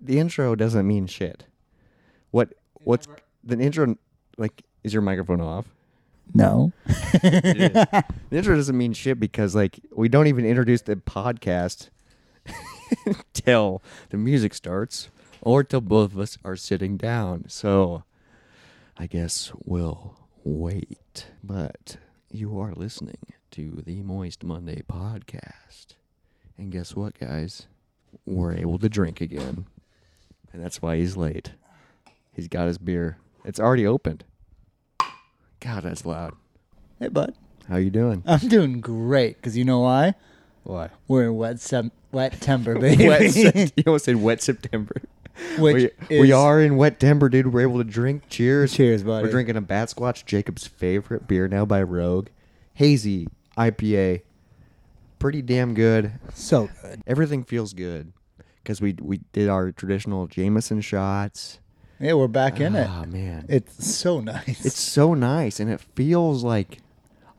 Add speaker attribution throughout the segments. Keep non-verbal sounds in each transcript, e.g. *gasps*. Speaker 1: the intro doesn't mean shit. What what's the intro like is your microphone off?
Speaker 2: No.
Speaker 1: *laughs* The intro doesn't mean shit because like we don't even introduce the podcast *laughs* till the music starts or till both of us are sitting down. So I guess we'll wait. But you are listening to the Moist Monday podcast. And guess what, guys? We're able to drink again. And that's why he's late. He's got his beer. It's already opened. God, that's loud.
Speaker 2: Hey, bud.
Speaker 1: How you doing?
Speaker 2: I'm doing great because you know why?
Speaker 1: *laughs* Why?
Speaker 2: We're in wet sem- wet temper,
Speaker 1: *laughs*
Speaker 2: baby.
Speaker 1: Wet Sept- you almost said wet September.
Speaker 2: *laughs* Which
Speaker 1: we, we
Speaker 2: is-
Speaker 1: are in wet Denver, dude. We're able to drink. Cheers.
Speaker 2: Cheers, buddy.
Speaker 1: We're drinking a Bat Squatch, Jacob's favorite beer now by Rogue. Hazy IPA. Pretty damn good.
Speaker 2: So good.
Speaker 1: Everything feels good because we we did our traditional Jameson shots.
Speaker 2: Yeah, we're back in it.
Speaker 1: Oh, man.
Speaker 2: It's so nice.
Speaker 1: It's so nice, and it feels like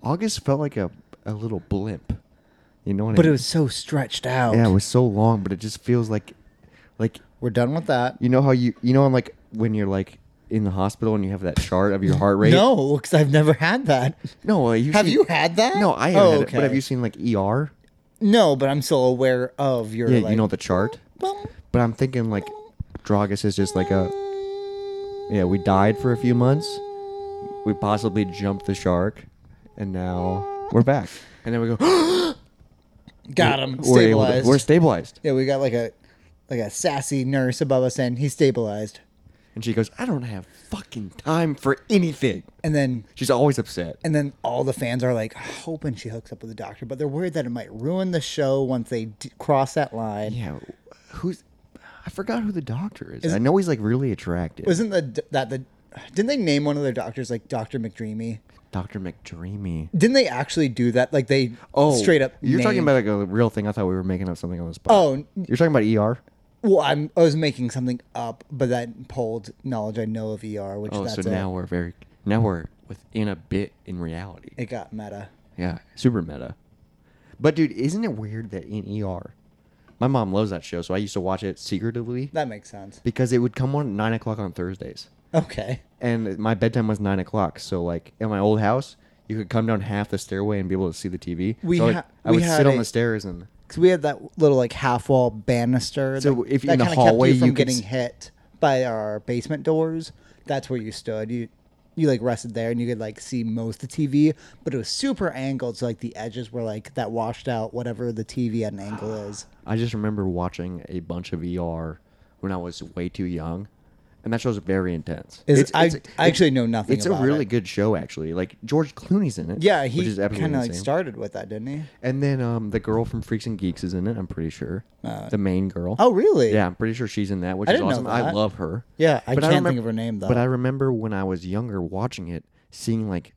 Speaker 1: August felt like a, a little blimp. You know what
Speaker 2: but
Speaker 1: I mean?
Speaker 2: it was so stretched out.
Speaker 1: yeah, it was so long, but it just feels like like
Speaker 2: we're done with that.
Speaker 1: You know how you you know like when you're like in the hospital and you have that chart of your heart rate.
Speaker 2: No, because I've never had that.
Speaker 1: no. uh, you've
Speaker 2: Have
Speaker 1: seen-
Speaker 2: you had that?
Speaker 1: No, I haven't.
Speaker 2: Oh,
Speaker 1: had it, but have
Speaker 2: okay.
Speaker 1: you seen like ER? Yeah,
Speaker 2: No, but I'm still aware of your. like,
Speaker 1: you know the chart.
Speaker 2: boom,
Speaker 1: But I'm thinking like Dragus is just like a yeah. We died for a few months. We possibly jumped the shark, and now we're back. And then we go. *gasps*
Speaker 2: got
Speaker 1: we're
Speaker 2: him
Speaker 1: able to-
Speaker 2: stabilized.
Speaker 1: we're stabilized.
Speaker 2: yeah, we got like a like a sassy nurse above us, and he's stabilized.
Speaker 1: And she goes, I don't have fucking time for anything.
Speaker 2: And then
Speaker 1: She's always upset.
Speaker 2: And then all the fans are like hoping she hooks up with the doctor, but they're worried that it might ruin the show once they d- cross that line.
Speaker 1: Yeah, who's? I forgot who the doctor is. I know he's like really attractive.
Speaker 2: Wasn't the d- that the didn't they name one of their doctors like Doctor McDreamy?
Speaker 1: Doctor McDreamy.
Speaker 2: Didn't they actually do that? Like they
Speaker 1: Oh,
Speaker 2: straight up.
Speaker 1: You're talking
Speaker 2: named-
Speaker 1: about like a real thing. I thought we were making up something on the spot.
Speaker 2: Oh.
Speaker 1: you're talking about ER.
Speaker 2: Well, I'm, I was making something up, but that pulled knowledge I know of ER, which
Speaker 1: Oh,
Speaker 2: that's
Speaker 1: so
Speaker 2: it.
Speaker 1: now we're very now we're within a bit in reality.
Speaker 2: it got meta.
Speaker 1: Yeah, super meta. But dude, isn't it weird that in ER, my mom loves that show, so I used to watch it secretively
Speaker 2: That makes sense.
Speaker 1: because it would come on at nine o'clock on Thursdays.
Speaker 2: Okay.
Speaker 1: and my bedtime was nine o'clock. So like in my old house, you could come down half the stairway and be able to see the TV.
Speaker 2: We
Speaker 1: so I would-
Speaker 2: ha-
Speaker 1: I would
Speaker 2: we had
Speaker 1: sit on
Speaker 2: a-
Speaker 1: the stairs and
Speaker 2: Because we had that little like half wall banister.
Speaker 1: So
Speaker 2: that,
Speaker 1: if
Speaker 2: that
Speaker 1: in the
Speaker 2: kinda
Speaker 1: hallway
Speaker 2: kept you from
Speaker 1: you could
Speaker 2: getting
Speaker 1: s-
Speaker 2: hit by our basement doors, that's where you stood. You you like rested there and you could like see most of the TV, but it was super angled, so like the edges were like that washed out whatever the TV at
Speaker 1: *sighs*
Speaker 2: an angle is.
Speaker 1: I just remember watching a bunch of ER when I was way too young, and that show's very intense.
Speaker 2: Is I, I actually know nothing.
Speaker 1: It's
Speaker 2: about
Speaker 1: a really
Speaker 2: it.
Speaker 1: good show actually. Like George Clooney's in it.
Speaker 2: yeah.
Speaker 1: which
Speaker 2: He
Speaker 1: is absolutely
Speaker 2: kind of like
Speaker 1: insane.
Speaker 2: started with that, didn't he?
Speaker 1: And then um, the girl from Freaks and Geeks is in it. I'm pretty sure the main girl.
Speaker 2: Oh, really?
Speaker 1: Yeah, I'm pretty sure she's in that, which
Speaker 2: I
Speaker 1: is
Speaker 2: didn't know
Speaker 1: awesome. I
Speaker 2: that.
Speaker 1: love her.
Speaker 2: Yeah, I
Speaker 1: But
Speaker 2: can't
Speaker 1: remem-
Speaker 2: think of her name though.
Speaker 1: But I remember when I was younger watching it, seeing like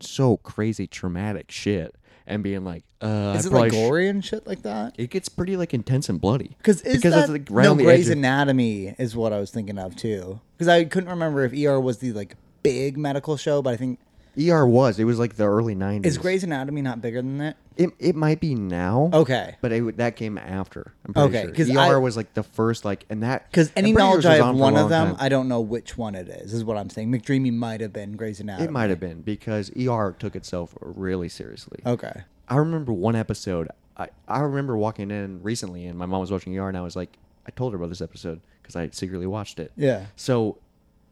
Speaker 1: so crazy traumatic shit, and being like, "Uh, I
Speaker 2: is it
Speaker 1: probably sh-
Speaker 2: like gory and shit like that?
Speaker 1: It gets pretty like intense and bloody.
Speaker 2: Cause is
Speaker 1: because
Speaker 2: that,
Speaker 1: it's like right
Speaker 2: no
Speaker 1: on the
Speaker 2: Grey's
Speaker 1: edge of-
Speaker 2: Anatomy is what I was thinking of too. Because I couldn't remember if ER was the like big medical show, but I think
Speaker 1: ER was. It was like the early '90s.
Speaker 2: is Grey's Anatomy not bigger than that?
Speaker 1: It it might be now.
Speaker 2: Okay,
Speaker 1: But it, would- that came after. I'm pretty
Speaker 2: Okay,
Speaker 1: sure.
Speaker 2: 'cause
Speaker 1: ER
Speaker 2: I-
Speaker 1: was like the first, like, and that
Speaker 2: because
Speaker 1: I'm
Speaker 2: any
Speaker 1: pretty sure
Speaker 2: knowledge
Speaker 1: it was
Speaker 2: I have
Speaker 1: on for a
Speaker 2: one of
Speaker 1: long
Speaker 2: them,
Speaker 1: time.
Speaker 2: I don't know which one it is. Is what I'm saying. McDreamy might have been Grey's Anatomy.
Speaker 1: It might have been because ER took itself really seriously.
Speaker 2: Okay,
Speaker 1: I remember one episode. I, I remember walking in recently and my mom was watching ER and I was like, I told her about this episode because I secretly watched it.
Speaker 2: Yeah.
Speaker 1: So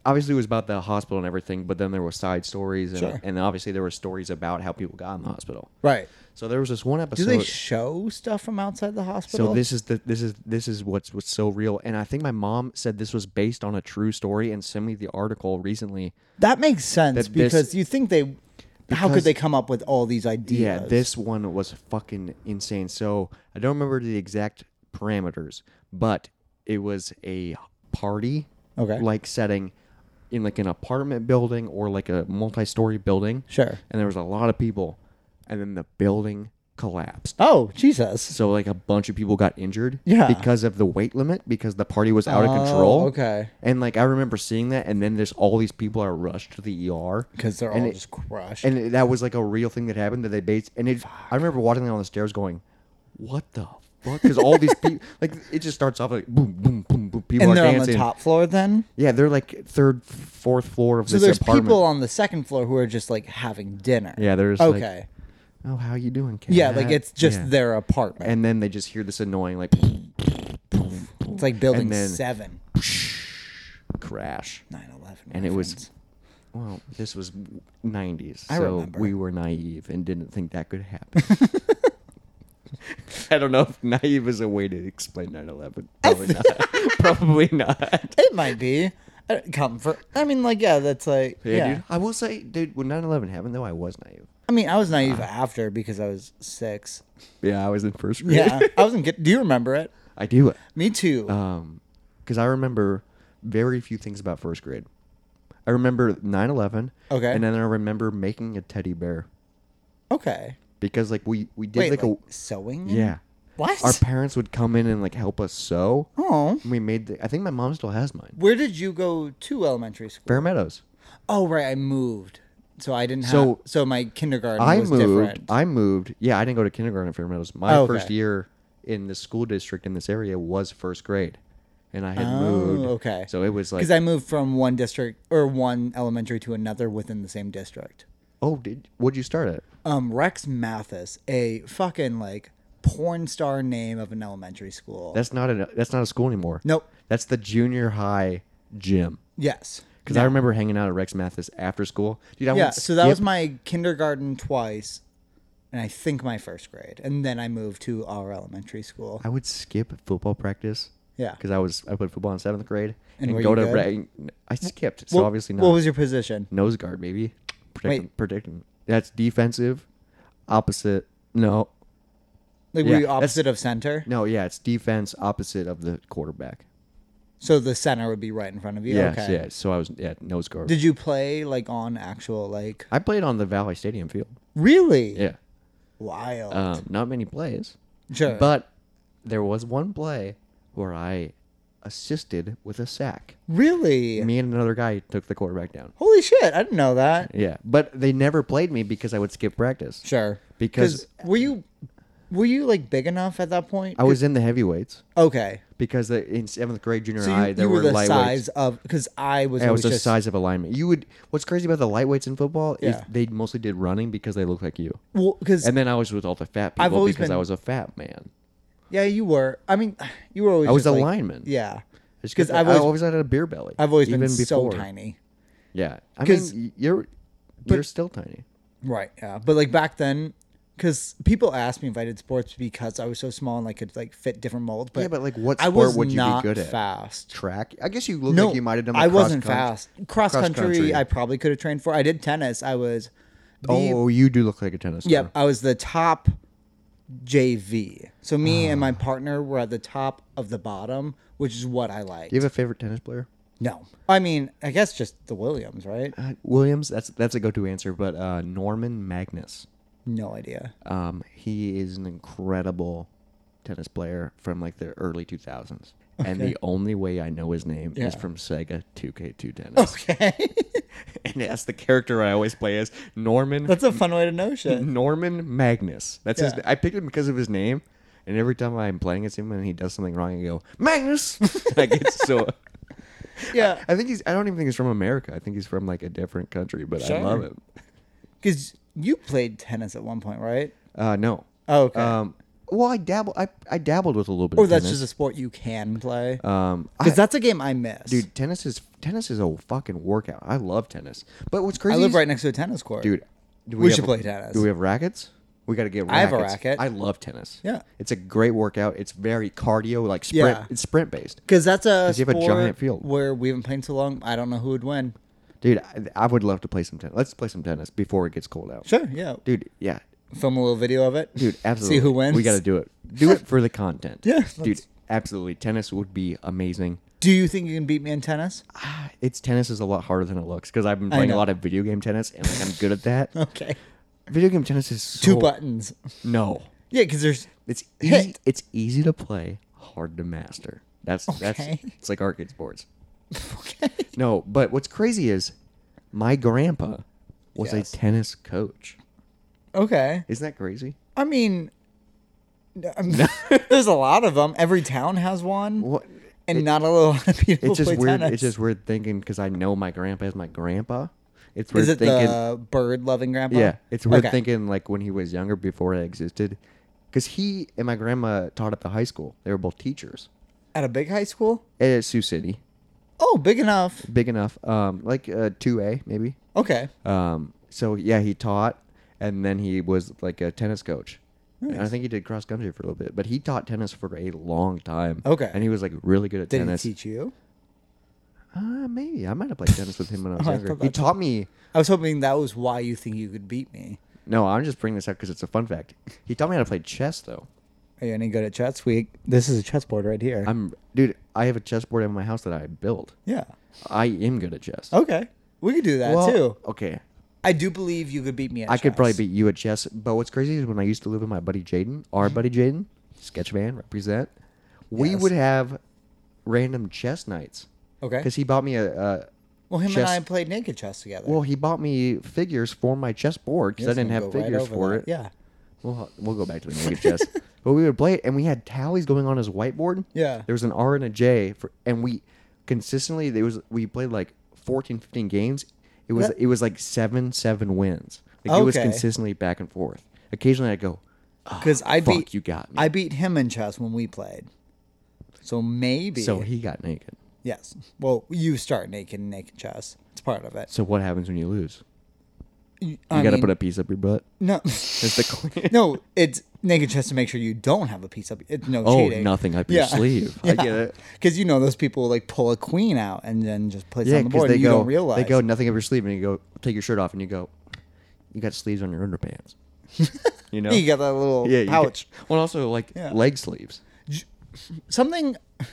Speaker 1: obviously it was about the hospital and everything, but then there were side stories and,
Speaker 2: Sure.
Speaker 1: and obviously there were stories about how people got in the hospital.
Speaker 2: right.
Speaker 1: So there was this one
Speaker 2: Do
Speaker 1: episode.
Speaker 2: they show stuff from outside the hospital?
Speaker 1: So this is the this is this is what's what's so real, and I think my mom said this was based on a true story and sent me the article recently.
Speaker 2: that makes sense
Speaker 1: that this-
Speaker 2: because you think they. How could
Speaker 1: because-
Speaker 2: they come up with all these ideas?
Speaker 1: Yeah, this one was fucking insane. So I don't remember the exact parameters, but it was a party
Speaker 2: Okay.
Speaker 1: like setting in like an apartment building or like a multi-story building.
Speaker 2: Sure.
Speaker 1: And there was a lot of people, and then the building collapsed.
Speaker 2: Oh Jesus!
Speaker 1: So like a bunch of people got injured
Speaker 2: Yeah.
Speaker 1: because of the weight limit because the party was out of
Speaker 2: Oh,
Speaker 1: control.
Speaker 2: okay.
Speaker 1: And like I remember seeing that and then there's all these people are rushed to the ER
Speaker 2: Because they're
Speaker 1: And
Speaker 2: all
Speaker 1: it-
Speaker 2: just crushed.
Speaker 1: and that was like a real thing that happened that they based and it i remember watching that on the
Speaker 2: *laughs*
Speaker 1: stairs going what the fuck because all these people like it just starts off like boom boom boom boom people
Speaker 2: and
Speaker 1: are
Speaker 2: they're on
Speaker 1: dancing.
Speaker 2: the top floor then.
Speaker 1: Yeah, they're like third, fourth floor of
Speaker 2: So
Speaker 1: this
Speaker 2: there's
Speaker 1: apartment.
Speaker 2: people on the second floor who are just like having dinner.
Speaker 1: yeah, there's okay.
Speaker 2: Okay.
Speaker 1: oh, how you doing? Kat?
Speaker 2: yeah, like it's just
Speaker 1: Yeah.
Speaker 2: their apartment.
Speaker 1: And then they just hear this annoying like *laughs*
Speaker 2: it's like building
Speaker 1: and then-
Speaker 2: seven.
Speaker 1: crash.
Speaker 2: 9-11.
Speaker 1: And it was-
Speaker 2: reference.
Speaker 1: Well, this was 90s,
Speaker 2: I
Speaker 1: so
Speaker 2: remember.
Speaker 1: we were naive and didn't think that could happen. *laughs* I don't know if naive is a way to explain
Speaker 2: *laughs*
Speaker 1: 9/11. Probably not. Probably not.
Speaker 2: It might be. I don't- Comfort. I mean, like, yeah, that's like,
Speaker 1: Yeah,
Speaker 2: yeah.
Speaker 1: dude. I will say, dude, when 9/11 happened, though, I was naive.
Speaker 2: I mean, I was
Speaker 1: Uh.
Speaker 2: naive after because I was
Speaker 1: *laughs*
Speaker 2: six.
Speaker 1: Yeah, I was in first grade.
Speaker 2: Yeah, I wasn't. Get, do you remember it?
Speaker 1: *laughs* I do.
Speaker 2: Me too.
Speaker 1: Um, because I remember very few things about first grade. I remember 9/11.
Speaker 2: Okay.
Speaker 1: And then I remember making a teddy bear
Speaker 2: okay.
Speaker 1: because, like, we we did
Speaker 2: Wait,
Speaker 1: like,
Speaker 2: like, Mm-hmm.
Speaker 1: a
Speaker 2: sewing?
Speaker 1: yeah.
Speaker 2: What?
Speaker 1: Our parents would come in and like help us sew.
Speaker 2: oh,
Speaker 1: We made. The, I think my mom still has mine.
Speaker 2: where did you go to elementary school?
Speaker 1: Fair Meadows.
Speaker 2: Oh, right, I moved, so I didn't. Have,
Speaker 1: So-
Speaker 2: so so my kindergarten
Speaker 1: I
Speaker 2: was
Speaker 1: moved.
Speaker 2: different.
Speaker 1: I moved. Yeah, I didn't go to kindergarten at Fair Meadows. My
Speaker 2: Oh, okay.
Speaker 1: first year in the school district in this area was first grade, and I had
Speaker 2: Oh,
Speaker 1: moved.
Speaker 2: okay.
Speaker 1: So it was like,
Speaker 2: because I moved from one district or one elementary to another within the same district.
Speaker 1: oh, did what'd you start at?
Speaker 2: Um, Rex Mathis, a fucking like porn star name of an elementary school.
Speaker 1: That's not a. That's not a school anymore.
Speaker 2: nope.
Speaker 1: That's the junior high gym.
Speaker 2: Yes.
Speaker 1: Because I remember hanging out at Rex Mathis after school. Dude, I
Speaker 2: Yeah.
Speaker 1: would
Speaker 2: So that was
Speaker 1: skip-
Speaker 2: my kindergarten twice, and I think my first grade, and then I moved to our elementary school.
Speaker 1: I would skip football practice.
Speaker 2: Yeah.
Speaker 1: Because I was I played football in seventh grade
Speaker 2: And
Speaker 1: and,
Speaker 2: were
Speaker 1: go
Speaker 2: you
Speaker 1: to
Speaker 2: good?
Speaker 1: Re- I skipped. So
Speaker 2: What-
Speaker 1: obviously not
Speaker 2: What was your position?
Speaker 1: nose guard, baby. Protecting,
Speaker 2: Wait.
Speaker 1: protecting. That's defensive. Opposite. No.
Speaker 2: Like
Speaker 1: Yeah,
Speaker 2: were you
Speaker 1: that's-
Speaker 2: opposite of center?
Speaker 1: No. Yeah. It's defense opposite of the quarterback.
Speaker 2: So the center would be right in front of you.
Speaker 1: Yeah.
Speaker 2: okay.
Speaker 1: Yeah. So I was yeah nose guard.
Speaker 2: Did you play like on actual like
Speaker 1: I played on the Valley Stadium field.
Speaker 2: really
Speaker 1: Yeah.
Speaker 2: wild?
Speaker 1: Um, not many plays.
Speaker 2: sure.
Speaker 1: But there was one play where I assisted with a sack.
Speaker 2: really?
Speaker 1: Me and another guy took the quarterback down.
Speaker 2: Holy shit! I didn't know that.
Speaker 1: Yeah, but they never played me because I would skip practice.
Speaker 2: Sure.
Speaker 1: Because-
Speaker 2: were you were you like big enough at that point?
Speaker 1: I was in the heavyweights
Speaker 2: okay.
Speaker 1: because
Speaker 2: because
Speaker 1: the, in seventh grade, junior
Speaker 2: So you,
Speaker 1: high, there
Speaker 2: you
Speaker 1: were,
Speaker 2: were the
Speaker 1: lightweights.
Speaker 2: size of because I was
Speaker 1: Yeah, it was
Speaker 2: always
Speaker 1: the
Speaker 2: just
Speaker 1: size of alignment. You would. What's crazy about the lightweights in football is
Speaker 2: Yeah.
Speaker 1: they mostly did running because they looked like you.
Speaker 2: well because
Speaker 1: And then I was with all the fat
Speaker 2: I've
Speaker 1: people
Speaker 2: always
Speaker 1: because I
Speaker 2: been-
Speaker 1: was a fat man.
Speaker 2: Yeah, you were. I mean, *sighs* you were always.
Speaker 1: I was
Speaker 2: just
Speaker 1: a
Speaker 2: like-
Speaker 1: lineman.
Speaker 2: Yeah,
Speaker 1: because
Speaker 2: because
Speaker 1: I
Speaker 2: I've
Speaker 1: always,
Speaker 2: always,
Speaker 1: had a beer belly.
Speaker 2: I've always
Speaker 1: even
Speaker 2: been so
Speaker 1: before.
Speaker 2: tiny.
Speaker 1: Yeah, I
Speaker 2: 'Cause-
Speaker 1: mean you're you're still tiny.
Speaker 2: Right. Yeah, but like back then, because people asked me if I did sports because I was so small and like could like fit different molds. But
Speaker 1: Yeah, but, like, what
Speaker 2: I
Speaker 1: sport
Speaker 2: was
Speaker 1: would you be
Speaker 2: not
Speaker 1: good at?
Speaker 2: Fast.
Speaker 1: Track. I guess you look
Speaker 2: No,
Speaker 1: like you might have done. Like
Speaker 2: I wasn't
Speaker 1: cross country.
Speaker 2: fast. Cross, country,
Speaker 1: country.
Speaker 2: I probably could have trained for. I did tennis. I was. The,
Speaker 1: Oh, you do look like a tennis.
Speaker 2: Yep,
Speaker 1: player.
Speaker 2: I was the top JV. So me
Speaker 1: Oh.
Speaker 2: and my partner were at the top of the bottom, which is what I like.
Speaker 1: Do you have a favorite tennis player?
Speaker 2: no, I mean, I guess just the Williams, right?
Speaker 1: Uh, Williams, that's that's a go-to answer, but uh, Norman Magnus,
Speaker 2: No
Speaker 1: *laughs*
Speaker 2: idea. *laughs*
Speaker 1: um, he is an incredible tennis player from like the early 2000s, and the only way I know his name is
Speaker 2: Yeah.
Speaker 1: from Sega 2K2 Tennis,
Speaker 2: Okay.
Speaker 1: *laughs* and that's the character I always play as Norman
Speaker 2: That's a fun way to know shit.
Speaker 1: Norman Magnus. That's his.
Speaker 2: Yeah.
Speaker 1: I picked him because of his name, and every time I'm playing as him and he does something wrong, I go Magnus. *laughs* and I get so. *laughs*
Speaker 2: Yeah.
Speaker 1: I think he's. I don't even think he's from America. I think he's from like a different country, but I
Speaker 2: Sure.
Speaker 1: love him.
Speaker 2: Because you played tennis at one point, right?
Speaker 1: Uh, no.
Speaker 2: Oh, okay.
Speaker 1: Um, well, I dabble. I, I dabbled with a little bit.
Speaker 2: or
Speaker 1: of
Speaker 2: that's
Speaker 1: tennis.
Speaker 2: just a sport you can play.
Speaker 1: um. I,
Speaker 2: Because that's a game I miss.
Speaker 1: dude, tennis is tennis is a fucking workout. I love tennis. But what's
Speaker 2: I
Speaker 1: crazy?
Speaker 2: live
Speaker 1: is-
Speaker 2: right next to a tennis court.
Speaker 1: dude. Do
Speaker 2: We should
Speaker 1: have-
Speaker 2: play tennis.
Speaker 1: Do we have rackets? We got to get. Rackets.
Speaker 2: I have a racket.
Speaker 1: I love tennis.
Speaker 2: Yeah.
Speaker 1: it's a great workout. It's very cardio, like sprint.
Speaker 2: Yeah.
Speaker 1: It's sprint based.
Speaker 2: Because that's a,
Speaker 1: 'Cause you have a
Speaker 2: sport
Speaker 1: giant field.
Speaker 2: where we haven't played in so long. I don't know who would win.
Speaker 1: Dude, I, I would love to play some tennis. Let's play some tennis before it gets cold out.
Speaker 2: Sure, yeah.
Speaker 1: Dude, yeah,
Speaker 2: Film a little video of it.
Speaker 1: dude, absolutely.
Speaker 2: See who wins.
Speaker 1: We got to do it. Do it for the content.
Speaker 2: *laughs* Yeah,
Speaker 1: dude,
Speaker 2: let's-
Speaker 1: absolutely. Tennis would be amazing.
Speaker 2: Do you think you can beat me in tennis?
Speaker 1: *laughs* Ah, it's tennis is a lot harder than it looks because I've been
Speaker 2: I
Speaker 1: playing a
Speaker 2: know.
Speaker 1: lot of video game tennis and like I'm good at that.
Speaker 2: *laughs* Okay.
Speaker 1: Video game tennis is so,
Speaker 2: Two buttons.
Speaker 1: No,
Speaker 2: Yeah, because
Speaker 1: *laughs*
Speaker 2: there's.
Speaker 1: it's
Speaker 2: *laughs* Hit.
Speaker 1: easy. It's easy to play, hard to master. That's that's
Speaker 2: Okay.
Speaker 1: it's like arcade sports.
Speaker 2: Okay.
Speaker 1: No, but what's crazy is my grandpa was
Speaker 2: Yes.
Speaker 1: a tennis coach.
Speaker 2: Okay.
Speaker 1: Isn't that crazy?
Speaker 2: I *laughs* mean, I'm- there's a lot of them. Every town has one.
Speaker 1: What?
Speaker 2: and not a lot of people
Speaker 1: It's just
Speaker 2: play
Speaker 1: weird.
Speaker 2: tennis.
Speaker 1: It's just weird thinking because I know my grandpa is my grandpa. It's weird
Speaker 2: is it
Speaker 1: thinking.
Speaker 2: the bird loving grandpa?
Speaker 1: yeah, it's weird
Speaker 2: Okay.
Speaker 1: thinking like when he was younger before I existed, because he and my grandma taught at the high school. They were both teachers
Speaker 2: at a big high school.
Speaker 1: at Sioux City,
Speaker 2: Oh, big enough.
Speaker 1: big enough, um, like two A maybe.
Speaker 2: Okay.
Speaker 1: Um, so yeah, he taught, and then he was like a tennis coach. And I
Speaker 2: Nice.
Speaker 1: think he did cross country for a little bit, but he taught tennis for a long time.
Speaker 2: Okay.
Speaker 1: and he was like really good at
Speaker 2: Did
Speaker 1: tennis.
Speaker 2: he teach you?
Speaker 1: Uh, maybe I might have played tennis with him
Speaker 2: *laughs*
Speaker 1: when I was
Speaker 2: Oh, I
Speaker 1: younger.
Speaker 2: thought
Speaker 1: He
Speaker 2: that's-
Speaker 1: taught me.
Speaker 2: I was hoping that was why you think you could beat me.
Speaker 1: No, I'm just bringing this up because it's a fun fact. He taught me how to play chess, though.
Speaker 2: Are you any good at chess? We this is a chessboard right here.
Speaker 1: I'm, dude. I have a chessboard in my house that I built.
Speaker 2: yeah.
Speaker 1: I am good at chess.
Speaker 2: Okay. We could do that
Speaker 1: Well,
Speaker 2: Oh, too.
Speaker 1: Okay,
Speaker 2: I do believe you could beat me. At
Speaker 1: I could probably
Speaker 2: chess.
Speaker 1: beat you at chess. But what's crazy is when I used to live with my buddy Jaden, our buddy Jaden, Sketchman represent. We
Speaker 2: Mm-hmm. Yes.
Speaker 1: would have random chess nights
Speaker 2: Okay.
Speaker 1: because he bought me a. a
Speaker 2: Well, him and
Speaker 1: chess-
Speaker 2: I played naked chess together.
Speaker 1: well, he bought me figures for my chessboard because I
Speaker 2: This
Speaker 1: didn't
Speaker 2: will
Speaker 1: have
Speaker 2: go right
Speaker 1: figures
Speaker 2: over
Speaker 1: for
Speaker 2: that.
Speaker 1: it.
Speaker 2: Yeah.
Speaker 1: We'll, we'll go back to the naked
Speaker 2: *laughs*
Speaker 1: chess. But we would play it, and we had tallies going on as whiteboard.
Speaker 2: Yeah.
Speaker 1: There was an R and a J, for, and we consistently, there was we played like 14, 15 games. It was
Speaker 2: That-
Speaker 1: it was like 7, 7 wins. Like, It was
Speaker 2: Okay.
Speaker 1: consistently back and forth. Occasionally I'd go,
Speaker 2: Because I
Speaker 1: Oh, fuck,
Speaker 2: beat
Speaker 1: you got me.
Speaker 2: I beat him in chess when we played. So maybe.
Speaker 1: so he got naked.
Speaker 2: yes. Well, you start naked in naked chess. It's part of it.
Speaker 1: So what happens when you lose?
Speaker 2: You
Speaker 1: You got to put a piece up your butt.
Speaker 2: *laughs*
Speaker 1: *laughs*
Speaker 2: no.
Speaker 1: That's the clean.
Speaker 2: no, it's naked chess to make sure you don't have a piece up. It's no
Speaker 1: Oh,
Speaker 2: cheating.
Speaker 1: nothing up your sleeve. I get it.
Speaker 2: Because you know those people will like pull a queen out and then just place it
Speaker 1: Yeah,
Speaker 2: on the
Speaker 1: because
Speaker 2: board.
Speaker 1: they
Speaker 2: and you
Speaker 1: go,
Speaker 2: don't realize.
Speaker 1: they go nothing up your sleeve, and you go take your shirt off, and you go, you got sleeves on your underpants. *laughs* You know,
Speaker 2: *laughs* You got that little
Speaker 1: yeah, you got-
Speaker 2: pouch.
Speaker 1: well, also like
Speaker 2: Yeah.
Speaker 1: leg
Speaker 2: *laughs*
Speaker 1: sleeves.
Speaker 2: Something. *laughs*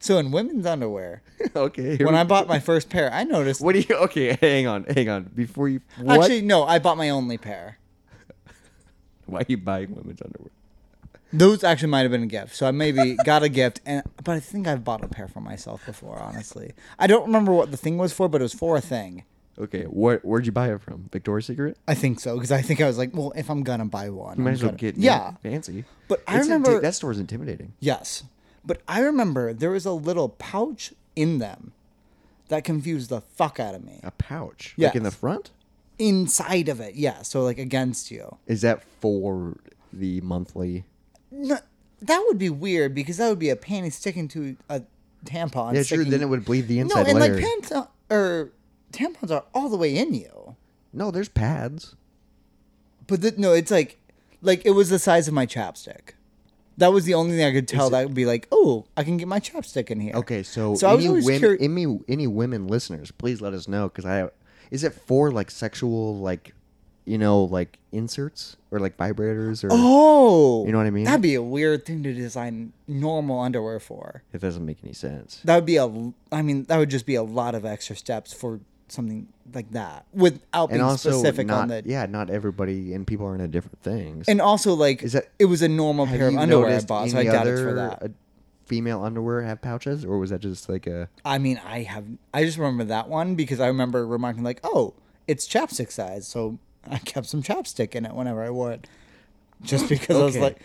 Speaker 2: So in women's underwear,
Speaker 1: okay. here
Speaker 2: when
Speaker 1: we-
Speaker 2: I bought my first pair, I noticed.
Speaker 1: what do you? Okay, hang on, hang on. Before you, what?
Speaker 2: Actually, no, I bought my only pair.
Speaker 1: why are you buying women's underwear?
Speaker 2: Those actually might have been a gift. So I maybe
Speaker 1: *laughs*
Speaker 2: got a gift, and but I think I've bought a pair for myself before. Honestly, I don't remember what the thing was for, but it was for a thing.
Speaker 1: Okay, what? Where'd you buy it from? Victoria's Secret.
Speaker 2: I think so because I think I was like, well, if I'm gonna buy one,
Speaker 1: You
Speaker 2: I'm
Speaker 1: might as well
Speaker 2: gonna-
Speaker 1: get
Speaker 2: yeah.
Speaker 1: fancy.
Speaker 2: But I
Speaker 1: It's inti-
Speaker 2: remember-
Speaker 1: that store's intimidating.
Speaker 2: Yes, but I remember there was a little pouch in them that confused the fuck out of me.
Speaker 1: A pouch, like in
Speaker 2: Yes.
Speaker 1: the front.
Speaker 2: Inside of it, yeah. So like against you,
Speaker 1: Is that for the monthly?
Speaker 2: no, that would be weird because that would be a panty sticking to a tampon.
Speaker 1: Yeah, sure.
Speaker 2: sticking-
Speaker 1: Then it would bleed the
Speaker 2: no,
Speaker 1: inside
Speaker 2: and
Speaker 1: layer.
Speaker 2: like pants are- or tampons are all the way in you.
Speaker 1: no, there's pads.
Speaker 2: But the, no, it's like like it was the size of my chapstick. That was the only thing I could tell that would be like, oh, I can get my chapstick in here.
Speaker 1: Okay, so,
Speaker 2: So I was
Speaker 1: any,
Speaker 2: always
Speaker 1: women,
Speaker 2: curi-
Speaker 1: any any women listeners, please let us know because I is it for like sexual like you know like inserts or like vibrators or
Speaker 2: Oh,
Speaker 1: You know what I mean?
Speaker 2: That'd be a weird thing to design normal underwear for.
Speaker 1: it doesn't make any sense.
Speaker 2: That would be a. I mean, that would just be a lot of extra steps for something like that without
Speaker 1: And
Speaker 2: being
Speaker 1: also
Speaker 2: specific
Speaker 1: not
Speaker 2: on the.
Speaker 1: yeah, not everybody and people are into different things.
Speaker 2: And also, like,
Speaker 1: Is that-
Speaker 2: it was a normal
Speaker 1: Have
Speaker 2: pair of
Speaker 1: you
Speaker 2: underwear I
Speaker 1: noticed
Speaker 2: bought, so I
Speaker 1: any
Speaker 2: got it for
Speaker 1: other,
Speaker 2: that.
Speaker 1: uh, female underwear have pouches or was that just like a
Speaker 2: I mean, I have. I just remember that one because I remember remarking like, "Oh, it's chapstick size," so I kept some chapstick in it whenever I wore it,
Speaker 1: *gasps*
Speaker 2: just because I was
Speaker 1: Okay.
Speaker 2: like,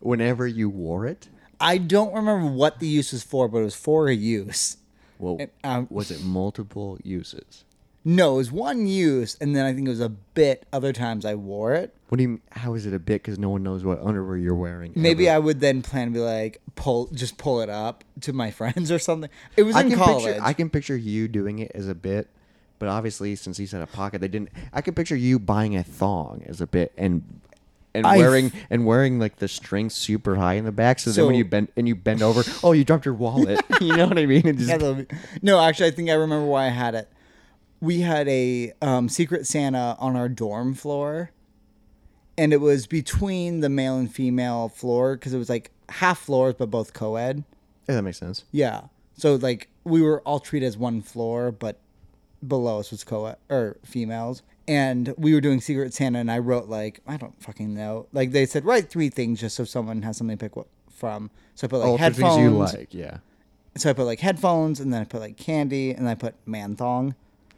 Speaker 1: whenever you wore it?
Speaker 2: I don't remember what the use was for, but it was for a use.
Speaker 1: Well,
Speaker 2: um,
Speaker 1: was it multiple uses?
Speaker 2: No, it was one use, and then I think it was a bit other times I wore it.
Speaker 1: What do you? How is it a bit? Because no one knows what underwear you're wearing.
Speaker 2: Maybe
Speaker 1: ever.
Speaker 2: I would then plan to be like pull, just pull it up to my *laughs* friends or something. It was
Speaker 1: I
Speaker 2: in
Speaker 1: can
Speaker 2: college.
Speaker 1: picture I can picture you doing it as a bit, but obviously since he's had a pocket, they didn't. I can picture you buying a thong as a bit and and
Speaker 2: I f-
Speaker 1: wearing and wearing like the string super high in the back, so, then when
Speaker 2: So-
Speaker 1: you bend and you bend over, oh, you dropped your
Speaker 2: *laughs*
Speaker 1: wallet. you know what I mean? And just,
Speaker 2: Yeah, that'll be- no, actually, I think I remember why I had it. We had a um, Secret Santa on our dorm floor, and it was between the male and female floor because it was like half floors, but both co-ed.
Speaker 1: Yeah, that makes sense.
Speaker 2: Yeah. So like we were all treated as one floor, but below us was co or females. And we were doing Secret Santa, and I wrote like I don't fucking know. Like they said, write three things just so someone has something to pick wh- from. So I put like
Speaker 1: All the
Speaker 2: headphones.
Speaker 1: things you like, yeah.
Speaker 2: So I put like headphones, and then I put like candy, and then I put
Speaker 1: *laughs*
Speaker 2: man thong.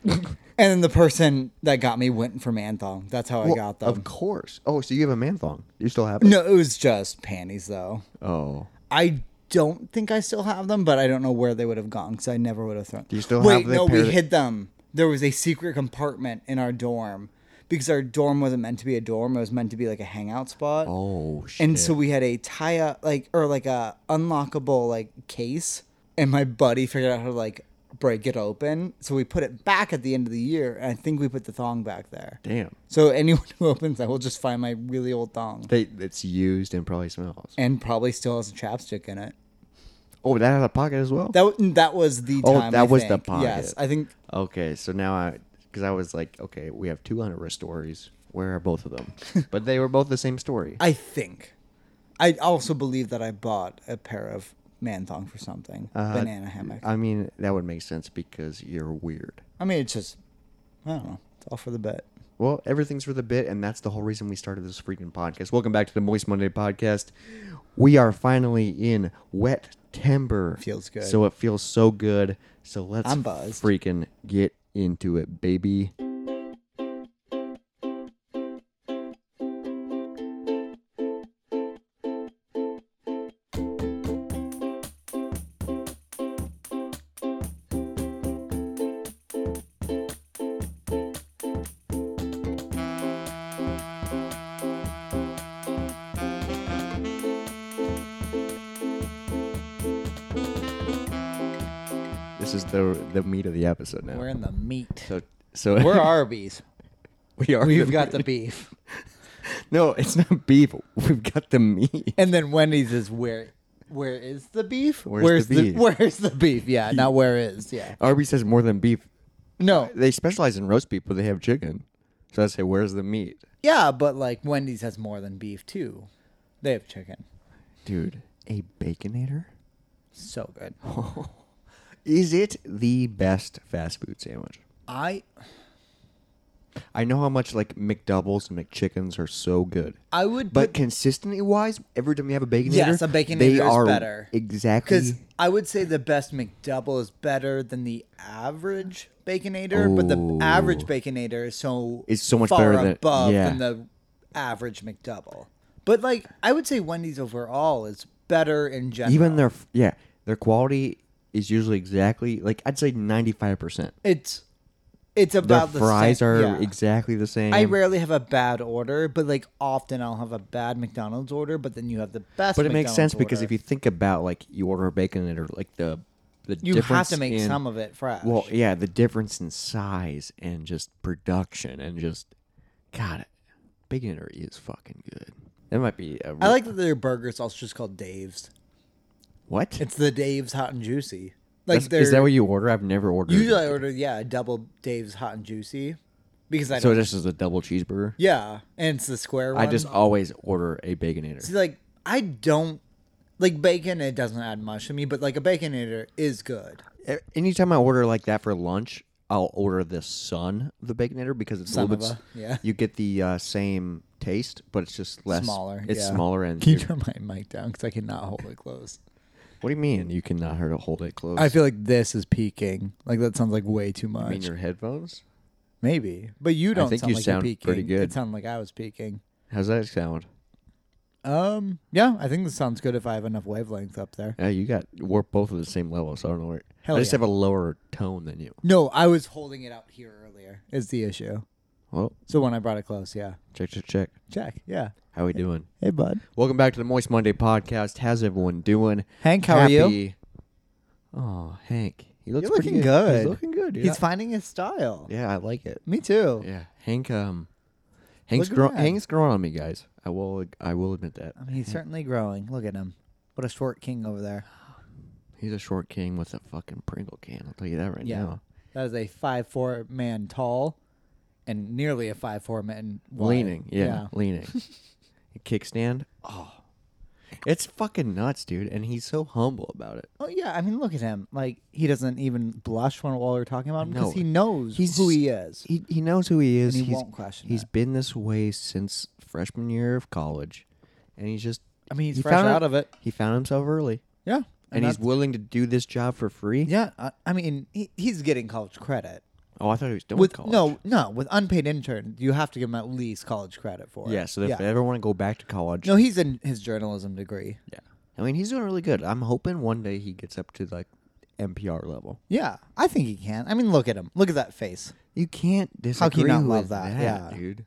Speaker 2: and then the person that got me went for man thong. That's how I
Speaker 1: Well,
Speaker 2: got
Speaker 1: Of
Speaker 2: them.
Speaker 1: course. Oh, so you have a man thong? You still have it?
Speaker 2: No, it was just panties though.
Speaker 1: Oh,
Speaker 2: I don't think I still have them, but I don't know where they would have gone because I never would have thrown.
Speaker 1: Do you still
Speaker 2: Wait,
Speaker 1: have the
Speaker 2: no,
Speaker 1: pair
Speaker 2: we
Speaker 1: that-
Speaker 2: hid them. There was a secret compartment in our dorm because our dorm wasn't meant to be a dorm; it was meant to be like a hangout spot.
Speaker 1: Oh shit.
Speaker 2: And so we had a tie up, like, or like a unlockable, like, case. And my buddy figured out how to, like, break it open. So we put it back at the end of the year. And I think we put the thong back there.
Speaker 1: damn,
Speaker 2: So anyone *laughs* who opens that will just find my really old thong.
Speaker 1: they it's used and probably smells.
Speaker 2: And probably still has a chapstick in it.
Speaker 1: Oh, that had a pocket as well.
Speaker 2: That w- that was the
Speaker 1: Oh,
Speaker 2: time.
Speaker 1: that
Speaker 2: I
Speaker 1: was the
Speaker 2: think.
Speaker 1: pocket.
Speaker 2: Yes, I think
Speaker 1: okay, so now I because I was like, okay, we have two hundred stories. Where are both of them?
Speaker 2: *laughs*
Speaker 1: but they were both the same story.
Speaker 2: I think. I also believe that I bought a pair of man thong for something.
Speaker 1: Uh-huh.
Speaker 2: Banana hammock.
Speaker 1: I mean, that would make sense because you're weird.
Speaker 2: I mean, it's just I don't know. It's all for the bet.
Speaker 1: Well, everything's for the bit, and that's the whole reason we started this freaking podcast. Welcome back to the Moist Monday podcast. We are finally in wet timber.
Speaker 2: Feels good.
Speaker 1: So it feels so good. So let's
Speaker 2: I'm buzzed.
Speaker 1: freaking get into it, baby. This is the the meat of the episode now.
Speaker 2: We're in the meat.
Speaker 1: so so
Speaker 2: We're Arby's.
Speaker 1: *laughs* we are
Speaker 2: We've
Speaker 1: the-
Speaker 2: got *laughs* the beef.
Speaker 1: no, it's not beef. We've got the meat.
Speaker 2: And then Wendy's is where where is the beef?
Speaker 1: Where's the beef?
Speaker 2: where's the beef? Yeah, not where is. Yeah.
Speaker 1: Arby's says more than beef.
Speaker 2: No.
Speaker 1: They specialize in roast beef, but they have chicken. So I say, where's the meat,
Speaker 2: Yeah, but like Wendy's has more than beef too. They have chicken.
Speaker 1: dude? A baconator.
Speaker 2: So good.
Speaker 1: Is it the best fast food sandwich?
Speaker 2: I
Speaker 1: I know how much like McDoubles and McChickens are so good,
Speaker 2: I would
Speaker 1: but consistency wise, every time you have a baconator,
Speaker 2: Yes, a Baconator
Speaker 1: they
Speaker 2: is
Speaker 1: are
Speaker 2: better. Because
Speaker 1: Exactly.
Speaker 2: I would say the best McDouble is better than the average Baconator, but the
Speaker 1: Ooh.
Speaker 2: average Baconator is so
Speaker 1: It's so much
Speaker 2: far
Speaker 1: better than-
Speaker 2: above
Speaker 1: yeah.
Speaker 2: than the average McDouble. But like, I would say Wendy's overall is better in general.
Speaker 1: Even their yeah, their quality is usually exactly like I'd say ninety five percent.
Speaker 2: it's it's
Speaker 1: Their
Speaker 2: about the
Speaker 1: fries
Speaker 2: same-
Speaker 1: are
Speaker 2: yeah.
Speaker 1: exactly the same.
Speaker 2: I rarely have a bad order, but like often I'll have a bad McDonald's order, but then you have the best.
Speaker 1: but it makes
Speaker 2: McDonald's
Speaker 1: sense because
Speaker 2: order.
Speaker 1: if you think about like you order a baconator, like the the
Speaker 2: you have
Speaker 1: difference
Speaker 2: to make
Speaker 1: in-
Speaker 2: some of it fresh.
Speaker 1: Well, yeah, the difference in size and just production and just God, Baconator is fucking good. That might be a
Speaker 2: I like that their burger is also just called Dave's.
Speaker 1: what?
Speaker 2: It's the Dave's Hot and Juicy. Like
Speaker 1: That's-
Speaker 2: they're
Speaker 1: is that what you order? I've never ordered.
Speaker 2: usually I order yeah a double Dave's Hot and Juicy because I
Speaker 1: so
Speaker 2: don't,
Speaker 1: this is a double cheeseburger.
Speaker 2: yeah and it's the square
Speaker 1: I
Speaker 2: one.
Speaker 1: just always order a Baconator.
Speaker 2: See, like I don't like bacon. It doesn't add much to me, but like a baconator is good.
Speaker 1: A- E, Anytime I order like that for lunch, I'll order the Sun the Baconator because it's a little bit.
Speaker 2: Son
Speaker 1: s-
Speaker 2: of a- yeah.
Speaker 1: You get the uh, same taste, but it's just less
Speaker 2: Smaller,
Speaker 1: It's
Speaker 2: yeah.
Speaker 1: smaller and.
Speaker 2: Can you
Speaker 1: you're-
Speaker 2: turn my mic down because I cannot hold it close.
Speaker 1: what do you mean you cannot hurt- hold it close?
Speaker 2: I feel like this is peaking. Like that sounds like way too much.
Speaker 1: I mean your headphones.
Speaker 2: Maybe, but you don't
Speaker 1: think
Speaker 2: sound
Speaker 1: you
Speaker 2: like
Speaker 1: sound
Speaker 2: you're peaking.
Speaker 1: pretty good.
Speaker 2: It sounded like I was peaking.
Speaker 1: How's that sound?
Speaker 2: Um, yeah, I think this sounds good if I have enough wavelength up there.
Speaker 1: Yeah, you got we're both at the same level, so I don't know where.
Speaker 2: Hell
Speaker 1: I just
Speaker 2: yeah.
Speaker 1: have a lower tone than you.
Speaker 2: No, I was holding it out here earlier. Is the issue.
Speaker 1: Well,
Speaker 2: So when I brought it close, yeah.
Speaker 1: check, check, check.
Speaker 2: Check, yeah.
Speaker 1: How we doing?
Speaker 2: Hey, bud.
Speaker 1: Welcome back to the Moist Monday podcast. How's everyone doing?
Speaker 2: Hank, how are you?
Speaker 1: Oh, Hank, he looks
Speaker 2: You're
Speaker 1: pretty
Speaker 2: looking
Speaker 1: He's
Speaker 2: good.
Speaker 1: looking good. Yeah.
Speaker 2: He's finding his style.
Speaker 1: Yeah, I like it.
Speaker 2: Me too.
Speaker 1: Yeah, Hank. Um, Hank's
Speaker 2: Look
Speaker 1: grown.
Speaker 2: around.
Speaker 1: Hank's grown on me, guys. I will. I will admit that.
Speaker 2: I mean, he's certainly growing. Look at him. What a short king over there.
Speaker 1: He's a short king with a fucking Pringle can. I'll tell you that right
Speaker 2: Yeah.
Speaker 1: now.
Speaker 2: That is a five four man tall and nearly a five four man wide.
Speaker 1: Leaning, yeah,
Speaker 2: *laughs*
Speaker 1: leaning. A Kickstand. Oh, it's fucking nuts, dude. And he's so humble about it.
Speaker 2: Oh yeah, I mean look at him. Like he doesn't even blush when while we're talking about him because
Speaker 1: No.
Speaker 2: Um, he knows
Speaker 1: He's-
Speaker 2: who he is.
Speaker 1: He he knows who he is.
Speaker 2: And he
Speaker 1: he's
Speaker 2: won't question
Speaker 1: he's
Speaker 2: it.
Speaker 1: been this way since freshman year of college, and he's just.
Speaker 2: I mean, he's
Speaker 1: he
Speaker 2: fresh
Speaker 1: found
Speaker 2: out of it.
Speaker 1: He found himself early,
Speaker 2: Yeah.
Speaker 1: and, he's
Speaker 2: that's-
Speaker 1: willing to do this job for free.
Speaker 2: yeah. I, I mean, he, he's getting college credit.
Speaker 1: Oh, I thought he was doing
Speaker 2: with
Speaker 1: college.
Speaker 2: no no with unpaid intern you have to give him at least college credit for it.
Speaker 1: Yeah. So if they ever want to go back to college,
Speaker 2: no he's in his journalism degree
Speaker 1: yeah, I mean, he's doing really good. I'm hoping one day he gets up to like NPR level.
Speaker 2: Yeah, I think he can. I mean, look at him. Look at that face.
Speaker 1: You can't disagree
Speaker 2: can you not
Speaker 1: with
Speaker 2: love that? Yeah.
Speaker 1: dude.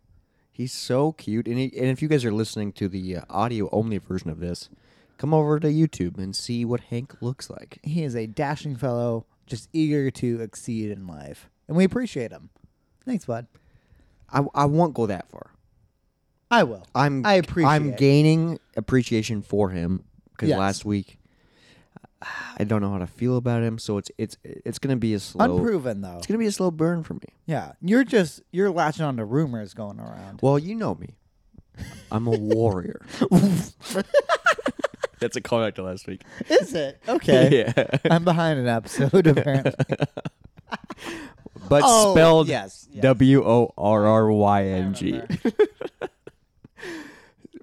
Speaker 1: He's so cute, and he, and if you guys are listening to the uh, audio only version of this, come over to YouTube and see what Hank looks like.
Speaker 2: He is a dashing fellow, just eager to exceed in life, and we appreciate him. Thanks, bud.
Speaker 1: I, I won't go that far.
Speaker 2: I will.
Speaker 1: I'm
Speaker 2: I appreciate.
Speaker 1: I'm gaining appreciation for him because
Speaker 2: Yes.
Speaker 1: last week I don't know how to feel about him, so it's it's it's gonna be a slow
Speaker 2: Unproven though.
Speaker 1: it's gonna be a slow burn for me.
Speaker 2: Yeah, you're just you're latching on to rumors going around.
Speaker 1: *laughs* Well, you know me, I'm a warrior. *laughs* That's a callback to last week.
Speaker 2: Is it okay?
Speaker 1: *laughs* Yeah,
Speaker 2: I'm behind an
Speaker 1: *laughs*
Speaker 2: episode apparently.
Speaker 1: but
Speaker 2: Oh,
Speaker 1: spelled
Speaker 2: yes, yes.
Speaker 1: W O R R Y N G. *laughs*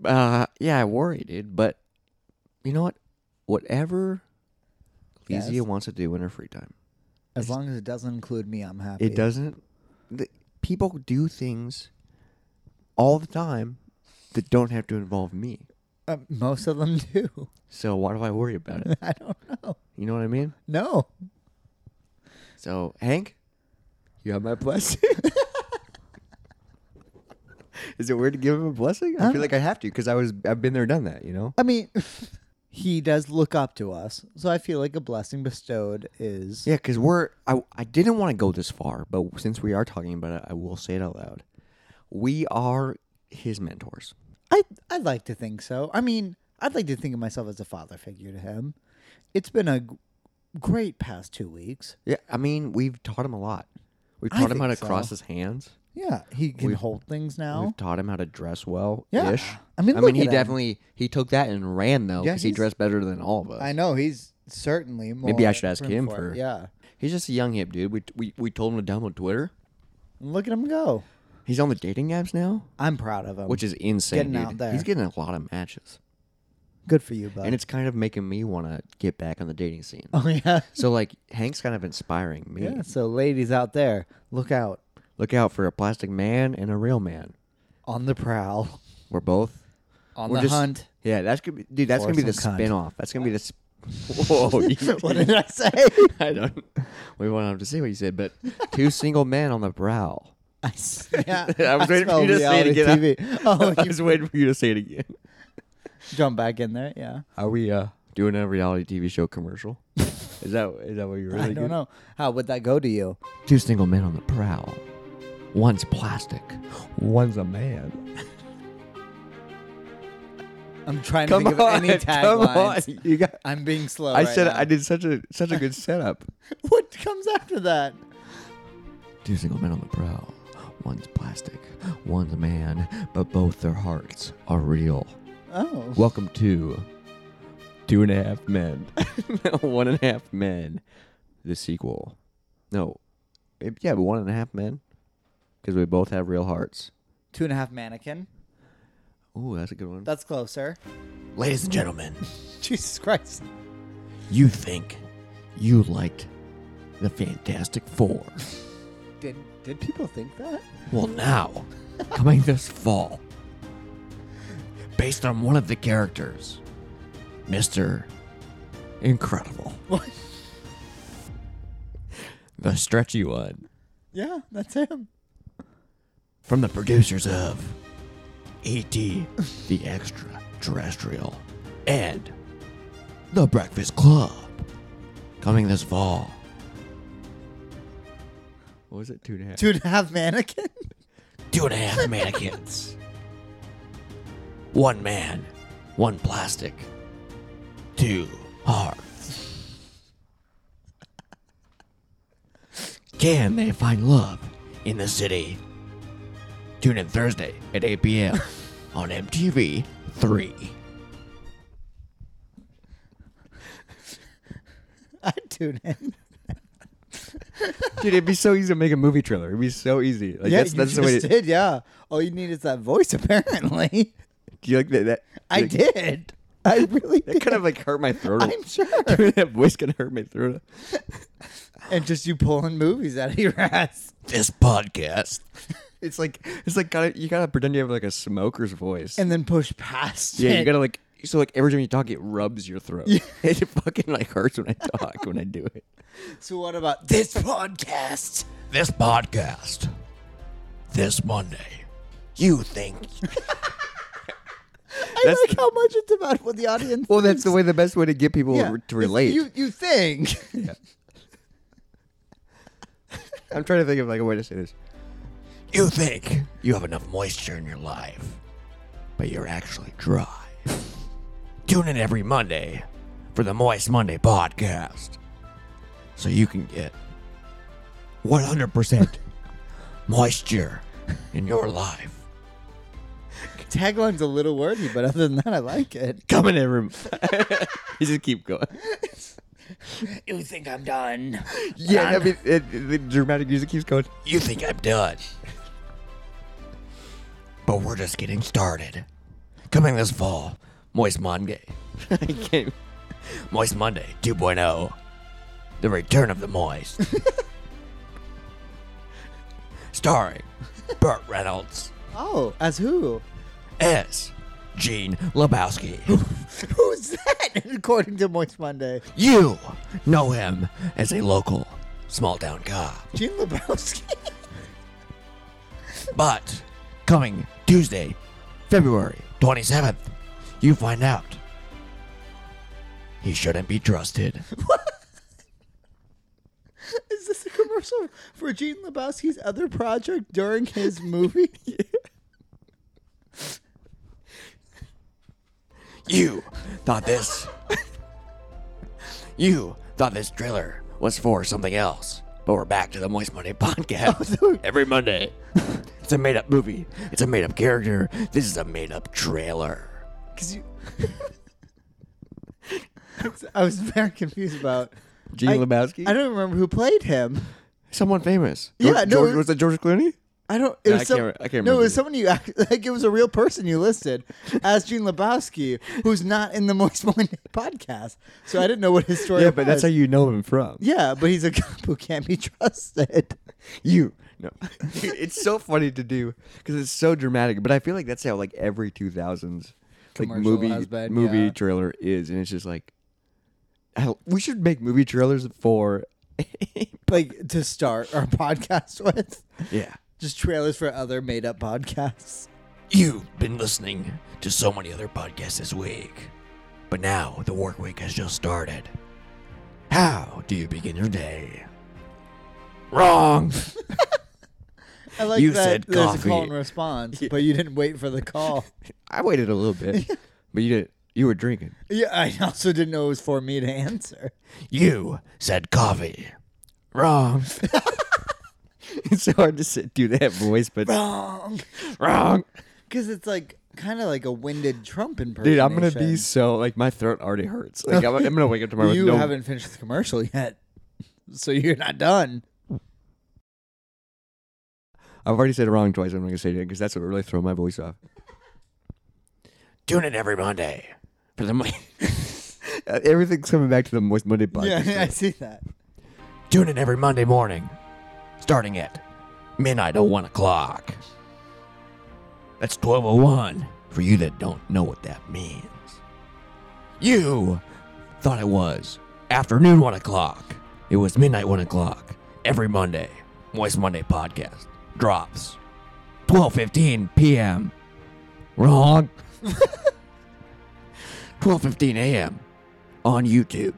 Speaker 1: Uh, yeah, I worry, dude. But you know what? Whatever
Speaker 2: Yes.
Speaker 1: Lizia wants to do in her free time,
Speaker 2: as long as it doesn't include me, I'm happy.
Speaker 1: it doesn't. The, people do things all the time that don't have to involve me.
Speaker 2: Uh, most of them *laughs* do.
Speaker 1: So why do I worry about *laughs* it?
Speaker 2: I don't know.
Speaker 1: You know what I mean?
Speaker 2: No.
Speaker 1: So Hank, you have my blessing. *laughs* Is it weird to give him a blessing? I feel like I have to because I was I've been there, done that. You know.
Speaker 2: I mean, *laughs* he does look up to us, so I feel like a blessing bestowed is.
Speaker 1: Yeah, because we're I I didn't want to go this far, but since we are talking about it, I will say it out loud. We are his mentors.
Speaker 2: I I'd like to think so. I mean, I'd like to think of myself as a father figure to him. It's been a g- great past two weeks.
Speaker 1: Yeah, I mean we've taught him a lot. We've
Speaker 2: I
Speaker 1: taught him how to
Speaker 2: think so.
Speaker 1: cross his hands.
Speaker 2: Yeah, he can
Speaker 1: We've-
Speaker 2: hold things now.
Speaker 1: We've taught him how to dress well.
Speaker 2: Yeah.
Speaker 1: ish.
Speaker 2: I mean,
Speaker 1: I
Speaker 2: look
Speaker 1: mean, he
Speaker 2: at him.
Speaker 1: definitely he took that and ran though
Speaker 2: Yeah,
Speaker 1: because he
Speaker 2: he's-
Speaker 1: dressed better than all of us.
Speaker 2: I know he's certainly more.
Speaker 1: Maybe I should ask him
Speaker 2: it.
Speaker 1: for-
Speaker 2: Yeah,
Speaker 1: He's just a young hip dude. We we we told him to download Twitter.
Speaker 2: And look at him go.
Speaker 1: He's on the dating apps now,
Speaker 2: I'm proud of him.
Speaker 1: which is insane.
Speaker 2: Um, Getting
Speaker 1: dude.
Speaker 2: out there.
Speaker 1: He's getting a lot of matches,
Speaker 2: good for you, bud.
Speaker 1: and it's kind of making me want to get back on the dating scene.
Speaker 2: *laughs* oh yeah,
Speaker 1: *laughs* so like, Hank's kind of inspiring me.
Speaker 2: yeah. So ladies out there, look out
Speaker 1: Look out for a plastic man and a real man.
Speaker 2: on the prowl,
Speaker 1: We're both
Speaker 2: on
Speaker 1: We're
Speaker 2: the
Speaker 1: just-
Speaker 2: hunt.
Speaker 1: Yeah, that's gonna be dude. That's
Speaker 2: For
Speaker 1: gonna be the
Speaker 2: some cunt.
Speaker 1: spin-off. That's gonna be the. Sp- Whoa! you-
Speaker 2: *laughs* *laughs* what
Speaker 1: *laughs*
Speaker 2: did I say?
Speaker 1: I don't. We won't have to say what you said, but
Speaker 2: *laughs*
Speaker 1: two single men on the prowl.
Speaker 2: I, s- yeah,
Speaker 1: *laughs* I was waiting for you
Speaker 2: spelled
Speaker 1: to say it
Speaker 2: reality
Speaker 1: again.
Speaker 2: TV. Oh,
Speaker 1: *laughs* I
Speaker 2: you
Speaker 1: was waiting for you to say it again.
Speaker 2: jump back in there. Yeah,
Speaker 1: Are we uh doing a reality TV show commercial? is that is that what you're really
Speaker 2: *laughs* I don't
Speaker 1: doing?
Speaker 2: know how would that go to you.
Speaker 1: Two single men on the prowl. One's plastic. One's a man.
Speaker 2: I'm trying
Speaker 1: Come
Speaker 2: to think
Speaker 1: on, *laughs*
Speaker 2: of any
Speaker 1: come on.
Speaker 2: taglines.
Speaker 1: You got.
Speaker 2: I'm being slow.
Speaker 1: I
Speaker 2: right um,
Speaker 1: said
Speaker 2: now.
Speaker 1: I did such a such a good setup.
Speaker 2: *laughs* What comes after that?
Speaker 1: Two single men on the prowl. One's plastic. One's a man, but both their hearts are real.
Speaker 2: Oh,
Speaker 1: Welcome to Two and a Half *laughs* Men. no, One and a Half Men. The sequel. No. Eh, Yeah, but One and a Half Men. Because we both have real hearts.
Speaker 2: two and a half mannequin.
Speaker 1: Ooh, that's a good one.
Speaker 2: That's closer. *laughs*
Speaker 1: Ladies and gentlemen,
Speaker 2: Jesus Christ.
Speaker 1: you think you liked the Fantastic Four.
Speaker 2: Did did people think that?
Speaker 1: Well, now, coming this fall, based on one of the characters, Mr. Incredible, *laughs*
Speaker 2: What?
Speaker 1: the stretchy one.
Speaker 2: Yeah, that's him.
Speaker 1: from the producers of E.T., The Extraterrestrial, and The Breakfast Club. Coming this fall. What was it? Two and a half.
Speaker 2: Two and a half mannequin. *laughs*
Speaker 1: Two and a half mannequins. one man, one plastic, two hearts. Can they find love in the city? Tune in Thursday at 8 *laughs* p.m. on MTV 3.
Speaker 2: I'd tune in.
Speaker 1: Dude, it'd be so easy to make a movie trailer. It'd be so easy. Like
Speaker 2: yeah, you just
Speaker 1: *laughs*
Speaker 2: did. Yeah. All you need is that voice, *laughs* apparently.
Speaker 1: Do you like that? that
Speaker 2: I did. I really did.
Speaker 1: of like hurt my *laughs* throat.
Speaker 2: I'm sure.
Speaker 1: that voice gonna hurt my throat.
Speaker 2: And just you pulling movies out of your *laughs* ass.
Speaker 1: this
Speaker 3: *laughs*
Speaker 1: podcast. It's like it's like gotta you gotta pretend you have like a smoker's voice.
Speaker 2: And then push past
Speaker 1: yeah,
Speaker 2: it.
Speaker 1: you gotta like
Speaker 3: so like every time you talk, it rubs your throat. *laughs* it fucking like hurts when I talk when I do
Speaker 1: *laughs*
Speaker 3: it.
Speaker 2: So what about this podcast?
Speaker 1: this podcast this Monday. You think
Speaker 3: That's
Speaker 2: I like how much it's about what the audience.
Speaker 3: Well, that's the way the best way to get people
Speaker 2: Yeah.
Speaker 3: re-
Speaker 2: It's-
Speaker 3: to relate.
Speaker 2: You you think? *laughs*
Speaker 3: I'm trying to think of like a way to say this.
Speaker 1: you think you have enough moisture in your life, but you're actually dry. Tune in every Monday for the Moist Monday podcast, so you can get 100% moisture in your life.
Speaker 2: Tagline's a little wordy, but other than that, I like it.
Speaker 3: Coming in room. *laughs* you just keep going.
Speaker 2: *laughs* You think I'm done?
Speaker 3: Yeah, I mean, it, it- the dramatic music keeps going.
Speaker 1: You think I'm done. But we're just getting started. Coming this fall, Moist Monday.
Speaker 3: I can't.
Speaker 1: Moist Monday 2.0. The return of the
Speaker 3: *laughs*
Speaker 1: moist. Starring Burt Reynolds
Speaker 2: Oh, as who? *laughs*
Speaker 1: as Gene Lebowski. *gasps*
Speaker 2: Who's that? *laughs* According to Moist Monday,
Speaker 1: You know him as a local small town cop.
Speaker 2: Gene Lebowski. *laughs*
Speaker 1: But coming Tuesday, February 27th, you find out he shouldn't be
Speaker 3: *laughs*
Speaker 1: trusted.
Speaker 2: Is this a commercial for Gene Lebowski's other project during his movie? *laughs*
Speaker 1: You thought this. you thought this trailer was for something else. But we're back to the Moist Monday podcast
Speaker 3: *laughs*
Speaker 1: every Monday. *laughs* It's a made up movie. It's a made up character. This is a made up trailer.
Speaker 2: Because you. *laughs* I was very confused about.
Speaker 3: Gene
Speaker 2: I-
Speaker 3: Lebowski?
Speaker 2: I don't remember who played him.
Speaker 3: Someone famous.
Speaker 2: Yeah,
Speaker 3: George,
Speaker 2: no,
Speaker 3: George-
Speaker 2: it-
Speaker 3: was that George Clooney?
Speaker 2: I don't. It
Speaker 3: I
Speaker 2: was some,
Speaker 3: can't re- I can't
Speaker 2: No, it was someone
Speaker 3: remember.
Speaker 2: you act, *laughs* like. It was a real person you listed as Gene Lebowski, who's not in the Moist Monday *laughs* podcast. So I didn't know what his story.
Speaker 3: Yeah, but that's how
Speaker 2: was.
Speaker 3: you know him from.
Speaker 2: Yeah, but he's a *laughs* cop who can't be trusted.
Speaker 3: You. No. *laughs* Dude, it's so funny to do because it's so dramatic. But I feel like that's how like every 2000s like
Speaker 2: Commercial
Speaker 3: movie
Speaker 2: has been,
Speaker 3: movie
Speaker 2: yeah.
Speaker 3: trailer is, and it's just like hell, we should make movie trailers for
Speaker 2: Like to start our *laughs* podcast with
Speaker 3: yeah.
Speaker 2: just trailers for other made-up podcasts.
Speaker 1: You've been listening to so many other podcasts this week. But now the work week has just started. How do you begin your day? Wrong! *laughs*
Speaker 2: I like
Speaker 1: You
Speaker 2: that
Speaker 1: said
Speaker 2: there's a
Speaker 1: coffee.
Speaker 2: call and response, but you didn't wait for the call.
Speaker 3: *laughs* I waited a little *laughs* bit, but you did. You were drinking. *laughs*
Speaker 2: yeah, I also didn't know it was for me to answer.
Speaker 1: You said coffee. Wrong. *laughs*
Speaker 3: It's so hard to sit, do that voice, but
Speaker 2: Wrong,
Speaker 3: wrong.
Speaker 2: because it's like kind of like a winded Trump impersonation.
Speaker 3: Dude, I'm gonna be so like my throat already hurts. Like I'm, I'm gonna wake up tomorrow.
Speaker 2: you
Speaker 3: with no,
Speaker 2: haven't finished the commercial *laughs* yet, so you're not done.
Speaker 3: I've already said it wrong twice. I'm not gonna say it again because that's what really throw my voice off.
Speaker 1: Tune in every Monday for the Mo- *laughs*
Speaker 3: Uh, Everything's coming back to the Moist Monday podcast.
Speaker 2: yeah, *laughs* I see that.
Speaker 1: Tune in every Monday morning, starting at midnight or one o'clock. That's twelve oh one for you that don't know what that means. You thought it was afternoon one o'clock. It was midnight one o'clock every Monday. Moist Monday podcast drops twelve fifteen p.m. Wrong. *laughs* twelve fifteen a.m. on YouTube.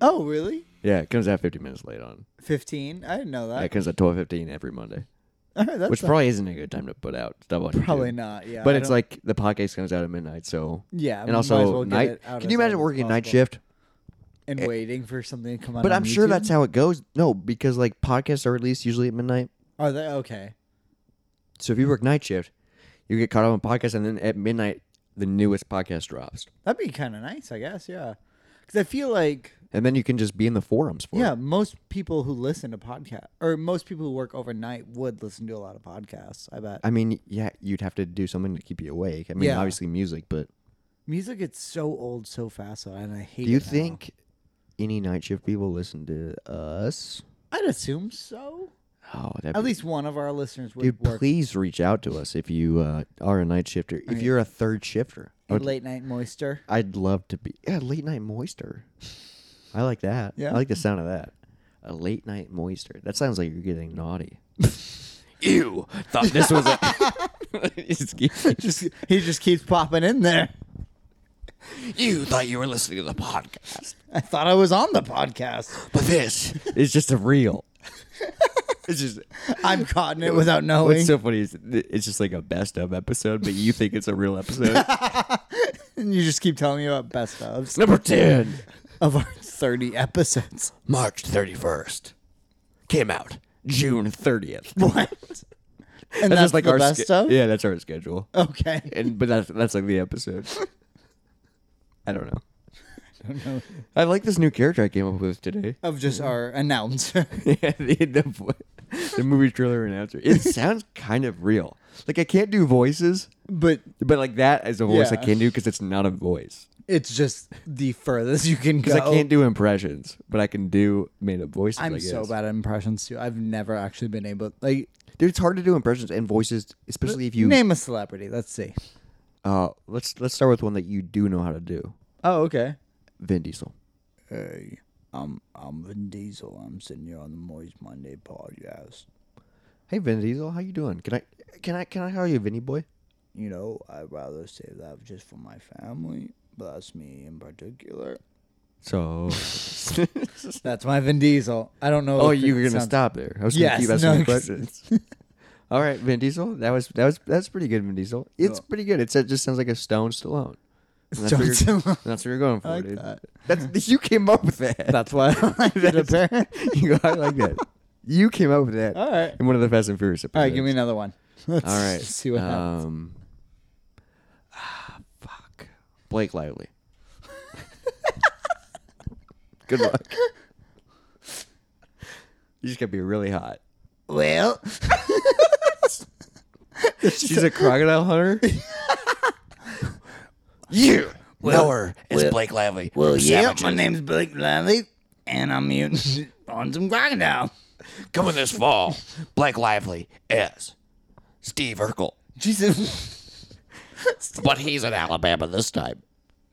Speaker 2: Oh, really?
Speaker 3: Yeah, it comes out 50 minutes late on.
Speaker 2: Fifteen? I didn't know
Speaker 3: Yeah, it
Speaker 2: that.
Speaker 3: comes out 12:15 every Monday,
Speaker 2: *laughs* All right, that's
Speaker 3: which
Speaker 2: not-
Speaker 3: probably isn't a good time to put out stuff on.
Speaker 2: probably
Speaker 3: YouTube.
Speaker 2: not. Yeah,
Speaker 3: But
Speaker 2: I
Speaker 3: it's
Speaker 2: don't-
Speaker 3: like the podcast comes out at midnight, so
Speaker 2: yeah,
Speaker 3: and also night. Can you imagine working night shift?
Speaker 2: and waiting for something to come out?
Speaker 3: But
Speaker 2: on
Speaker 3: I'm sure
Speaker 2: YouTube?
Speaker 3: that's how it goes. No, because like podcasts are released usually at midnight.
Speaker 2: Are they okay?
Speaker 3: So if you work night shift, you get caught up on podcasts, and then at midnight the newest podcast drops,
Speaker 2: That'd be kind of nice, I guess. Yeah, because I feel like
Speaker 3: and then you can just be in the forums for
Speaker 2: yeah,
Speaker 3: it.
Speaker 2: most people who listen to podcast or most people who work overnight would listen to a lot of podcasts. I bet
Speaker 3: I mean, yeah, you'd have to do something to keep you awake. I mean,
Speaker 2: Yeah.
Speaker 3: obviously music, but
Speaker 2: music gets so old so fast, though, and I hate.
Speaker 3: do you
Speaker 2: it now.
Speaker 3: think any night shift people listen to us?
Speaker 2: I'd assume so.
Speaker 3: Oh, that'd
Speaker 2: At
Speaker 3: be
Speaker 2: least one of our listeners would
Speaker 3: Dude,
Speaker 2: work.
Speaker 3: please reach out to us if you uh, are a night shifter. If you're a third shifter,
Speaker 2: And late night moisture.
Speaker 3: I'd love to be yeah, late night moister. I like that.
Speaker 2: Yeah.
Speaker 3: I like the sound of that. A late night moister. That sounds like you're getting naughty.
Speaker 1: Ew! Thought this was
Speaker 2: *laughs*
Speaker 1: a.
Speaker 2: just he just keeps popping in there.
Speaker 1: you thought you were listening to the podcast,
Speaker 2: I thought I was on the podcast.
Speaker 1: but this
Speaker 3: It's just a reel.
Speaker 2: *laughs*
Speaker 3: it's just
Speaker 2: I'm caught in it without knowing.
Speaker 3: what's so funny is th- it's just like a best of episode, but you think it's a real episode.
Speaker 2: *laughs* and you just keep telling me about best ofs
Speaker 1: *laughs* number ten,
Speaker 2: of our 30 episodes. *laughs*
Speaker 1: March thirty first, came out June thirtieth.
Speaker 2: What? And that's, like the
Speaker 3: our
Speaker 2: best
Speaker 3: sch-
Speaker 2: of?
Speaker 3: Yeah, that's our schedule.
Speaker 2: Okay.
Speaker 3: And but that's that's like the episode. I don't know.
Speaker 2: I don't know.
Speaker 3: I like this new character I came up with today. *laughs*
Speaker 2: Of just our announcer. *laughs*
Speaker 3: yeah, the, the, vo- the movie trailer announcer. *laughs* It sounds kind of real. Like I can't do voices,
Speaker 2: but
Speaker 3: but like that is a voice I
Speaker 2: Yeah.
Speaker 3: can do because it's not a voice.
Speaker 2: it's just the furthest you can go.
Speaker 3: Because I can't do impressions, but I can do made up voices. I
Speaker 2: I'm so
Speaker 3: guess.
Speaker 2: bad at impressions too. I've never actually been able like
Speaker 3: dude. It's hard to do impressions and voices, especially if you.
Speaker 2: name a celebrity. Let's see.
Speaker 3: Uh, let's let's start with one that you do know how to do.
Speaker 2: Oh, okay.
Speaker 3: Vin Diesel.
Speaker 2: Hey, I'm I'm Vin Diesel. I'm sitting here on the Moist Monday podcast.
Speaker 3: Hey, Vin Diesel, how you doing? Can I can I can I call you Vinny Boy?
Speaker 2: You know, I'd rather save that just for my family. but That's me in particular.
Speaker 3: *laughs* So.
Speaker 2: That's my Vin Diesel. I don't know.
Speaker 3: oh,
Speaker 2: if
Speaker 3: you
Speaker 2: it
Speaker 3: were gonna
Speaker 2: sounds-
Speaker 3: stop there. I was
Speaker 2: Yes,
Speaker 3: gonna keep asking
Speaker 2: no,
Speaker 3: you
Speaker 2: *laughs* 'cause-
Speaker 3: questions. All right, Vin Diesel. That was that was that's pretty good, Vin Diesel. It's
Speaker 2: Yeah.
Speaker 3: pretty good. It's, it just sounds like a Stone Stallone. And That's
Speaker 2: Stone
Speaker 3: what you're-
Speaker 2: Stallone.
Speaker 3: That's what you're going for,
Speaker 2: like
Speaker 3: dude.
Speaker 2: that.
Speaker 3: That's *laughs* you came up with that.
Speaker 2: That's why
Speaker 3: *laughs*
Speaker 2: I *laughs* like it, apparently.
Speaker 3: you go, I like that. You came up with that.
Speaker 2: All right.
Speaker 3: In one of the Fast and Furious episodes.
Speaker 2: All right, give me another one. *laughs* Let's
Speaker 3: All right.
Speaker 2: see what happens.
Speaker 3: Um, ah, fuck. Blake Lively. *laughs* Good luck.
Speaker 2: *laughs*
Speaker 3: You just gotta be really hot.
Speaker 2: Well,
Speaker 3: *laughs* She's a crocodile
Speaker 2: *laughs*
Speaker 3: hunter.
Speaker 1: You
Speaker 2: Well,
Speaker 1: know her as
Speaker 2: well,
Speaker 1: Blake Lively.
Speaker 2: well,
Speaker 1: from
Speaker 2: yeah.
Speaker 1: Savages.
Speaker 2: My name's Blake Lively, and I'm mutant *laughs* on some crocodile.
Speaker 1: Coming this fall, Blake Lively is Steve Urkel,
Speaker 2: Jesus. *laughs*
Speaker 1: but he's in Alabama this time.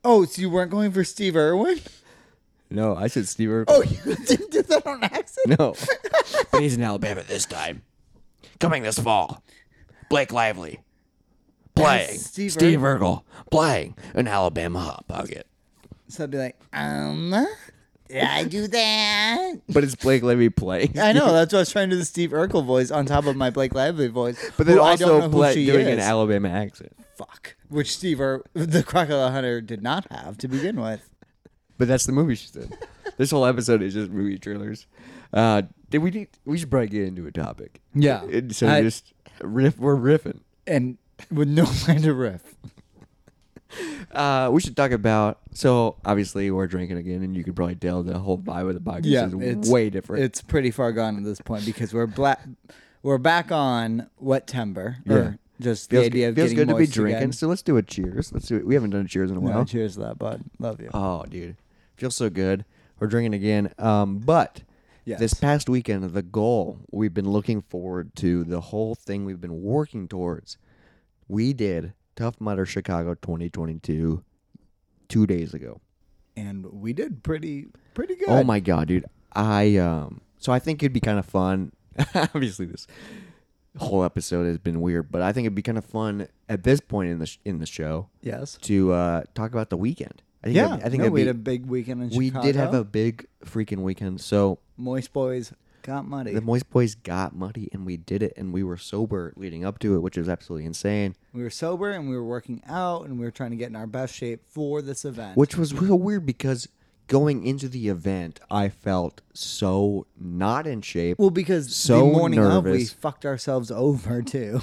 Speaker 2: Oh, so you weren't going for Steve Irwin?
Speaker 3: No, I said Steve
Speaker 2: *laughs*
Speaker 3: Urkel.
Speaker 2: Oh, you *laughs* did, did that on accident?
Speaker 3: *laughs* No,
Speaker 1: But he's in Alabama this time. Coming this fall, Blake Lively playing
Speaker 2: As Steve
Speaker 1: Steve, Urkel playing an Alabama hot pocket.
Speaker 2: So I'd be like, um, did I do that?
Speaker 3: but it's Blake Lively playing.
Speaker 2: I know. That's why I was trying to do the Steve Urkel voice on top of my Blake Lively voice.
Speaker 3: But then
Speaker 2: who I don't know
Speaker 3: also
Speaker 2: who
Speaker 3: Blake
Speaker 2: she
Speaker 3: doing
Speaker 2: is.
Speaker 3: an Alabama accent.
Speaker 2: Fuck. Which Steve Ur- *laughs* the Crocodile Hunter did not have to begin with.
Speaker 3: But that's the movie she's in. *laughs* this whole episode is just movie trailers. Uh, did we need, we should probably get into a topic. Uh,
Speaker 2: Yeah.
Speaker 3: And so
Speaker 2: I-
Speaker 3: just riff. We're riffing.
Speaker 2: And with no *laughs* plan to riff.
Speaker 3: Uh, we should talk about. So obviously we're drinking again, and you can probably tell the whole vibe of the podcast
Speaker 2: Yeah.
Speaker 3: is
Speaker 2: It's
Speaker 3: way different.
Speaker 2: It's pretty far gone at this point because we're black. We're back on what timber? Or
Speaker 3: Yeah.
Speaker 2: just
Speaker 3: feels
Speaker 2: the idea of
Speaker 3: feels
Speaker 2: getting
Speaker 3: good to be
Speaker 2: moist
Speaker 3: drinking.
Speaker 2: again.
Speaker 3: So let's do a cheers. Let's do it. We haven't done a cheers in a
Speaker 2: No,
Speaker 3: while.
Speaker 2: cheers to that, bud. Love you.
Speaker 3: Oh, dude, feels so good. We're drinking again. Um, but
Speaker 2: Yes.
Speaker 3: this past weekend, the goal we've been looking forward to, the whole thing we've been working towards, we did Tough Mudder Chicago 2022 two days ago.
Speaker 2: and we did pretty pretty good.
Speaker 3: Oh my god, dude! I um, so I think it'd be kind of fun. *laughs* Obviously, this whole episode has been weird, but I think it'd be kind of fun at this point in the sh- in the show
Speaker 2: Yes.
Speaker 3: to uh, talk about the weekend. I think
Speaker 2: Yeah.
Speaker 3: that'd- I think
Speaker 2: no,
Speaker 3: that'd
Speaker 2: we
Speaker 3: be-
Speaker 2: had a big weekend in
Speaker 3: we
Speaker 2: Chicago.
Speaker 3: did have a big freaking weekend. So
Speaker 2: moist boys got muddy.
Speaker 3: the Moist Boys got muddy and we did it and we were sober leading up to it, which is absolutely insane.
Speaker 2: we were sober and we were working out and we were trying to get in our best shape for this event.
Speaker 3: Which was real weird because going into the event, I felt so not in shape.
Speaker 2: well, because
Speaker 3: So
Speaker 2: the morning of we
Speaker 3: nervous.
Speaker 2: fucked ourselves *laughs* over too.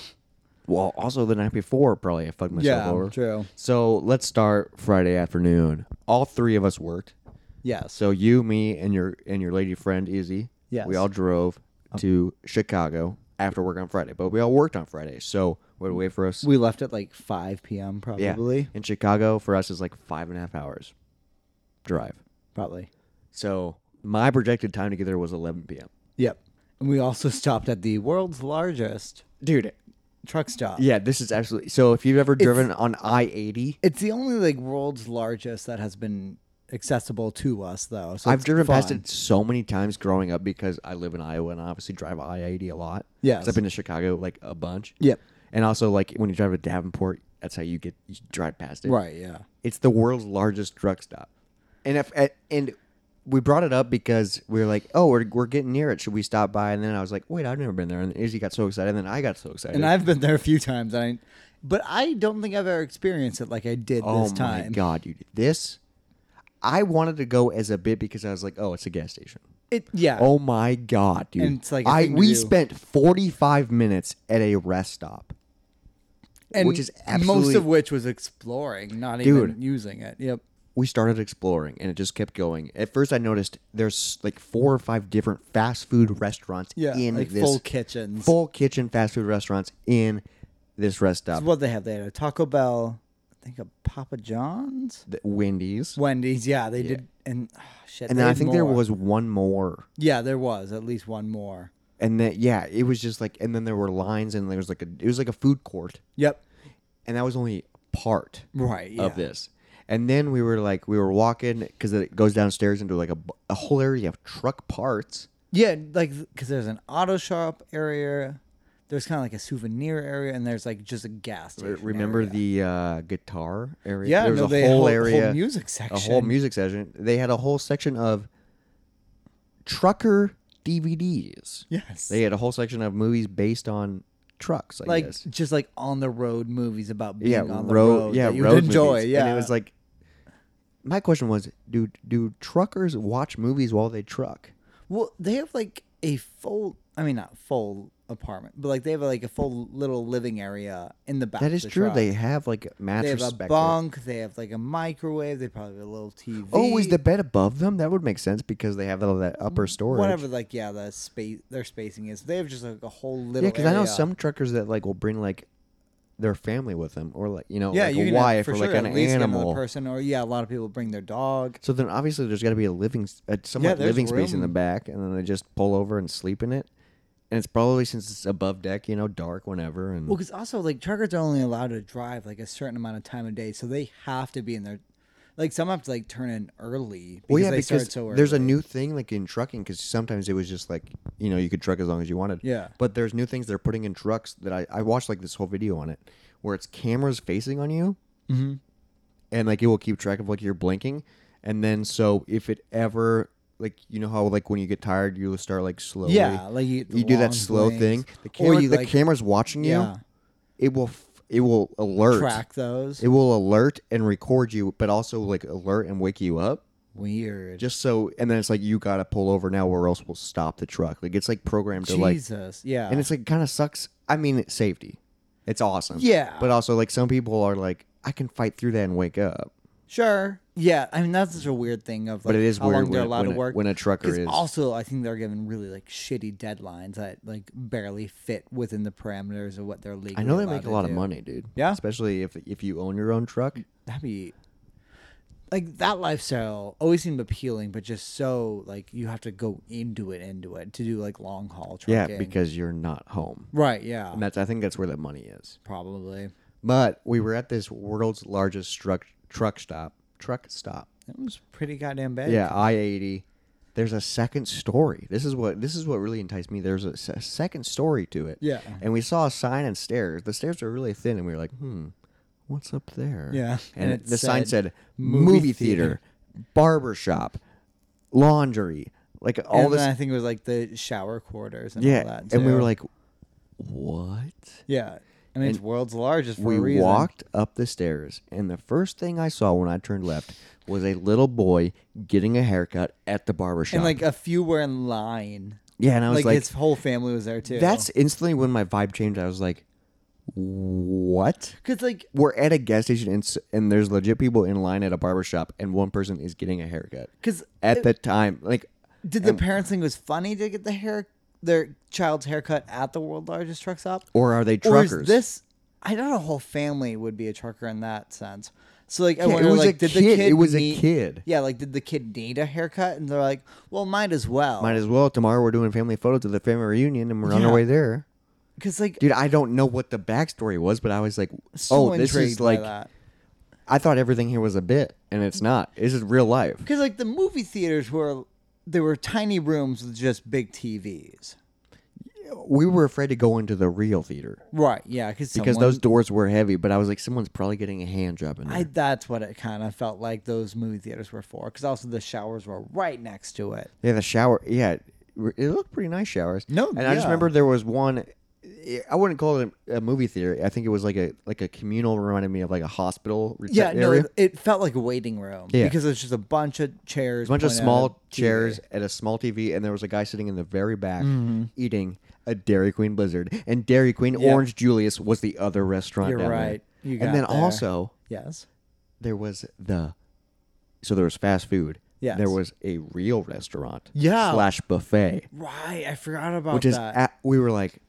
Speaker 3: Well, also the night before, probably I fucked myself
Speaker 2: Yeah,
Speaker 3: over.
Speaker 2: true.
Speaker 3: So let's start Friday afternoon. All three of us worked.
Speaker 2: Yes.
Speaker 3: So you, me, and your and your lady friend Izzy.
Speaker 2: Yes. Um,
Speaker 3: We all drove to Chicago after work on Friday, but we all worked on Friday. So what a way for us.
Speaker 2: we left at like 5 p.m. probably.
Speaker 3: Yeah. In Chicago, for us, is like five and a half hours drive.
Speaker 2: Probably.
Speaker 3: So my projected time to get there was 11 p.m.
Speaker 2: *laughs* Yep. And we also stopped at the world's largest
Speaker 3: Dude,
Speaker 2: truck stop.
Speaker 3: Yeah, this is absolutely. So if you've ever driven on I eighty,
Speaker 2: It's the only like world's largest that has been accessible to us though. So
Speaker 3: I've
Speaker 2: it's
Speaker 3: driven past
Speaker 2: fun.
Speaker 3: it so many times growing up because I live in Iowa and I obviously drive I eighty a lot. 'Cause
Speaker 2: Yes.
Speaker 3: I've been to Chicago like a bunch.
Speaker 2: Yep.
Speaker 3: and also like when you drive to Davenport, that's how you get you drive past it.
Speaker 2: Right, yeah.
Speaker 3: It's the world's largest truck stop, and if at, and we brought it up because we were like, oh, we're, we're getting near it. Should we stop by? And then I was like, wait, I've never been there. And Izzy got so excited, and then I got so excited.
Speaker 2: And I've been there a few times. I but I don't think I've ever experienced it like I did
Speaker 3: oh
Speaker 2: this time.
Speaker 3: my god, dude, this. I wanted to go as a bit because I was like, oh, it's a gas station.
Speaker 2: It yeah.
Speaker 3: Oh my god, dude!
Speaker 2: And it's like a
Speaker 3: I
Speaker 2: thing to
Speaker 3: we
Speaker 2: do.
Speaker 3: spent forty five minutes at a rest stop,
Speaker 2: and
Speaker 3: which is
Speaker 2: most
Speaker 3: absolutely-
Speaker 2: of which was exploring, not even
Speaker 3: Dude.
Speaker 2: using it. Yep.
Speaker 3: we started exploring and it just kept going. At first, I noticed there's like four or five different fast food restaurants
Speaker 2: Yeah.
Speaker 3: in
Speaker 2: like
Speaker 3: this
Speaker 2: full kitchens.
Speaker 3: full kitchen fast food restaurants in this rest stop.
Speaker 2: what they have there. A Taco Bell, I think a Papa John's,
Speaker 3: The Wendy's,
Speaker 2: Wendy's. Yeah, they did. And ah, shit.
Speaker 3: and
Speaker 2: they
Speaker 3: then I
Speaker 2: had
Speaker 3: think there
Speaker 2: more.
Speaker 3: was one more,
Speaker 2: Yeah, there was at least one more.
Speaker 3: and then yeah, it was just like, and then there were lines, and there was like a it was like a food court,
Speaker 2: Yep.
Speaker 3: and that was only part
Speaker 2: Right. Yeah.
Speaker 3: of this. And then we were like, we were walking because it goes downstairs into like a, bu- a whole area of truck parts.
Speaker 2: Yeah, like because there's an auto shop area. There's kind of like a souvenir area, and there's like just a gas
Speaker 3: R-
Speaker 2: station.
Speaker 3: Remember
Speaker 2: area.
Speaker 3: the uh, guitar area?
Speaker 2: Yeah,
Speaker 3: there was
Speaker 2: no,
Speaker 3: a
Speaker 2: they had
Speaker 3: whole
Speaker 2: whole-
Speaker 3: area,
Speaker 2: whole music section.
Speaker 3: a whole music section. They had a whole section of trucker DVDs.
Speaker 2: Yes.
Speaker 3: They had a whole section of movies based on trucks, I
Speaker 2: like
Speaker 3: guess.
Speaker 2: just like on the road movies about being
Speaker 3: yeah,
Speaker 2: on
Speaker 3: road,
Speaker 2: the road.
Speaker 3: yeah,
Speaker 2: that you
Speaker 3: road
Speaker 2: would enjoy.
Speaker 3: movies.
Speaker 2: Yeah,
Speaker 3: and it was like, my question was, do do truckers watch movies while they truck?
Speaker 2: well, they have like a full. I mean, not full apartment, but like they have like a full little living area in the back.
Speaker 3: That
Speaker 2: of
Speaker 3: is
Speaker 2: the
Speaker 3: true.
Speaker 2: truck.
Speaker 3: They have like a mattress.
Speaker 2: they have a
Speaker 3: back there.
Speaker 2: bunk. They have like a microwave. They probably have a little TV.
Speaker 3: Oh, is the bed above them? That would make sense because they have all that upper storage.
Speaker 2: Mm, whatever? Like yeah, the space their spacing is. They have just like a whole little.
Speaker 3: Yeah, because I know
Speaker 2: area.
Speaker 3: some truckers that like will bring like their family with them, or like you know,
Speaker 2: Yeah,
Speaker 3: like
Speaker 2: you
Speaker 3: a
Speaker 2: can have-
Speaker 3: wife
Speaker 2: for
Speaker 3: or
Speaker 2: sure,
Speaker 3: like an
Speaker 2: at least another
Speaker 3: animal.
Speaker 2: person, or yeah, a lot of people bring their dog.
Speaker 3: So then obviously there's got to be a living, s- a somewhat
Speaker 2: there's
Speaker 3: living space in the
Speaker 2: room.
Speaker 3: back, and then they just pull over and sleep in it. And it's probably since it's above deck, you know, dark whenever, and
Speaker 2: Well, because also like truckers are only allowed to drive like a certain amount of time a day, so they have to be in their, like some have to like turn in early because
Speaker 3: Well, yeah,
Speaker 2: they
Speaker 3: because
Speaker 2: start so early.
Speaker 3: there's a new thing like in trucking because sometimes it was just like you know you could truck as long as you wanted.
Speaker 2: Yeah.
Speaker 3: But there's new things they're putting in trucks that I I watched like this whole video on it where it's cameras facing on you,
Speaker 2: Mm-hmm.
Speaker 3: and like it will keep track of like you're blinking, and then so if it ever like you know how like when you get tired you start like slowly
Speaker 2: yeah, like you, the
Speaker 3: you do
Speaker 2: long
Speaker 3: that slow
Speaker 2: blinks.
Speaker 3: thing the
Speaker 2: Or
Speaker 3: camera
Speaker 2: you,
Speaker 3: the
Speaker 2: like,
Speaker 3: camera's watching you
Speaker 2: yeah.
Speaker 3: it will f- it will alert
Speaker 2: track those.
Speaker 3: it will alert and record you but also like alert and wake you up
Speaker 2: Weird.
Speaker 3: just so and then it's like you gotta pull over now or else we'll stop the truck like it's like programmed to like
Speaker 2: Jesus, yeah,
Speaker 3: and it's like kind of sucks i mean safety it's awesome
Speaker 2: Yeah.
Speaker 3: but also like some people are like i can fight through that and wake up
Speaker 2: sure, yeah. I mean that's such a weird thing of like
Speaker 3: but it is
Speaker 2: how
Speaker 3: weird
Speaker 2: long
Speaker 3: when,
Speaker 2: they're
Speaker 3: a-
Speaker 2: allowed
Speaker 3: when
Speaker 2: to
Speaker 3: a-
Speaker 2: work
Speaker 3: when a trucker
Speaker 2: Because
Speaker 3: is
Speaker 2: also, I think they're given really like shitty deadlines that like barely fit within the parameters of what they're legally.
Speaker 3: i know they
Speaker 2: allowed
Speaker 3: make a
Speaker 2: to
Speaker 3: lot of
Speaker 2: do.
Speaker 3: money dude
Speaker 2: Yeah?
Speaker 3: especially if if you own your own truck
Speaker 2: That'd be like that lifestyle always seemed appealing, but just so like you have to go into it, into it to do like long haul
Speaker 3: yeah
Speaker 2: trucking.
Speaker 3: because you're not home
Speaker 2: right, yeah,
Speaker 3: and that's i think that's where that money is
Speaker 2: probably.
Speaker 3: but we were at this world's largest truck truck stop truck stop
Speaker 2: That was pretty goddamn bad.
Speaker 3: Yeah, I eighty. There's a second story. This is what this is what really enticed me. There's a, se- second story to it.
Speaker 2: Yeah.
Speaker 3: and we saw a sign and stairs. The stairs were really thin, and we were like, "Hmm, what's up there?"
Speaker 2: Yeah.
Speaker 3: and,
Speaker 2: And it
Speaker 3: the sign
Speaker 2: said,
Speaker 3: said
Speaker 2: "Movie
Speaker 3: movie, theater, barber shop, laundry, like all
Speaker 2: all and
Speaker 3: this.
Speaker 2: then I think it was like the shower quarters and
Speaker 3: yeah,
Speaker 2: all that.
Speaker 3: and we were
Speaker 2: too.
Speaker 3: like, "What?"
Speaker 2: yeah. I mean, it's world's largest for
Speaker 3: we
Speaker 2: a reason.
Speaker 3: walked up the stairs, and the first thing I saw when I turned left was a little boy getting a haircut at the barber shop.
Speaker 2: and like a few were in line.
Speaker 3: yeah, and I was
Speaker 2: Like,
Speaker 3: like
Speaker 2: his whole family was there too.
Speaker 3: That's instantly when my vibe changed. I was like, "What?
Speaker 2: because like
Speaker 3: We're at a gas station and, s- and there's legit people in line at a barber shop, and one person is getting a haircut."
Speaker 2: because
Speaker 3: At the time, like,
Speaker 2: Did the parents think it was funny to get the hair their child's haircut at the world's largest truck stop?
Speaker 3: or are they
Speaker 2: Or
Speaker 3: truckers?
Speaker 2: is this? I know a whole family would be a trucker in that sense. So like, I
Speaker 3: Yeah, it
Speaker 2: wonder,
Speaker 3: was
Speaker 2: like,
Speaker 3: a
Speaker 2: did the
Speaker 3: kid-
Speaker 2: kid?
Speaker 3: it was a
Speaker 2: need-
Speaker 3: kid.
Speaker 2: Yeah, like, did the kid need a haircut? And they're like, well, might as well.
Speaker 3: Might as well. Tomorrow we're doing family photos at the family reunion, and we're on our
Speaker 2: Yeah.
Speaker 3: way there.
Speaker 2: because like
Speaker 3: Dude, I don't know what the backstory was, but I was like,
Speaker 2: so
Speaker 3: oh, this is like, I thought everything here was a bit, and it's not. This is real life.
Speaker 2: because like the movie theaters were there were tiny rooms with just big TVs.
Speaker 3: We were afraid to go into the real theater
Speaker 2: Right. Yeah. Because
Speaker 3: because those doors were heavy, but I was like, someone's probably getting a hand job in there.
Speaker 2: I, that's what it kind of felt like those movie theaters were for. Because also the showers were right next to it.
Speaker 3: Yeah, the shower. Yeah, it it looked pretty nice showers.
Speaker 2: No,
Speaker 3: and I just
Speaker 2: yeah.
Speaker 3: remember there was one. I wouldn't call it a a movie theater. I think it was like a like a communal. Reminded me of like a hospital. rece-
Speaker 2: Yeah, no,
Speaker 3: area.
Speaker 2: it, it felt like a waiting room
Speaker 3: Yeah.
Speaker 2: because it's just a bunch of chairs,
Speaker 3: a bunch of
Speaker 2: pointed at
Speaker 3: small
Speaker 2: a TV.
Speaker 3: chairs at a small TV, and there was a guy sitting in the very back eating a Dairy Queen Blizzard, and Dairy Queen
Speaker 2: Mm-hmm. Yeah.
Speaker 3: Orange Julius was the other restaurant.
Speaker 2: You're
Speaker 3: down there.
Speaker 2: right. You got
Speaker 3: and then
Speaker 2: there.
Speaker 3: also
Speaker 2: Yes,
Speaker 3: there was the, so there was fast food.
Speaker 2: Yes.
Speaker 3: There was a real restaurant.
Speaker 2: Yeah.
Speaker 3: Slash buffet.
Speaker 2: right. I forgot about
Speaker 3: which is
Speaker 2: that.
Speaker 3: at, we were like,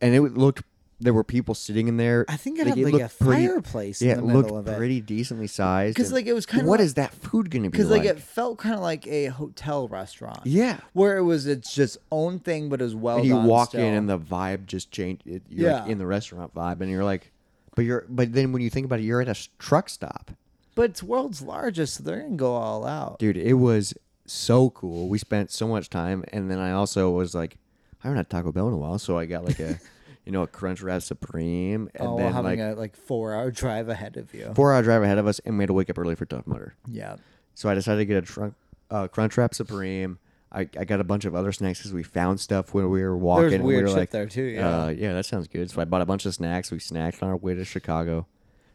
Speaker 3: and it looked there were people sitting in there.
Speaker 2: I think it had like a
Speaker 3: looked pretty-
Speaker 2: fireplace in
Speaker 3: Yeah,
Speaker 2: the
Speaker 3: it looked
Speaker 2: middle of it.
Speaker 3: pretty decently sized.
Speaker 2: 'Cause,
Speaker 3: and
Speaker 2: like, it was kinda
Speaker 3: what
Speaker 2: like-
Speaker 3: is that food going to be
Speaker 2: because
Speaker 3: like?
Speaker 2: like it felt kind of like a hotel restaurant.
Speaker 3: Yeah.
Speaker 2: where it was its just own thing, but it was well.
Speaker 3: and you
Speaker 2: done
Speaker 3: walk
Speaker 2: still.
Speaker 3: in and the vibe just changed. It, you're like,
Speaker 2: Yeah.
Speaker 3: in the restaurant vibe, and you're like, but you're but then when you think about it, you're at a s- truck stop,
Speaker 2: but it's world's largest, so they're gonna go all out.
Speaker 3: dude. It was so cool. We spent so much time, and then I also was like, I haven't had Taco Bell in a while, so I got
Speaker 2: *laughs*
Speaker 3: like a. You know, a crunch wrap supreme, and
Speaker 2: all
Speaker 3: then
Speaker 2: Oh, having
Speaker 3: like
Speaker 2: a like four hour drive ahead of you.
Speaker 3: four hour drive ahead of us, and we had to wake up early for Tough Mudder.
Speaker 2: Yeah,
Speaker 3: So I decided to get a trunk, uh, Crunchwrap Supreme. I, I got a bunch of other snacks because we found stuff when we were walking. and we
Speaker 2: weird
Speaker 3: were
Speaker 2: shit
Speaker 3: like,
Speaker 2: there too, yeah.
Speaker 3: uh, yeah, that sounds good. So I bought a bunch of snacks. We snacked on our way to Chicago.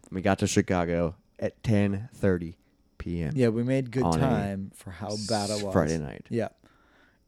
Speaker 3: And we got to Chicago at 10:30 p.m.
Speaker 2: yeah, we made good
Speaker 3: On a
Speaker 2: time for how bad it was.
Speaker 3: Friday night.
Speaker 2: Yeah,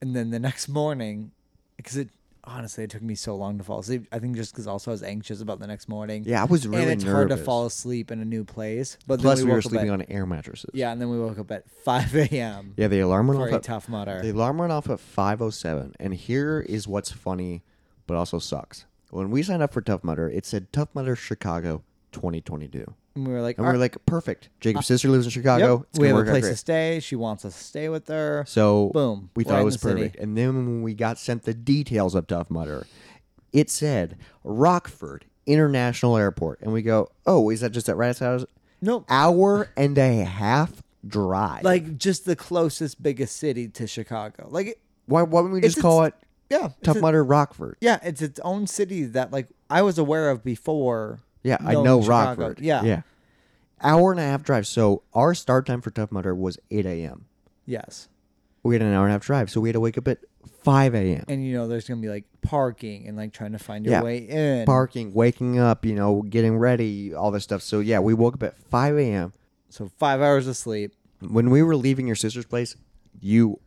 Speaker 2: and then the next morning, because it honestly it took me so long to fall asleep. I think just because also I was anxious about the next morning.
Speaker 3: Yeah, I was really
Speaker 2: and it's
Speaker 3: nervous.
Speaker 2: hard to fall asleep in a new place. But
Speaker 3: Plus,
Speaker 2: then
Speaker 3: we,
Speaker 2: we,
Speaker 3: were
Speaker 2: woke up
Speaker 3: sleeping
Speaker 2: at-
Speaker 3: on air mattresses.
Speaker 2: Yeah, and then we woke up at 5 a.m.
Speaker 3: Yeah, the alarm went
Speaker 2: for
Speaker 3: off.
Speaker 2: a
Speaker 3: At,
Speaker 2: tough mutter.
Speaker 3: the alarm went off at 5:07, and here is what's funny, but also sucks. When we signed up for Tough Mudder, it said Tough Mudder Chicago 2022.
Speaker 2: and we were like,
Speaker 3: And we
Speaker 2: "All
Speaker 3: we're
Speaker 2: right,
Speaker 3: like, perfect. Jacob's sister lives in Chicago.
Speaker 2: Ah. yep,
Speaker 3: It's
Speaker 2: we
Speaker 3: gonna
Speaker 2: have a
Speaker 3: work out
Speaker 2: place to
Speaker 3: great.
Speaker 2: stay. She wants us to stay with her.
Speaker 3: So
Speaker 2: Boom,
Speaker 3: we
Speaker 2: we're
Speaker 3: thought
Speaker 2: in
Speaker 3: it was
Speaker 2: the city.
Speaker 3: perfect. And then when we got sent the details of Tough Mudder, it said Rockford International Airport, and we go, oh, is that just at right outside?
Speaker 2: Nope.
Speaker 3: hour and a half drive.
Speaker 2: Like, just the closest, biggest city to Chicago. Like, it,
Speaker 3: why? Why wouldn't we just
Speaker 2: it's-
Speaker 3: call it
Speaker 2: yeah. it's
Speaker 3: Tough
Speaker 2: a-
Speaker 3: Mudder Rockford?
Speaker 2: Yeah, it's its own city that, like, I was aware of before.
Speaker 3: Yeah, I
Speaker 2: knowing
Speaker 3: know
Speaker 2: Chicago.
Speaker 3: Rockford.
Speaker 2: Yeah.
Speaker 3: yeah. Hour and a half drive. So our start time for Tough Mudder was eight a.m.
Speaker 2: Yes.
Speaker 3: We had an hour and a half drive, so we had to wake up at five a.m.
Speaker 2: And, you know, there's going to be, like, parking and, like, trying to find your
Speaker 3: Yeah.
Speaker 2: way in.
Speaker 3: parking, waking up, you know, getting ready, all this stuff. So yeah, we woke up at 5 a.m.
Speaker 2: So, five hours of sleep.
Speaker 3: When we were leaving your sister's place,
Speaker 2: *laughs*
Speaker 3: you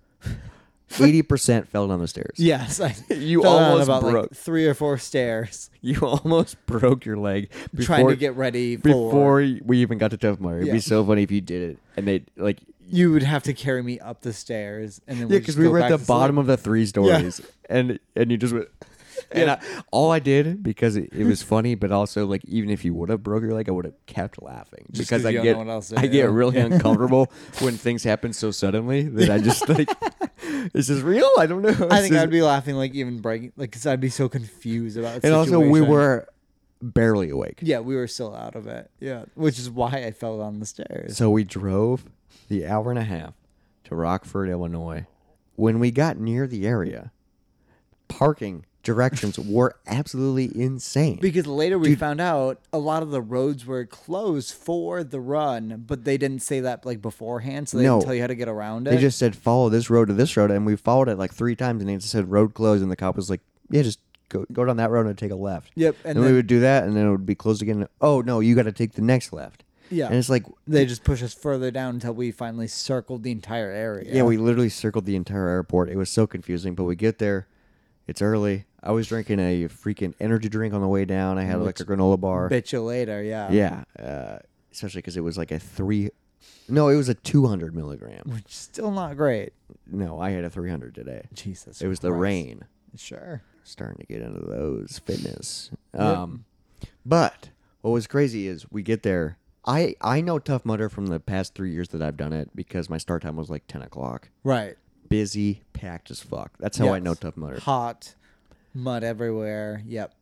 Speaker 3: 80% fell down the stairs.
Speaker 2: Yes. *laughs* I
Speaker 3: You
Speaker 2: fell down
Speaker 3: almost
Speaker 2: about,
Speaker 3: broke.
Speaker 2: like, three or four stairs *laughs*
Speaker 3: You almost broke your leg before,
Speaker 2: trying to get ready for.
Speaker 3: before we even got to Tough Mudder. It'd
Speaker 2: Yeah.
Speaker 3: be so funny if you did it and they like
Speaker 2: you would have to carry me up the stairs and then
Speaker 3: yeah,
Speaker 2: because
Speaker 3: because we were at the bottom of the three stories, and and you just went. And I, all I did because it, it was funny, but also like even if you would have broke your leg, I would have kept laughing
Speaker 2: Just
Speaker 3: because
Speaker 2: 'cause
Speaker 3: I
Speaker 2: you don't
Speaker 3: get
Speaker 2: know what else to
Speaker 3: I
Speaker 2: do.
Speaker 3: get
Speaker 2: *laughs*
Speaker 3: really uncomfortable when things happen so suddenly that I just like is this real? I don't know.
Speaker 2: I
Speaker 3: This
Speaker 2: think
Speaker 3: is-
Speaker 2: I'd be laughing like even breaking like because I'd be so confused about. The
Speaker 3: and also we
Speaker 2: situation.
Speaker 3: were barely awake,
Speaker 2: yeah we were still out of it yeah which is why I fell down the stairs.
Speaker 3: so we drove the hour and a half to Rockford, Illinois. When we got near the area, parking directions were absolutely insane.
Speaker 2: Because later we found out a lot of the roads were closed for the run, but they didn't say that like beforehand, so they
Speaker 3: No.
Speaker 2: didn't tell you how to get around it.
Speaker 3: They just said follow this road to this road, and we followed it like three times, and it said road closed, and the cop was like, "Yeah, just go go down that road and take a left."
Speaker 2: Yep,
Speaker 3: And,
Speaker 2: and
Speaker 3: we
Speaker 2: then-
Speaker 3: would do that, and then it would be closed again. Oh no, you got to take the next left.
Speaker 2: Yeah.
Speaker 3: and it's like,
Speaker 2: they just push us further down until we finally circled the entire area.
Speaker 3: yeah. we literally circled the entire airport. It was so confusing, but we get there. It's early. I was drinking a freaking energy drink on the way down. I had like a granola bar.
Speaker 2: bitch you later. Yeah,
Speaker 3: Yeah, uh, especially because it was like a three. No, it was a two hundred milligram.
Speaker 2: which is still not great.
Speaker 3: No, I had a three hundred today.
Speaker 2: Jesus,
Speaker 3: It was the
Speaker 2: Christ.
Speaker 3: rain.
Speaker 2: Sure.
Speaker 3: starting to get into those fitness. Um, But what was crazy is we get there. I I know Tough Mudder from the past three years that I've done it because my start time was like ten o'clock.
Speaker 2: Right.
Speaker 3: Busy, packed as fuck. That's how I know
Speaker 2: Yes.
Speaker 3: Tough Mudder.
Speaker 2: Hot, mud everywhere. Yep.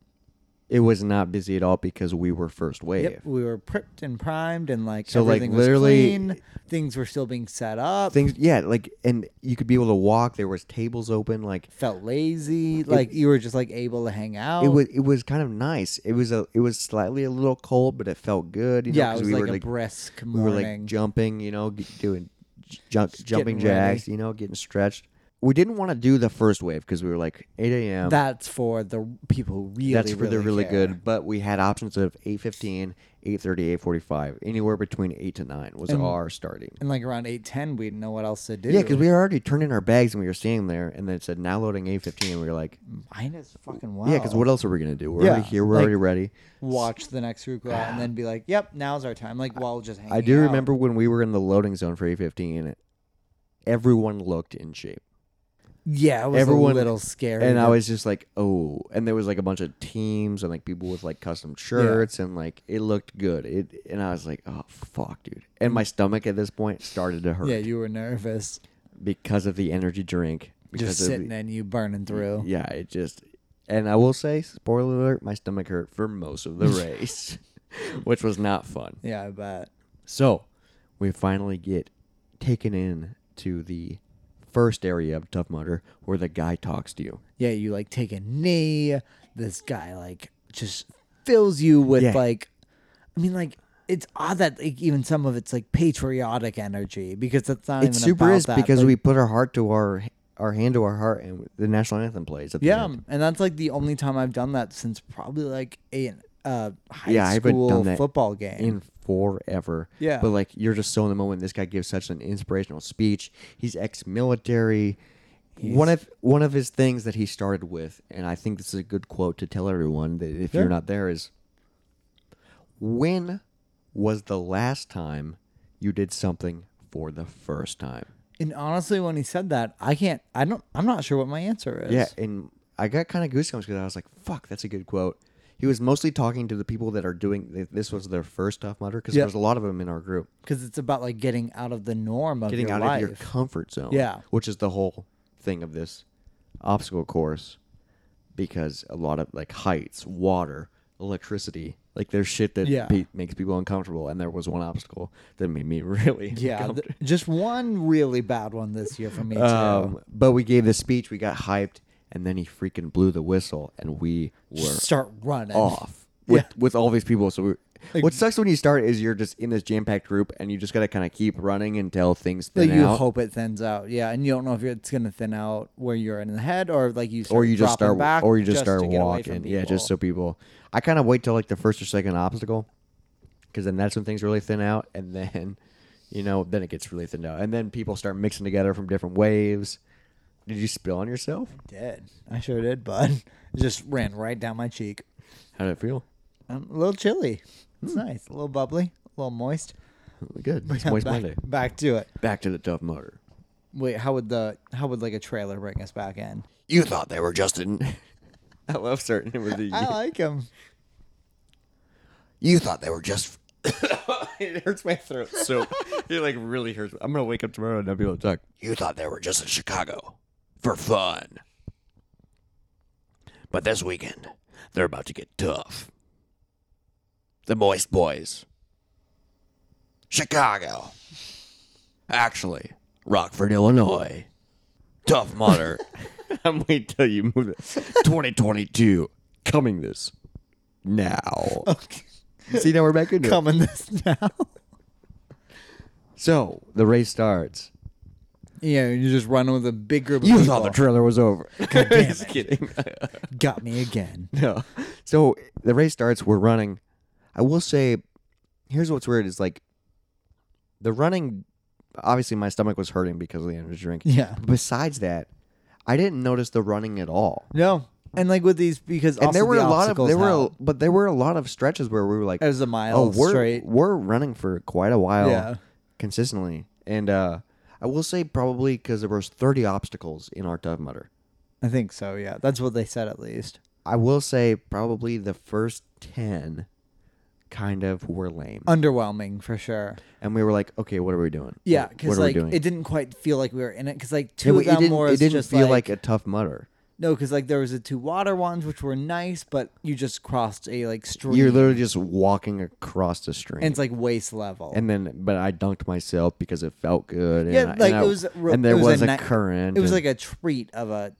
Speaker 3: It was not busy at all because we were first wave.
Speaker 2: Yep, we were prepped and primed, and like
Speaker 3: So, like,
Speaker 2: everything was
Speaker 3: literally-
Speaker 2: clean. Things were still being set up.
Speaker 3: Things, yeah, like, and you could be able to walk. There was tables open. Like,
Speaker 2: felt lazy. Like you were just like able to hang out.
Speaker 3: it was, it was kind of nice. It was a, it was slightly a little cold, but it felt good. You know,
Speaker 2: yeah, it
Speaker 3: 'cause
Speaker 2: was
Speaker 3: we
Speaker 2: like
Speaker 3: were
Speaker 2: a
Speaker 3: like,
Speaker 2: brisk
Speaker 3: we were
Speaker 2: morning.
Speaker 3: like jumping, you know, g- doing j- jump, jumping
Speaker 2: getting ready.
Speaker 3: jacks, you know, getting stretched. We didn't want to do the first wave because we were like 8 a.m.
Speaker 2: That's for the people who really.
Speaker 3: That's where they're really
Speaker 2: care.
Speaker 3: good. But we had options of 8.15, 8.30, 8.45. Anywhere between 8 to 9 was our starting.
Speaker 2: And like around eight ten, we didn't know what else to do.
Speaker 3: Yeah, because we were already turning our bags and we were standing there, and then it said now loading eight fifteen. And we were like,
Speaker 2: mine is fucking wild.
Speaker 3: yeah, because what else are we gonna do? We're
Speaker 2: Oh. Yeah,
Speaker 3: already here. We're
Speaker 2: like-
Speaker 3: already ready.
Speaker 2: watch the next group go out and then be like, "Yep, now's our time." Like, while just hanging
Speaker 3: I do
Speaker 2: out.
Speaker 3: remember when we were in the loading zone for eight fifteen. Everyone looked in shape,
Speaker 2: Yeah, it was
Speaker 3: Everyone-
Speaker 2: a little scary.
Speaker 3: and I
Speaker 2: but
Speaker 3: was just like, "Oh!" And there was like a bunch of teams and like people with like custom shirts, and like it looked good. It and I was like, "Oh fuck, dude!" And my stomach at this point started to hurt
Speaker 2: yeah, you were nervous,
Speaker 3: because of the energy drink. Because
Speaker 2: just
Speaker 3: of
Speaker 2: sitting
Speaker 3: the,
Speaker 2: and you burning through.
Speaker 3: Yeah, it just and I will say, spoiler alert, my stomach hurt for
Speaker 2: *laughs*
Speaker 3: most of the race, *laughs* which was not fun.
Speaker 2: Yeah, I bet.
Speaker 3: So we finally get taken in to the first area of Tough Mudder where the guy talks to you.
Speaker 2: Yeah, you like take a knee. This guy like just fills you with
Speaker 3: Yeah.
Speaker 2: like, I mean, like it's odd that like even some of it's like patriotic energy because that's not
Speaker 3: It
Speaker 2: even
Speaker 3: super
Speaker 2: about
Speaker 3: is
Speaker 2: that,
Speaker 3: because
Speaker 2: but-
Speaker 3: we put our heart to our our hand to our heart and the national anthem plays. At the
Speaker 2: Yeah,
Speaker 3: end.
Speaker 2: and that's like the only time I've done that since probably like a uh, high
Speaker 3: Yeah, I haven't
Speaker 2: school
Speaker 3: done that
Speaker 2: football game.
Speaker 3: in forever.
Speaker 2: Yeah.
Speaker 3: But like you're just so in the moment. This guy gives such an inspirational speech. He's ex-military. one of one of his things that he started with, and I think this is a good quote to tell everyone that if you're not there is when was the last time you did something for the first time?
Speaker 2: and honestly, when he said that, I can't. I don't. I'm not sure what my answer is.
Speaker 3: Yeah, and I got kind of goosebumps because I was like, "Fuck, that's a good quote." He was mostly talking to the people that are doing th- this was their first Tough Mudder because
Speaker 2: Yeah.
Speaker 3: there was a lot of them in our group.
Speaker 2: because it's about like getting out of the norm of
Speaker 3: getting
Speaker 2: your
Speaker 3: out
Speaker 2: life.
Speaker 3: of your comfort zone.
Speaker 2: Yeah.
Speaker 3: Which is the whole thing of this obstacle course because a lot of like heights, water, electricity, like there's shit that
Speaker 2: Yeah.
Speaker 3: pe- makes people uncomfortable. And there was one obstacle that made me *laughs* really
Speaker 2: yeah,
Speaker 3: uncomfortable.
Speaker 2: th- just one really bad one this year for me too.
Speaker 3: Um, but we gave the speech, we got hyped, and then he freaking blew the whistle and we
Speaker 2: *laughs*
Speaker 3: were
Speaker 2: Start running.
Speaker 3: off with,
Speaker 2: Yeah.
Speaker 3: with all these people. So we, what sucks when you start is you're just in this jam packed group and you just got to kind of keep running until things
Speaker 2: Like,
Speaker 3: thin
Speaker 2: you
Speaker 3: out.
Speaker 2: hope it thins out, yeah, and you don't know if it's gonna thin out where you're in the head or like you, start
Speaker 3: or you just
Speaker 2: dropping
Speaker 3: start
Speaker 2: back
Speaker 3: or you just, start
Speaker 2: to get away from
Speaker 3: walking yeah just so
Speaker 2: people.
Speaker 3: people i kind of wait till like the first or second obstacle because then that's when things really thin out and then you know then it gets really thinned out and then people start mixing together from different waves did you spill on yourself
Speaker 2: did I sure did, bud? *laughs* It just ran right down my cheek.
Speaker 3: how did it feel
Speaker 2: Um, a little chilly.
Speaker 3: Hmm.
Speaker 2: It's nice. A little bubbly. A little moist.
Speaker 3: good it's moist
Speaker 2: back,
Speaker 3: monday
Speaker 2: back to it.
Speaker 3: back to the tough motor
Speaker 2: Wait, how would the how would like a trailer bring us back
Speaker 3: *laughs*
Speaker 2: in?
Speaker 3: you thought they were justin *laughs* *laughs* i love starting it with the
Speaker 2: I like
Speaker 3: *laughs*
Speaker 2: him.
Speaker 1: You thought they were just
Speaker 3: it hurts my throat
Speaker 2: *laughs*
Speaker 3: so it like really hurts i'm gonna wake up tomorrow and not be able to talk *laughs*
Speaker 1: you thought they were just in Chicago for fun. But this weekend, they're about to get tough. The Moist Boys. Chicago. Actually, Rockford, Illinois. Tough
Speaker 3: *laughs*
Speaker 1: Mudder
Speaker 3: i'm waiting till you move it
Speaker 1: 2022.
Speaker 3: coming this
Speaker 1: *laughs*
Speaker 3: now
Speaker 2: Okay.
Speaker 3: See, now we're back into it.
Speaker 2: Coming this *laughs* now.
Speaker 3: So the race starts.
Speaker 2: yeah, you're just running with a big group. Of
Speaker 3: You
Speaker 2: people.
Speaker 3: thought the trailer was *laughs* over. Just kidding.
Speaker 2: got me again. *laughs*
Speaker 3: *laughs* no. So the race starts. We're running. I will say, here's what's weird: is like the running. Obviously, my stomach was hurting because of the energy drink.
Speaker 2: Yeah.
Speaker 3: Besides that, I didn't notice the running at all.
Speaker 2: No, and like with these because
Speaker 3: And
Speaker 2: also
Speaker 3: there were
Speaker 2: the
Speaker 3: a lot of
Speaker 2: obstacles
Speaker 3: there were, a-
Speaker 2: help.
Speaker 3: but there were a lot of stretches where we were like,
Speaker 2: it was a mile
Speaker 3: oh, we're
Speaker 2: straight.
Speaker 3: we're running for quite a while,
Speaker 2: Yeah.
Speaker 3: consistently, and uh, I will say probably because there was thirty obstacles in our Tough Mudder.
Speaker 2: I think so. Yeah, that's what they said at least.
Speaker 3: I will say probably the first ten kind of were lame,
Speaker 2: Underwhelming for sure.
Speaker 3: and we were like, okay, what are we doing?
Speaker 2: Yeah,
Speaker 3: What-
Speaker 2: because
Speaker 3: what are
Speaker 2: like
Speaker 3: we doing?
Speaker 2: it didn't quite feel like we were in it. Because like two
Speaker 3: And we-
Speaker 2: of them
Speaker 3: it didn't,
Speaker 2: were
Speaker 3: it didn't
Speaker 2: just
Speaker 3: feel
Speaker 2: like
Speaker 3: like, a Tough Mudder.
Speaker 2: No, because like there was the two water ones, which were nice, but you just crossed a like stream,
Speaker 3: You're literally just walking across the stream.
Speaker 2: and it's like waist level.
Speaker 3: and then but I dunked myself because it felt good. And
Speaker 2: Yeah,
Speaker 3: I- and
Speaker 2: like,
Speaker 3: I-
Speaker 2: it was ro-
Speaker 3: and there
Speaker 2: it was
Speaker 3: was,
Speaker 2: a
Speaker 3: a,
Speaker 2: ni-
Speaker 3: current.
Speaker 2: it was
Speaker 3: and,
Speaker 2: like a treat of a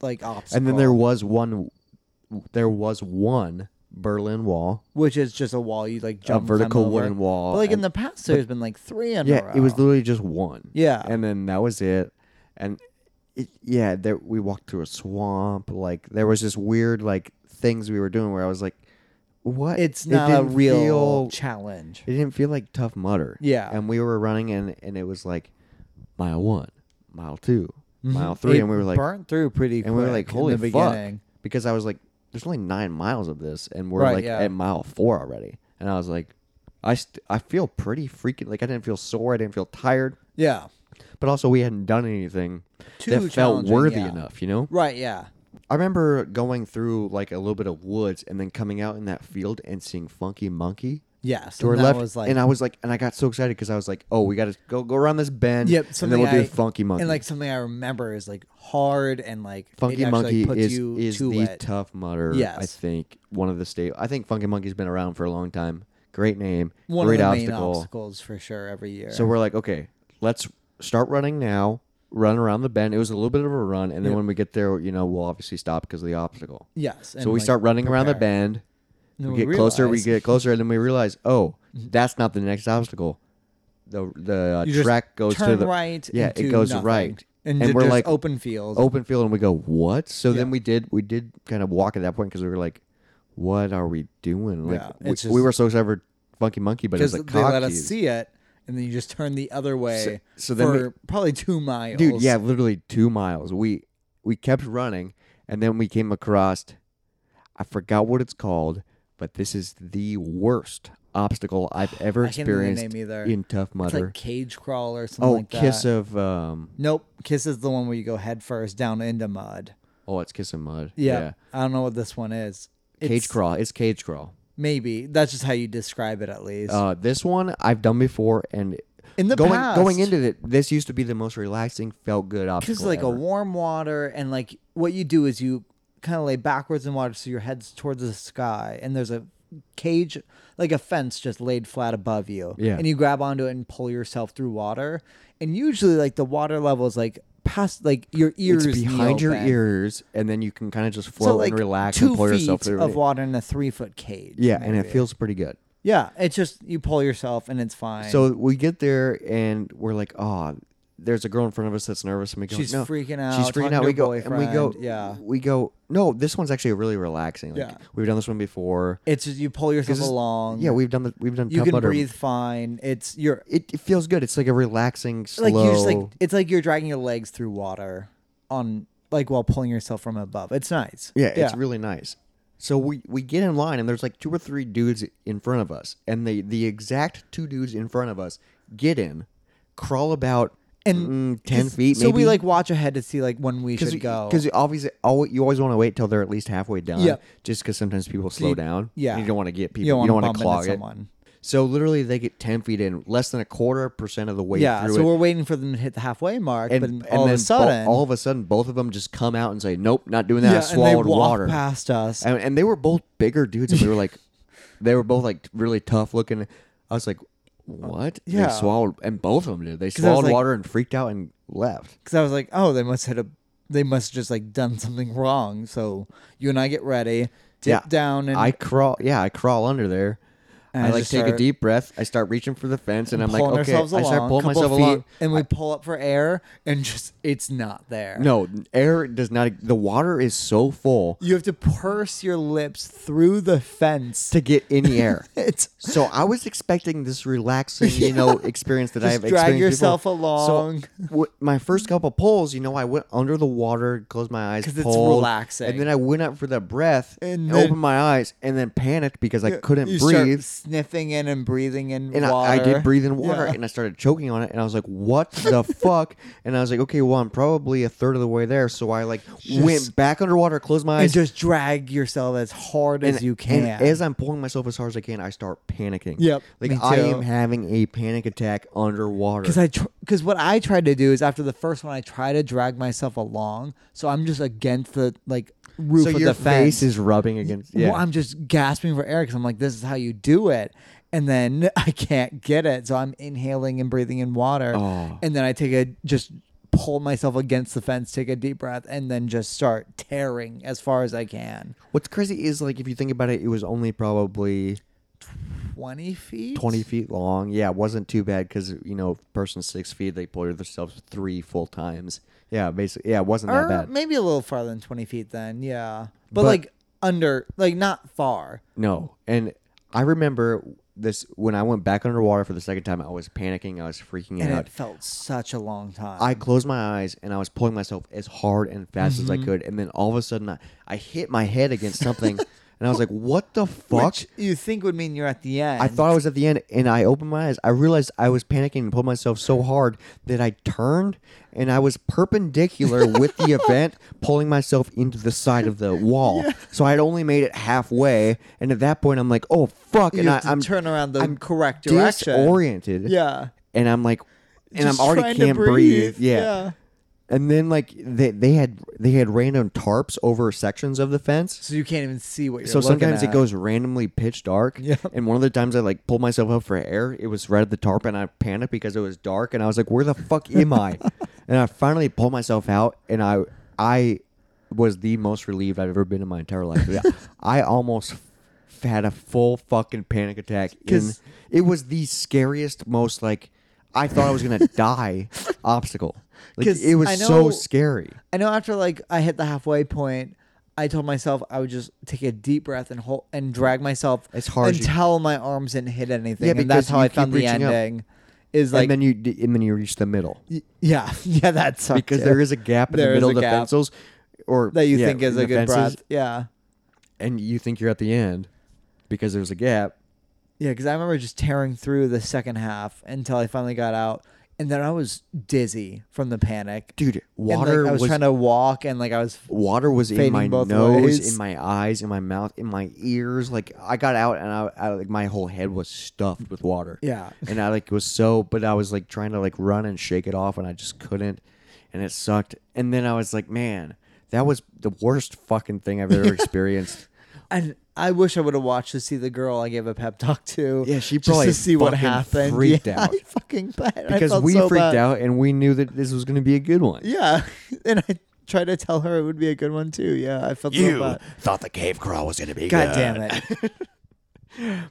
Speaker 2: like obstacle.
Speaker 3: and then there was one, there was one Berlin Wall,
Speaker 2: which is just a wall you like jump
Speaker 3: a
Speaker 2: climb
Speaker 3: vertical
Speaker 2: over.
Speaker 3: wooden wall.
Speaker 2: But like in
Speaker 3: and-
Speaker 2: the past, there's been like three in a
Speaker 3: yeah,
Speaker 2: row.
Speaker 3: it was literally just one.
Speaker 2: Yeah.
Speaker 3: and then that was it, and it, yeah, there we walked through a swamp. Like there was just weird like things we were doing where I was like, what?
Speaker 2: it's
Speaker 3: It
Speaker 2: not a
Speaker 3: didn't
Speaker 2: real
Speaker 3: feel-
Speaker 2: challenge.
Speaker 3: It didn't feel like tough mutter.
Speaker 2: Yeah.
Speaker 3: And we were running and and it was like mile one, mile 2 mile three,
Speaker 2: Mm-hmm. It
Speaker 3: and we were like
Speaker 2: burnt through pretty.
Speaker 3: and we were
Speaker 2: quick
Speaker 3: like,
Speaker 2: in
Speaker 3: holy
Speaker 2: the
Speaker 3: fuck.
Speaker 2: beginning.
Speaker 3: Because I was like, there's only nine miles of this and we're
Speaker 2: Right,
Speaker 3: like
Speaker 2: yeah.
Speaker 3: at mile four already. And I was like, I st- I feel pretty freaking like I didn't feel sore, I didn't feel tired.
Speaker 2: Yeah,
Speaker 3: But also we hadn't done anything
Speaker 2: Too
Speaker 3: that felt
Speaker 2: challenging,
Speaker 3: worthy
Speaker 2: yeah.
Speaker 3: enough, you know?
Speaker 2: right. Yeah,
Speaker 3: I remember going through like a little bit of woods and then coming out in that field and seeing Funky Monkey
Speaker 2: yes.
Speaker 3: to her
Speaker 2: and that
Speaker 3: left,
Speaker 2: was like,
Speaker 3: and I was like, and I got so excited because I was like, oh, we got to go go around this bend,
Speaker 2: Yep,
Speaker 3: and
Speaker 2: something
Speaker 3: then we'll
Speaker 2: I,
Speaker 3: do funky monkey.
Speaker 2: And like something I remember is like hard and like it
Speaker 3: funky
Speaker 2: actually,
Speaker 3: monkey
Speaker 2: like, puts
Speaker 3: is
Speaker 2: you
Speaker 3: is
Speaker 2: to
Speaker 3: the
Speaker 2: it.
Speaker 3: tough mutter. I
Speaker 2: Yes.
Speaker 3: think one of the state. I think funky monkey's been around for a long time. Great name,
Speaker 2: One
Speaker 3: great
Speaker 2: of the main
Speaker 3: obstacle.
Speaker 2: obstacles for sure every year.
Speaker 3: So we're like, okay, let's start running now. Run around the bend. It was a little bit of a run, and then when we get there, you know, we'll obviously stop because of the obstacle.
Speaker 2: yes, and
Speaker 3: so we
Speaker 2: like,
Speaker 3: start running around the
Speaker 2: prepare.
Speaker 3: bend.
Speaker 2: And
Speaker 3: we
Speaker 2: then
Speaker 3: get closer, we
Speaker 2: realize Mm-hmm.
Speaker 3: get closer, and then we realize, oh, that's not the next obstacle. The the
Speaker 2: you
Speaker 3: uh,
Speaker 2: just
Speaker 3: track goes
Speaker 2: turn
Speaker 3: to the
Speaker 2: right.
Speaker 3: Yeah, it
Speaker 2: into
Speaker 3: goes
Speaker 2: nothing.
Speaker 3: right,
Speaker 2: and,
Speaker 3: and,
Speaker 2: ju-
Speaker 3: we're
Speaker 2: just
Speaker 3: like "Oh,
Speaker 2: open field.
Speaker 3: open field, and we go what? So
Speaker 2: Yeah.
Speaker 3: then we did we did kind of walk at that point because we were like, what are we doing? Like
Speaker 2: Yeah,
Speaker 3: we,
Speaker 2: it's
Speaker 3: we
Speaker 2: just-
Speaker 3: were so excited for Funky Monkey, but it
Speaker 2: because
Speaker 3: was
Speaker 2: they
Speaker 3: like cock
Speaker 2: let us
Speaker 3: tease.
Speaker 2: see it, and then you just turn the other way
Speaker 3: so then we-
Speaker 2: for probably two miles.
Speaker 3: dude. Yeah, literally two miles. We we kept running, and then we came across. I forgot what it's called, but this is the worst obstacle
Speaker 2: *sighs*
Speaker 3: I've ever
Speaker 2: I can't think of the
Speaker 3: experienced
Speaker 2: name either.
Speaker 3: in Tough
Speaker 2: it's
Speaker 3: Mudder.
Speaker 2: like cage crawl or something
Speaker 3: Oh,
Speaker 2: like that.
Speaker 3: kiss of um.
Speaker 2: Nope, kiss is the one where you go head first down into mud.
Speaker 3: Oh, it's kiss of mud.
Speaker 2: Yeah, I don't know what this one is.
Speaker 3: yeah.
Speaker 2: It's-
Speaker 3: cage crawl. It's cage crawl.
Speaker 2: Maybe that's just how you describe it, at least.
Speaker 3: Uh, this one I've done before, and
Speaker 2: In the
Speaker 3: going
Speaker 2: past.
Speaker 3: going into it, this used to be the most relaxing, felt good obstacle.
Speaker 2: Because like a
Speaker 3: ever.
Speaker 2: warm water, and like what you do is you kind of lay backwards in water, so your head's towards the sky, and there's a cage, like a fence, just laid flat above you.
Speaker 3: Yeah.
Speaker 2: And you grab onto it and pull yourself through water, and usually like the water level is like past like your ears
Speaker 3: it's behind your
Speaker 2: ear.
Speaker 3: ears, and then you can kind of just float
Speaker 2: So like
Speaker 3: and relax
Speaker 2: two
Speaker 3: and pull
Speaker 2: feet
Speaker 3: yourself through.
Speaker 2: of
Speaker 3: it.
Speaker 2: water in a three foot cage.
Speaker 3: yeah, and
Speaker 2: maybe.
Speaker 3: it feels pretty good.
Speaker 2: yeah. It's just you pull yourself and it's fine.
Speaker 3: So we get there, and we're like, oh. There's a girl in front of us that's nervous, and we go.
Speaker 2: She's
Speaker 3: no,
Speaker 2: freaking
Speaker 3: She's
Speaker 2: out,
Speaker 3: freaking
Speaker 2: talking
Speaker 3: out.
Speaker 2: to her
Speaker 3: We go and we go.
Speaker 2: boyfriend, yeah.
Speaker 3: we go. No, this one's actually really relaxing. Like,
Speaker 2: Yeah.
Speaker 3: we've done this one before.
Speaker 2: it's just you pull yourself
Speaker 3: 'Cause it's-
Speaker 2: along.
Speaker 3: Yeah, we've done the, we've done.
Speaker 2: you
Speaker 3: Tough
Speaker 2: can
Speaker 3: Mudder
Speaker 2: breathe fine. It's you're
Speaker 3: it, it feels good. It's like a relaxing, slow.
Speaker 2: like you just like it's like you're dragging your legs through water on like while pulling yourself from above. It's nice.
Speaker 3: yeah, it's really nice. So we we get in line and there's like two or three dudes in front of us, and the the exact two dudes in front of us get in, crawl about
Speaker 2: And
Speaker 3: mm, ten
Speaker 2: 'cause-
Speaker 3: feet.
Speaker 2: So we
Speaker 3: maybe.
Speaker 2: like watch ahead to see like when we should go.
Speaker 3: because obviously always, you always want to wait till they're at least halfway done.
Speaker 2: Yep.
Speaker 3: Just because sometimes people slow
Speaker 2: you-
Speaker 3: down.
Speaker 2: yeah.
Speaker 3: and you don't want to get people.
Speaker 2: you don't,
Speaker 3: want to
Speaker 2: bump
Speaker 3: clog
Speaker 2: into
Speaker 3: it.
Speaker 2: someone.
Speaker 3: So literally they get ten feet in, less than a quarter percent of the way
Speaker 2: Yeah.
Speaker 3: through
Speaker 2: So
Speaker 3: it.
Speaker 2: we're waiting for them to hit the halfway mark,
Speaker 3: and,
Speaker 2: but
Speaker 3: and
Speaker 2: all
Speaker 3: then
Speaker 2: of
Speaker 3: bo-
Speaker 2: a sudden,
Speaker 3: all of a sudden, both of them just come out and say, "Nope, not doing that."
Speaker 2: yeah,
Speaker 3: I
Speaker 2: and they
Speaker 3: swallowed
Speaker 2: walk
Speaker 3: water.
Speaker 2: past us.
Speaker 3: and, and they were both bigger dudes, and we
Speaker 2: *laughs*
Speaker 3: were like, they were both like really tough looking. I was like, what? They
Speaker 2: Yeah.
Speaker 3: swallowed, and both of them did.
Speaker 2: I
Speaker 3: They
Speaker 2: was
Speaker 3: swallowed
Speaker 2: like-
Speaker 3: water and freaked out and left.
Speaker 2: because I was like, oh, they must hit a, they must just like done something wrong. So you and I get ready, dip
Speaker 3: Yeah.
Speaker 2: down, and
Speaker 3: I crawl, yeah, I crawl under there.
Speaker 2: And
Speaker 3: I
Speaker 2: I
Speaker 3: like
Speaker 2: just
Speaker 3: take a
Speaker 2: start-
Speaker 3: deep breath. I start reaching for the fence, and I'm like,
Speaker 2: pulling
Speaker 3: okay. I
Speaker 2: ourselves along,
Speaker 3: start pulling
Speaker 2: couple
Speaker 3: myself
Speaker 2: feet,
Speaker 3: along.
Speaker 2: and we pull up for air, and just it's not there.
Speaker 3: No, air does not. The water is so full
Speaker 2: you have to purse your lips through the fence.
Speaker 3: to get any air.
Speaker 2: it's
Speaker 3: *laughs* So I was expecting this relaxing,
Speaker 2: *laughs*
Speaker 3: you know, experience that I
Speaker 2: Just
Speaker 3: have.
Speaker 2: drag
Speaker 3: experienced
Speaker 2: yourself
Speaker 3: before.
Speaker 2: along.
Speaker 3: So w- my first couple pulls, you know, I went under the water, closed my eyes
Speaker 2: 'Cause it's
Speaker 3: pulled,
Speaker 2: relaxing.
Speaker 3: and then I went up for the breath
Speaker 2: And
Speaker 3: and,
Speaker 2: then-
Speaker 3: opened my eyes, and then panicked because I couldn't
Speaker 2: you
Speaker 3: breathe.
Speaker 2: Start sniffing in and breathing in
Speaker 3: and I-
Speaker 2: water.
Speaker 3: I, did breathe in water
Speaker 4: Yeah.
Speaker 3: and I started choking on it and I was like,
Speaker 2: *laughs*
Speaker 3: what the fuck? And I was like, okay, well, I'm probably a third of the way there. So I like went back underwater, closed my
Speaker 2: And
Speaker 3: eyes.
Speaker 2: just drag yourself as hard as
Speaker 3: and-
Speaker 2: you
Speaker 3: and
Speaker 2: can.
Speaker 3: as I'm pulling myself as hard as I can, I start panicking.
Speaker 2: Yep,
Speaker 3: Like
Speaker 2: me
Speaker 3: I am
Speaker 2: too.
Speaker 3: having a panic attack underwater.
Speaker 2: Because I, because what I tried to do is after the first one, I try to drag myself along, so I'm just against the like roof
Speaker 3: so
Speaker 2: of
Speaker 3: your
Speaker 2: the fence.
Speaker 3: face is rubbing against. Yeah.
Speaker 2: Well, I'm just gasping for air because I'm like, this is how you do it. And then *laughs* I can't get it. So I'm inhaling and breathing in water.
Speaker 3: Oh.
Speaker 2: And then I take a, just pull myself against the fence, take a deep breath, and then just start tearing as far as I can.
Speaker 3: What's crazy is like if you think about it, it was only probably
Speaker 2: 20 feet?
Speaker 3: 20 feet long. Yeah, it wasn't too bad because you know, person six feet, they pulled themselves three full times. Yeah, basically. Yeah, it wasn't
Speaker 2: Or
Speaker 3: that bad.
Speaker 2: maybe a little farther than 20 feet then. Yeah. But,
Speaker 3: But-
Speaker 2: like under, like not far.
Speaker 3: No. And I remember this when I went back underwater for the second time, I was panicking, I was freaking
Speaker 2: And
Speaker 3: out.
Speaker 2: it felt such a long time.
Speaker 3: I closed my eyes and I was pulling myself as hard and fast as
Speaker 2: Mm-hmm.
Speaker 3: I could. And then all of a sudden, I, I hit my head against
Speaker 2: *laughs*
Speaker 3: something and I was like, what the fuck?
Speaker 2: Which you think would mean you're at the end.
Speaker 3: I thought I was at the end and I opened my eyes. I realized I was panicking and pulled myself so hard that I turned and I was perpendicular
Speaker 2: *laughs*
Speaker 3: with the event, pulling myself into the side of the wall. So I had only made it halfway. And at that point, I'm like, oh, fuck.
Speaker 2: you
Speaker 3: and
Speaker 2: have
Speaker 3: I,
Speaker 2: to
Speaker 3: I'm
Speaker 2: turn around the
Speaker 3: I'm
Speaker 2: correct direction.
Speaker 3: Disoriented.
Speaker 2: Yeah.
Speaker 3: And I'm like, and
Speaker 2: Just
Speaker 3: I'm already
Speaker 2: trying to
Speaker 3: can't breathe.
Speaker 2: breathe.
Speaker 3: Yeah.
Speaker 2: Yeah.
Speaker 3: And then like they, they had they had random tarps over sections of the fence.
Speaker 2: So you can't even see what you're
Speaker 3: So
Speaker 2: looking
Speaker 3: sometimes it
Speaker 2: at.
Speaker 3: goes randomly pitch
Speaker 2: *laughs*
Speaker 3: dark.
Speaker 2: Yep.
Speaker 3: And one of the times I like pulled myself up for air, it was right at the tarp, and I panicked because it was dark, and I was like, "Where the fuck am I?"
Speaker 2: *laughs*
Speaker 3: and I finally pulled myself out, and I I was the most relieved I've ever been in my entire life. Yeah.
Speaker 2: *laughs*
Speaker 3: I almost f- had a full fucking panic attack. In,
Speaker 2: 'Cause-
Speaker 3: it was the scariest, most like I thought I
Speaker 2: *laughs*
Speaker 3: was gonna die obstacle. Like
Speaker 2: 'Cause
Speaker 3: it was
Speaker 2: I
Speaker 3: so
Speaker 2: know-
Speaker 3: scary.
Speaker 2: I know after like I hit the halfway point, I told myself I would just take a deep breath and hold and drag myself
Speaker 3: As hard as you-
Speaker 2: until my arms didn't hit anything.
Speaker 3: Yeah,
Speaker 2: and that's
Speaker 3: because
Speaker 2: how
Speaker 3: you
Speaker 2: I
Speaker 3: keep
Speaker 2: found the
Speaker 3: reaching up.
Speaker 2: ending. Is like
Speaker 3: and then you d- and then you reach the middle.
Speaker 2: y- yeah, *laughs* yeah, that sucked
Speaker 3: because
Speaker 2: too.
Speaker 3: there is a gap in
Speaker 2: There is
Speaker 3: the middle of
Speaker 2: a
Speaker 3: the
Speaker 2: gap
Speaker 3: pencils or
Speaker 2: that you
Speaker 3: yeah,
Speaker 2: think is
Speaker 3: in
Speaker 2: a
Speaker 3: the
Speaker 2: good
Speaker 3: fences,
Speaker 2: breath. Yeah,
Speaker 3: and you think you're at the end because there's a gap
Speaker 2: yeah, because I remember just tearing through the second half until I finally got out, and then I was dizzy from the panic.
Speaker 3: dude
Speaker 2: And, like,
Speaker 3: water
Speaker 2: I was,
Speaker 3: was,
Speaker 2: trying to walk, and like I
Speaker 3: *laughs*
Speaker 2: was
Speaker 3: water was in
Speaker 2: fading
Speaker 3: my
Speaker 2: both
Speaker 3: nose
Speaker 2: ways.
Speaker 3: in my eyes in my mouth in my ears like i got out and i, I like my whole head was stuffed with water
Speaker 2: Yeah.
Speaker 3: and i like was so but i was like trying to like run and shake it off and i just couldn't and it sucked and then i was like man that was the worst fucking thing
Speaker 1: *laughs*
Speaker 3: i've ever experienced
Speaker 2: And I wish I would have watched to see the girl I gave a pep talk to.
Speaker 3: Yeah, she
Speaker 2: just
Speaker 3: probably
Speaker 2: to see what
Speaker 3: fucking
Speaker 2: happened.
Speaker 3: freaked
Speaker 2: Yeah,
Speaker 3: out.
Speaker 2: I *laughs* fucking bet I
Speaker 3: because
Speaker 2: felt
Speaker 3: we
Speaker 2: so
Speaker 3: freaked
Speaker 2: bad.
Speaker 3: out and we knew that this was going to be a good one
Speaker 2: Yeah, *laughs* and I tried to tell her it would be a good one too. Yeah, I felt so
Speaker 1: You
Speaker 2: bad.
Speaker 1: thought the cave crawl was going to be good.
Speaker 2: God damn it!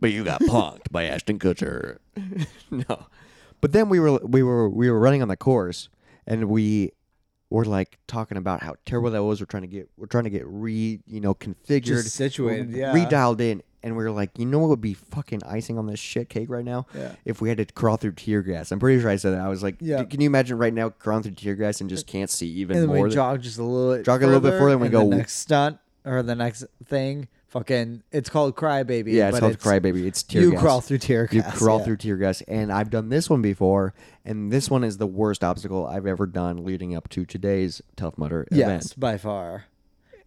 Speaker 1: But you got punked by Ashton Kutcher.
Speaker 3: *laughs* no. But then we were we were we were running on the course and we were like talking about how terrible that was. We're trying to get we're trying to get re you know configured
Speaker 2: Just situated, yeah.
Speaker 3: redialed in and we were like, you know what would be fucking icing on this shit cake right now?
Speaker 2: *laughs* Yeah.
Speaker 3: *laughs* If we had to crawl through tear gas. I'm pretty sure I said that. I was like,
Speaker 2: Yeah.
Speaker 3: "Dude, can you imagine right now crawling through tear gas and just can't see even
Speaker 2: And then
Speaker 3: more?
Speaker 2: we
Speaker 3: than-
Speaker 2: jog just a little bit,
Speaker 3: Jog a little bit further and we
Speaker 2: the
Speaker 3: go-
Speaker 2: next stunt or the next thing. Fucking, it's called Crybaby.
Speaker 3: yeah,
Speaker 2: but
Speaker 3: it's called Crybaby. It's tear
Speaker 2: You
Speaker 3: gas.
Speaker 2: crawl through tear
Speaker 3: You
Speaker 2: gas.
Speaker 3: crawl
Speaker 2: yeah.
Speaker 3: through tear gas, and I've done this one before, and this one is the worst obstacle I've ever done leading up to today's Tough Mudder
Speaker 2: Yes,
Speaker 3: event.
Speaker 2: by far.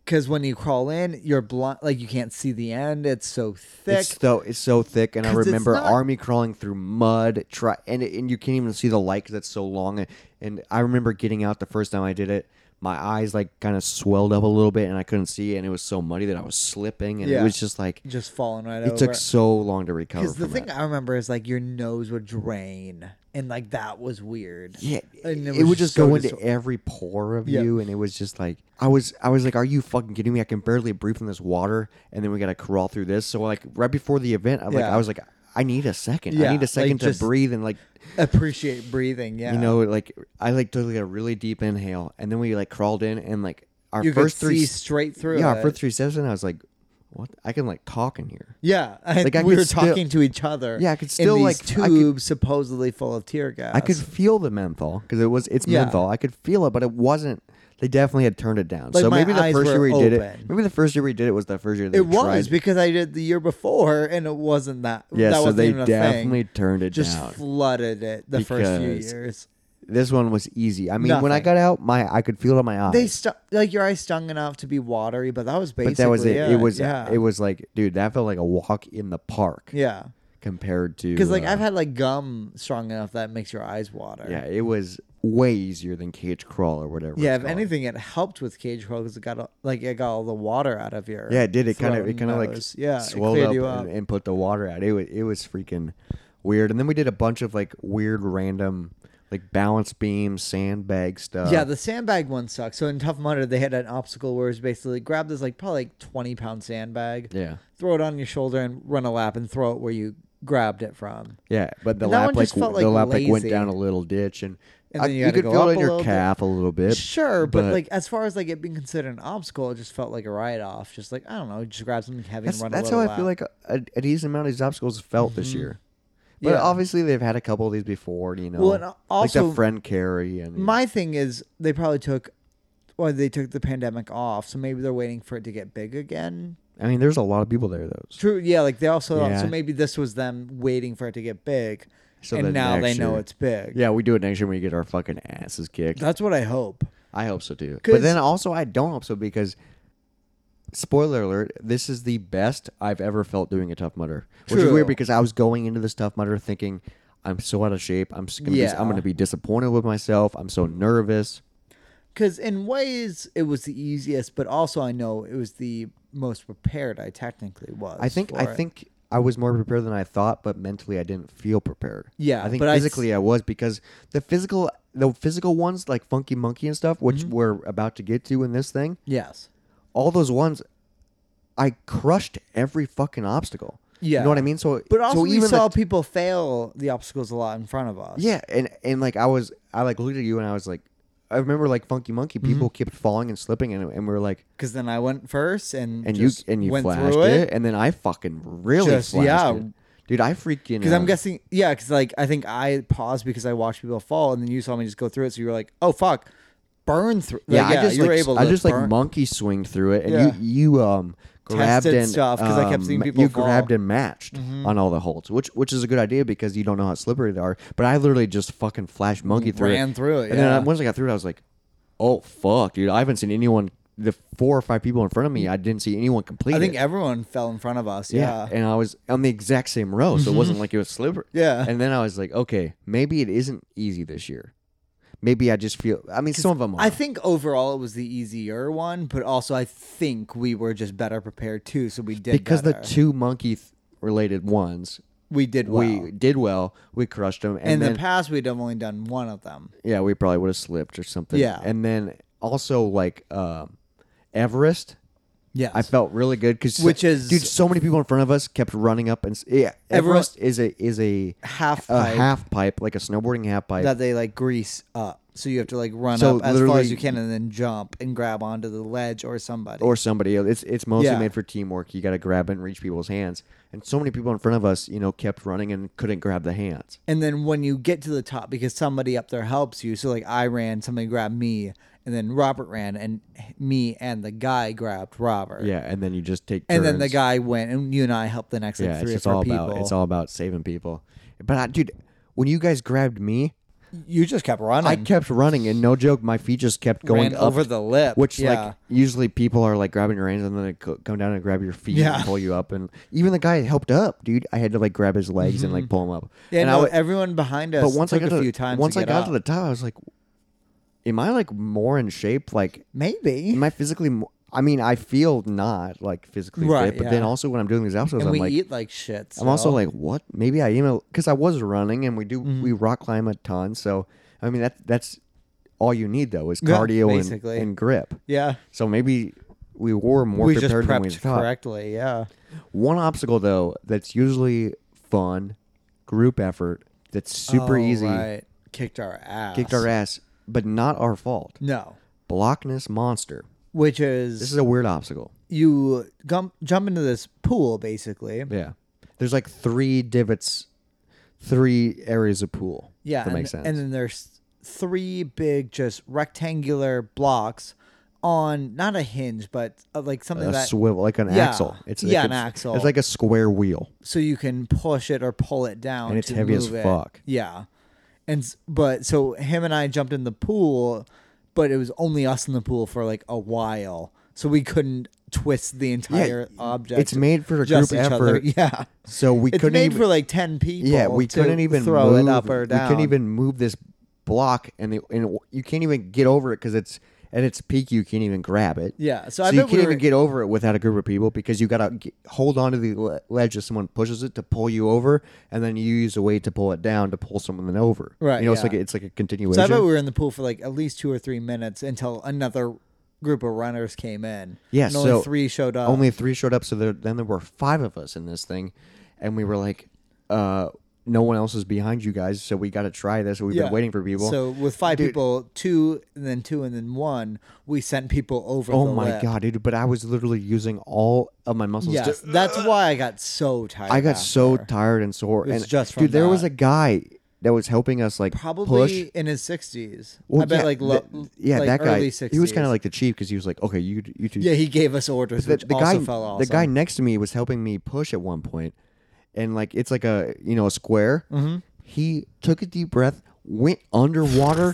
Speaker 2: Because when you crawl in, you're blind. Like you can't see the end. It's so thick.
Speaker 3: It's so it's so thick, and I
Speaker 2: 'Cause it's
Speaker 3: remember
Speaker 2: not-
Speaker 3: army crawling through mud, try and and you can't even see the light because it's so long. And I remember getting out the first time I did it, my eyes like kind of swelled up a little bit, and I couldn't see, and it was so muddy that I was slipping, and it
Speaker 2: Yeah.
Speaker 3: was just like it
Speaker 2: just falling right over.
Speaker 3: took so long to recover.
Speaker 2: Because the
Speaker 3: from
Speaker 2: thing
Speaker 3: that.
Speaker 2: I remember is like your nose would drain, and like that was weird.
Speaker 3: Yeah,
Speaker 2: And
Speaker 3: it,
Speaker 2: it
Speaker 3: would
Speaker 2: was
Speaker 3: just
Speaker 2: so
Speaker 3: go into
Speaker 2: disor-
Speaker 3: every pore of
Speaker 2: Yeah.
Speaker 3: you, and it was just like I was, I was like, "Are you fucking kidding me? I can barely breathe from this water, and then we gotta crawl through this." So like right before the event, I'm like,
Speaker 2: Yeah.
Speaker 3: I was like, "I need a second. I
Speaker 2: Yeah,
Speaker 3: need a
Speaker 2: like,
Speaker 3: second to
Speaker 2: just-
Speaker 3: breathe." And like,
Speaker 2: Appreciate breathing. Yeah,
Speaker 3: you know, like I like took like a really deep inhale, and then we like crawled in, and like our
Speaker 2: you
Speaker 3: first
Speaker 2: could
Speaker 3: three,
Speaker 2: see
Speaker 3: s-
Speaker 2: straight through.
Speaker 3: yeah, our
Speaker 2: it.
Speaker 3: first three steps, and I was like, "What? I can like talk in here."
Speaker 2: yeah. *laughs* I,
Speaker 3: Like, I
Speaker 2: we
Speaker 3: could
Speaker 2: were
Speaker 3: still-
Speaker 2: talking to each other.
Speaker 3: Yeah, I could still,
Speaker 2: in
Speaker 3: like,
Speaker 2: these
Speaker 3: I could-
Speaker 2: tubes supposedly full of tear gas.
Speaker 3: I could feel the menthol because it was it's
Speaker 2: Yeah.
Speaker 3: menthol. I could feel it, but it wasn't They definitely had turned it down.
Speaker 2: Like,
Speaker 3: so
Speaker 2: my
Speaker 3: maybe the
Speaker 2: eyes
Speaker 3: first year
Speaker 2: were
Speaker 3: we did
Speaker 2: open.
Speaker 3: it, maybe the first year we did it was the first year they
Speaker 2: It was
Speaker 3: tried.
Speaker 2: because I did the year before, and it wasn't that.
Speaker 3: yeah,
Speaker 2: that
Speaker 3: so
Speaker 2: wasn't
Speaker 3: they
Speaker 2: even a
Speaker 3: definitely
Speaker 2: thing.
Speaker 3: turned it
Speaker 2: just
Speaker 3: down.
Speaker 2: flooded it the first few
Speaker 3: Because-
Speaker 2: years.
Speaker 3: This one was easy. I mean, when I
Speaker 2: Nothing.
Speaker 3: got out, my I could feel it on my eyes.
Speaker 2: They stu- like your eyes stung enough to be watery, but that was basically
Speaker 3: but that was it.
Speaker 2: Yeah,
Speaker 3: it was
Speaker 2: yeah,
Speaker 3: it was like, dude, that felt like a walk in the park
Speaker 2: yeah.
Speaker 3: compared to
Speaker 2: Because like
Speaker 3: uh,
Speaker 2: I've had like gum strong enough that makes your eyes water.
Speaker 3: yeah, it was way easier than cage crawl or whatever.
Speaker 2: Yeah,
Speaker 3: it's
Speaker 2: if
Speaker 3: called.
Speaker 2: anything, it helped with cage crawl because it got all- like it got all the water out of your
Speaker 3: Yeah, it did. It kind
Speaker 2: throat
Speaker 3: of it
Speaker 2: and
Speaker 3: kind of like
Speaker 2: nose. yeah it
Speaker 3: swelled
Speaker 2: cleared
Speaker 3: up,
Speaker 2: you up.
Speaker 3: And, and put the water out. It was it was freaking weird. And then we did a bunch of like weird random like balance beams, sandbag stuff.
Speaker 2: yeah, the sandbag one sucks. So in Tough Mudder, they had an obstacle where it's basically grab this like probably like twenty pound sandbag,
Speaker 3: yeah,
Speaker 2: throw it on your shoulder and run a lap and throw it where you grabbed it from.
Speaker 3: yeah. But the
Speaker 2: And that
Speaker 3: lap
Speaker 2: one
Speaker 3: like
Speaker 2: just felt,
Speaker 3: the
Speaker 2: like,
Speaker 3: lap like went
Speaker 2: lazy.
Speaker 3: down a little ditch, and,
Speaker 2: And
Speaker 3: I-
Speaker 2: then you
Speaker 3: you,
Speaker 2: had to go
Speaker 3: could feel
Speaker 2: up
Speaker 3: it in
Speaker 2: a
Speaker 3: your
Speaker 2: little
Speaker 3: calf a little bit.
Speaker 2: *laughs* Sure, but,
Speaker 3: but-
Speaker 2: like as far as like it being considered an obstacle, it just felt like a write off. Just like I don't know, just grab something heavy
Speaker 3: That's,
Speaker 2: and run.
Speaker 3: that's
Speaker 2: a
Speaker 3: how
Speaker 2: little
Speaker 3: I feel
Speaker 2: lap.
Speaker 3: like a, a, a decent amount of these obstacles felt
Speaker 2: Mm-hmm.
Speaker 3: this year. But
Speaker 2: Yeah.
Speaker 3: obviously they've had a couple of these before, you know.
Speaker 2: Well, and
Speaker 3: like
Speaker 2: also-
Speaker 3: the friend carry and
Speaker 2: My thing is they probably took, well, they took the pandemic off, so maybe they're waiting for it to get big again.
Speaker 3: I mean, there's a lot of people there though.
Speaker 2: True, yeah. Like they also,
Speaker 3: Yeah.
Speaker 2: so maybe this was them waiting for it to get big,
Speaker 3: So
Speaker 2: and
Speaker 3: then
Speaker 2: now they
Speaker 3: next
Speaker 2: know
Speaker 3: year-
Speaker 2: it's big.
Speaker 3: Yeah, we do it next year when we get our fucking asses kicked.
Speaker 2: that's what I hope.
Speaker 3: I hope so too.
Speaker 2: 'Cause-
Speaker 3: But then also, I don't hope so because, spoiler alert, this is the best I've ever felt doing a tough mutter, which is
Speaker 2: True.
Speaker 3: weird because I was going into this tough mutter thinking I'm so out of shape. I'm just gonna be,
Speaker 2: Yeah.
Speaker 3: I'm gonna be disappointed with myself. I'm so nervous.
Speaker 2: Because in ways it was the easiest, but also I know it was the most prepared I technically was.
Speaker 3: I think I
Speaker 2: for it.
Speaker 3: think I was more prepared than I thought, but mentally I didn't feel prepared.
Speaker 2: Yeah,
Speaker 3: I think
Speaker 2: but I s-
Speaker 3: physically I was because the physical the physical ones like Funky Monkey and stuff, which
Speaker 2: Mm-hmm.
Speaker 3: we're about to get to in this thing,
Speaker 2: yes.
Speaker 3: all those ones, I crushed every fucking obstacle.
Speaker 2: Yeah.
Speaker 3: you know what I mean. So,
Speaker 2: But also,
Speaker 3: so
Speaker 2: we
Speaker 3: even
Speaker 2: saw
Speaker 3: like,
Speaker 2: people fail the obstacles a lot in front of us.
Speaker 3: yeah, and and like I was, I like looked at you and I was like, I remember like Funky Monkey,
Speaker 2: Mm-hmm.
Speaker 3: people kept falling and slipping, and, and we are like,
Speaker 2: because then I went first, and
Speaker 3: and
Speaker 2: just
Speaker 3: you and you
Speaker 2: went
Speaker 3: flashed
Speaker 2: through
Speaker 3: it,
Speaker 2: it.
Speaker 3: and then I fucking really
Speaker 2: Just-
Speaker 3: flashed
Speaker 2: yeah.
Speaker 3: it, dude. I freaking
Speaker 2: Because
Speaker 3: uh,
Speaker 2: I'm guessing, yeah, because like I think I paused because I watched people fall, and then you saw me just go through it, so you were like, "Oh fuck, burn through."
Speaker 3: Yeah,
Speaker 2: like,
Speaker 3: I just
Speaker 2: you were
Speaker 3: like
Speaker 2: able
Speaker 3: I
Speaker 2: to
Speaker 3: just
Speaker 2: burn-
Speaker 3: like monkey swing through it, and
Speaker 2: Yeah.
Speaker 3: you you um grabbed
Speaker 2: Tested
Speaker 3: and
Speaker 2: stuff, 'cause I kept seeing
Speaker 3: um,
Speaker 2: people
Speaker 3: You
Speaker 2: fall. Mm-hmm.
Speaker 3: grabbed and matched on all the holds, which which is a good idea because you don't know how slippery they are. But I literally just fucking flash monkey through it,
Speaker 2: Ran through it,
Speaker 3: and then I-
Speaker 2: yeah.
Speaker 3: once I got through it, I was like, oh fuck, dude, I haven't seen anyone. The four or five people in front of me, I didn't see anyone complete.
Speaker 2: I think
Speaker 3: it.
Speaker 2: everyone fell in front of us.
Speaker 3: Yeah.
Speaker 2: Yeah, Mm-hmm.
Speaker 3: And I was on the exact same row, so it wasn't like it was slippery.
Speaker 2: Yeah.
Speaker 3: And then I was like, okay, maybe it isn't easy this year. Maybe I just feel. I mean, some of them. Are.
Speaker 2: I think overall it was the easier one, but also I think we were just better prepared too, so we did
Speaker 3: because
Speaker 2: better.
Speaker 3: the two monkey th- related ones
Speaker 2: we did well.
Speaker 3: we did well. We crushed them, and
Speaker 2: in
Speaker 3: then
Speaker 2: the past, we'd have only done one of them.
Speaker 3: yeah, we probably would have slipped or something.
Speaker 2: Yeah.
Speaker 3: and then also like um, Everest.
Speaker 2: Yes.
Speaker 3: I felt really good because
Speaker 2: Which is-
Speaker 3: dude, so many people in front of us kept running up and s- yeah. Everest is a is a
Speaker 2: half
Speaker 3: a
Speaker 2: pipe
Speaker 3: half pipe, like a snowboarding half pipe.
Speaker 2: that they like grease up. So you have to like run
Speaker 3: So
Speaker 2: up as far as
Speaker 3: literally-
Speaker 2: you can and then jump and grab onto the ledge or somebody.
Speaker 3: or somebody else. It's it's mostly
Speaker 2: Yeah.
Speaker 3: made for teamwork. You got to grab it and reach people's hands. And so many people in front of us, you know, kept running and couldn't grab the hands.
Speaker 2: and then when you get to the top, because somebody up there helps you. So like I ran, somebody grabbed me, and then Robert ran, and me and the guy grabbed Robert.
Speaker 3: Yeah, and then you just take
Speaker 2: And then the
Speaker 3: turns.
Speaker 2: guy went, and you and I helped the next like
Speaker 3: yeah,
Speaker 2: three
Speaker 3: it's just
Speaker 2: or four
Speaker 3: all
Speaker 2: people.
Speaker 3: about it's all about saving people. But I, dude, when you guys grabbed me,
Speaker 2: you just kept running.
Speaker 3: I kept running, and no joke, my feet just kept going
Speaker 2: Ran
Speaker 3: up,
Speaker 2: over the lip.
Speaker 3: Which
Speaker 2: Yeah.
Speaker 3: like usually people are like grabbing your reins and then they co- come down and grab your feet
Speaker 2: Yeah.
Speaker 3: and pull you up. And even the guy helped up, dude. I had to like grab his legs and like pull him up.
Speaker 2: Mm-hmm. yeah,
Speaker 3: and
Speaker 2: no,
Speaker 3: I would,
Speaker 2: everyone behind us.
Speaker 3: but once I
Speaker 2: took
Speaker 3: got
Speaker 2: a
Speaker 3: to
Speaker 2: few
Speaker 3: the,
Speaker 2: times
Speaker 3: once
Speaker 2: to
Speaker 3: I
Speaker 2: get
Speaker 3: got
Speaker 2: up.
Speaker 3: to the top, I was like, am I like more in shape? Like,
Speaker 2: maybe.
Speaker 3: am I physically? More, I mean, I feel not like physically
Speaker 2: Right,
Speaker 3: fit, but then
Speaker 2: yeah.
Speaker 3: also when I'm doing these episodes,
Speaker 2: and
Speaker 3: *laughs* I'm
Speaker 2: we
Speaker 3: like,
Speaker 2: eat like shit.
Speaker 3: I'm also
Speaker 2: so-
Speaker 3: like, what? Maybe I email because I was running and we do
Speaker 2: Mm-hmm.
Speaker 3: we rock climb a ton. So I mean that that's all you need though is
Speaker 2: Yeah,
Speaker 3: cardio and,
Speaker 2: basically.
Speaker 3: and grip.
Speaker 2: yeah,
Speaker 3: So maybe we were more
Speaker 2: we just
Speaker 3: prepared than we
Speaker 2: prepped
Speaker 3: thought.
Speaker 2: correctly. Yeah,
Speaker 3: One obstacle though that's usually fun, group effort that's super
Speaker 2: Oh,
Speaker 3: easy,
Speaker 2: right. Kicked our ass.
Speaker 3: kicked our ass, but not our fault.
Speaker 2: No,
Speaker 3: Blockness monster.
Speaker 2: which is,
Speaker 3: This is a weird obstacle.
Speaker 2: you gum- jump into this pool basically.
Speaker 3: Yeah, there's like three divots, three areas of pool.
Speaker 2: Yeah,
Speaker 3: if that
Speaker 2: and,
Speaker 3: makes sense.
Speaker 2: And then there's three big, just rectangular blocks on not a hinge, but uh, like something
Speaker 3: a
Speaker 2: that
Speaker 3: swivel, like an
Speaker 2: Yeah.
Speaker 3: axle. It's
Speaker 2: Yeah,
Speaker 3: like
Speaker 2: an
Speaker 3: a-
Speaker 2: axle.
Speaker 3: It's like a square wheel.
Speaker 2: so you can push it or pull it down.
Speaker 3: And it's
Speaker 2: to
Speaker 3: heavy as
Speaker 2: move it.
Speaker 3: fuck.
Speaker 2: Yeah, and s- but so him and I jumped in the pool, but it was only us in the pool for like a while, so we couldn't twist the entire object.
Speaker 3: it's made for a
Speaker 2: just
Speaker 3: group
Speaker 2: each other.
Speaker 3: effort.
Speaker 2: *laughs* Yeah,
Speaker 3: So we
Speaker 2: it's
Speaker 3: couldn't
Speaker 2: made
Speaker 3: even
Speaker 2: for like ten people.
Speaker 3: yeah we
Speaker 2: to
Speaker 3: couldn't even
Speaker 2: throw
Speaker 3: move,
Speaker 2: it up or down.
Speaker 3: We couldn't even move this block, and the, and you can't even get over it because it's at its peak. You can't even grab it.
Speaker 2: Yeah, so I
Speaker 3: you
Speaker 2: bet
Speaker 3: can't
Speaker 2: we were-
Speaker 3: even get over it without a group of people because you gotta g hold on to the le- ledge as someone pushes it to pull you over, and then you use a weight to pull it down to pull someone over.
Speaker 2: Right,
Speaker 3: You know, it's
Speaker 2: yeah.
Speaker 3: like a, it's like a continuation.
Speaker 2: So I bet we were in the pool for like at least two or three minutes until another group of runners came in.
Speaker 3: Yeah,
Speaker 2: and only
Speaker 3: so
Speaker 2: three showed up.
Speaker 3: Only three showed up, so there, then there were five of us in this thing, and we were like, uh, "No one else is behind you guys, so we got to try this." We've
Speaker 2: Yeah.
Speaker 3: been waiting for people.
Speaker 2: So with five
Speaker 3: Dude.
Speaker 2: people, two and then two and then one, we sent people over.
Speaker 3: oh
Speaker 2: the
Speaker 3: my
Speaker 2: lip.
Speaker 3: god, dude! But I was literally using all of my muscles.
Speaker 2: Yes,
Speaker 3: to-
Speaker 2: that's why I got so tired.
Speaker 3: I got
Speaker 2: after.
Speaker 3: so tired and sore.
Speaker 2: was
Speaker 3: and
Speaker 2: just from
Speaker 3: dude, there was
Speaker 2: that.
Speaker 3: a guy that was helping us like
Speaker 2: probably
Speaker 3: push.
Speaker 2: in his sixties.
Speaker 3: Well,
Speaker 2: I bet
Speaker 3: yeah,
Speaker 2: like lo-
Speaker 3: th- yeah,
Speaker 2: like
Speaker 3: that guy.
Speaker 2: early 60s.
Speaker 3: He was kind of like the chief because he was like, "Okay, you you two
Speaker 2: yeah, he gave us orders,
Speaker 3: the,
Speaker 2: which
Speaker 3: the
Speaker 2: also
Speaker 3: guy
Speaker 2: fell off.
Speaker 3: the guy next to me was helping me push at one point and like it's like a you know a square
Speaker 2: Mm-hmm.
Speaker 3: he took a deep breath went underwater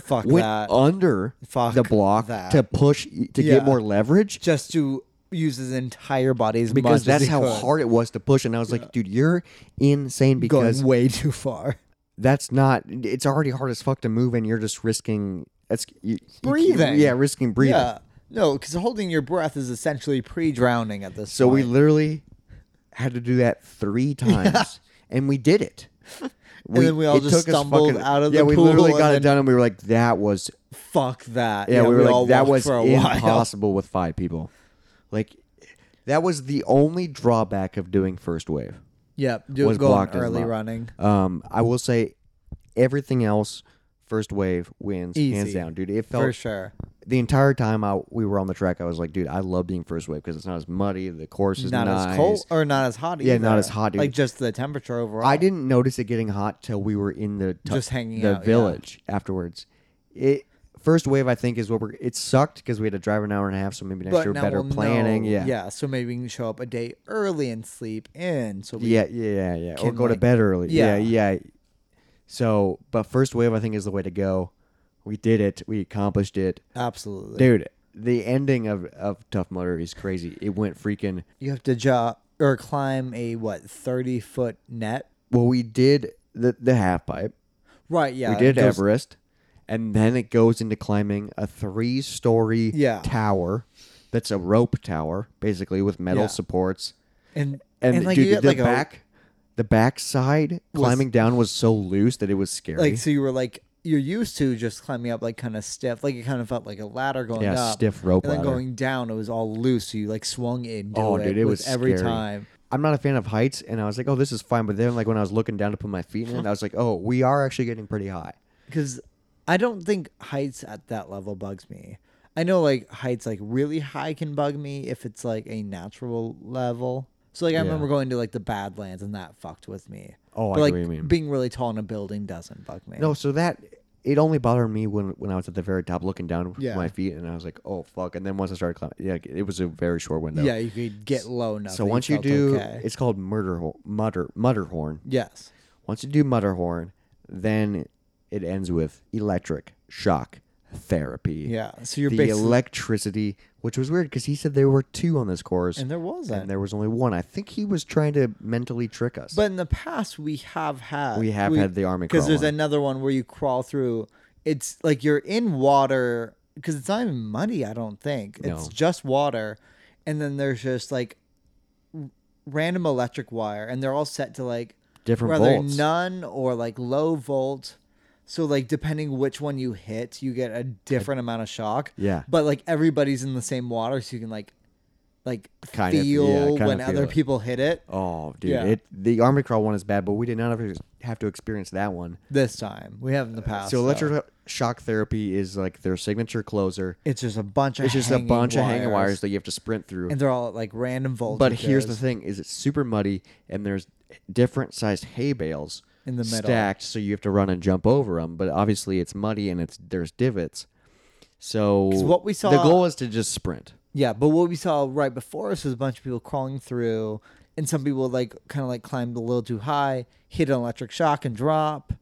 Speaker 2: *sighs* Fuck
Speaker 3: went
Speaker 2: that.
Speaker 3: under
Speaker 2: Fuck
Speaker 3: the block
Speaker 2: that.
Speaker 3: to push to
Speaker 2: Yeah.
Speaker 3: get more leverage
Speaker 2: just to use his entire body as much
Speaker 3: because
Speaker 2: as
Speaker 3: that's
Speaker 2: he
Speaker 3: how
Speaker 2: could.
Speaker 3: hard it was to push and i was like dude you're insane because
Speaker 2: going way too far.
Speaker 3: that's not it's already hard as fuck to move and you're just risking that's you, you-
Speaker 2: Breathing.
Speaker 3: yeah risking breathing
Speaker 2: Yeah. No, because holding your breath is essentially pre-drowning at this
Speaker 3: So we
Speaker 2: point.
Speaker 3: literally had to do that three times, and we did it. We,
Speaker 2: then we all
Speaker 3: it
Speaker 2: just
Speaker 3: took us
Speaker 2: stumbled out of
Speaker 3: yeah,
Speaker 2: the
Speaker 3: we
Speaker 2: pool
Speaker 3: literally
Speaker 2: and
Speaker 3: got it
Speaker 2: then-
Speaker 3: done, and we were like, "That was
Speaker 2: fuck that.
Speaker 3: yeah, we were
Speaker 2: all
Speaker 3: like, that
Speaker 2: walked
Speaker 3: was
Speaker 2: for a while.
Speaker 3: *laughs* impossible with five people. Like, that was the only drawback of doing first wave.
Speaker 2: Yep, do
Speaker 3: was
Speaker 2: go on
Speaker 3: blocked as
Speaker 2: early
Speaker 3: well.
Speaker 2: running.
Speaker 3: Um, I will say, everything else, first wave wins hands
Speaker 2: Easy.
Speaker 3: down, dude. It felt
Speaker 2: For sure.
Speaker 3: the entire time I, we were on the track, I was like, dude, I love being first wave because it's not as muddy, the course is
Speaker 2: Not
Speaker 3: nice.
Speaker 2: as cold or not as hot.
Speaker 3: Yeah, not
Speaker 2: either.
Speaker 3: as hot, dude.
Speaker 2: Like just the temperature overall.
Speaker 3: I didn't notice it getting hot till we were in the tu-
Speaker 2: Just hanging
Speaker 3: the
Speaker 2: out, yeah.
Speaker 3: village afterwards. It first wave I think is what we're. It sucked because we had to drive an hour and a half, so maybe next
Speaker 2: But
Speaker 3: year
Speaker 2: now
Speaker 3: better
Speaker 2: we'll
Speaker 3: planning.
Speaker 2: know-
Speaker 3: Yeah.
Speaker 2: Yeah. So maybe we can show up a day early and sleep in. So we,
Speaker 3: yeah, yeah, yeah, yeah. Or
Speaker 2: Can,
Speaker 3: go to
Speaker 2: like-
Speaker 3: bed early. Yeah. yeah,
Speaker 2: Yeah.
Speaker 3: So, but first wave I think is the way to go. We did it. We accomplished it,
Speaker 2: absolutely.
Speaker 3: dude. The ending of of Tough Mudder is crazy. It went freaking.
Speaker 2: You have to jump or climb a what thirty foot net.
Speaker 3: Well, we did the the half pipe.
Speaker 2: Right. Yeah.
Speaker 3: we did
Speaker 2: those-
Speaker 3: Everest, and then it goes into climbing a three-story
Speaker 2: Yeah.
Speaker 3: tower. That's a rope tower, basically with metal
Speaker 2: Yeah.
Speaker 3: supports.
Speaker 2: And
Speaker 3: And,
Speaker 2: like
Speaker 3: dude,
Speaker 2: you get
Speaker 3: the
Speaker 2: like
Speaker 3: back, the back side
Speaker 2: Was-
Speaker 3: climbing down was so loose that it was scary.
Speaker 2: a like so you were like you're used to just climbing up like kind of stiff. Like it kind of felt like a ladder going
Speaker 3: Yeah,
Speaker 2: up.
Speaker 3: stiff rope
Speaker 2: And then
Speaker 3: ladder.
Speaker 2: going down, it was all loose. So you like swung into
Speaker 3: oh,
Speaker 2: it.
Speaker 3: dude, it
Speaker 2: with
Speaker 3: was
Speaker 2: every
Speaker 3: scary.
Speaker 2: time.
Speaker 3: I'm not a fan of heights, and I was like, "Oh, this is fine." But then, like when I was looking down to put my feet in, it, I was like, "Oh, we are actually getting pretty high."
Speaker 2: because I don't think heights at that level bugs me. I know like heights like really high can bug me if it's like a natural level. So like I remember going to like the Badlands and that fucked with me.
Speaker 3: Oh,
Speaker 2: but,
Speaker 3: I get
Speaker 2: like
Speaker 3: what you mean.
Speaker 2: being really tall in a building doesn't bug me.
Speaker 3: No, so that it only bothered me when when I was at the very top looking down with
Speaker 2: Yeah.
Speaker 3: my feet, and I was like, "Oh, fuck!" And then once I started climbing, yeah, it was a very short window.
Speaker 2: yeah, you could get low enough.
Speaker 3: So
Speaker 2: that
Speaker 3: once you
Speaker 2: felt
Speaker 3: do,
Speaker 2: okay.
Speaker 3: it's called murder ho- mutter mutterhorn.
Speaker 2: yes,
Speaker 3: Once you do mutterhorn, then it ends with electric shock therapy.
Speaker 2: yeah. So you're
Speaker 3: the
Speaker 2: basically
Speaker 3: electricity, which was weird because he said there were two on this course,
Speaker 2: and there wasn't.
Speaker 3: and there was only one. I think he was trying to mentally trick us.
Speaker 2: but in the past, we have had
Speaker 3: We have had the army
Speaker 2: because there's
Speaker 3: crawl on.
Speaker 2: another one where you crawl through. It's like you're in water because it's not even muddy. I don't think it's
Speaker 3: No.
Speaker 2: just water, and then there's just like r- random electric wire, and they're all set to like
Speaker 3: Different
Speaker 2: rather
Speaker 3: volts.
Speaker 2: none or like low volt. So like depending which one you hit, you get a different amount of shock.
Speaker 3: Yeah.
Speaker 2: But like everybody's in the same water, so you can like like
Speaker 3: Kind of- yeah,
Speaker 2: feel
Speaker 3: kind of
Speaker 2: when
Speaker 3: feel
Speaker 2: other
Speaker 3: it.
Speaker 2: people hit it.
Speaker 3: oh, dude,
Speaker 2: Yeah.
Speaker 3: it the army crawl one is bad, but we did not have to, have to experience that one.
Speaker 2: This time we have in the past.
Speaker 3: Uh, So electric shock therapy is like their signature closer.
Speaker 2: It's just a bunch of
Speaker 3: It's just a
Speaker 2: hanging
Speaker 3: bunch of hanging wires that you have to sprint through.
Speaker 2: and they're all at like random voltages.
Speaker 3: But here's the thing: is it's super muddy, and there's different sized hay bales
Speaker 2: in the middle.
Speaker 3: stacked, so you have to run and jump over them. But obviously, it's muddy and it's there's divots. So
Speaker 2: 'Cause what we
Speaker 3: the
Speaker 2: saw-
Speaker 3: goal is to just sprint.
Speaker 2: Yeah, but what we saw right before us was a bunch of people crawling through, and some people like kind of like climbed a little too high, hit an electric shock, and drop.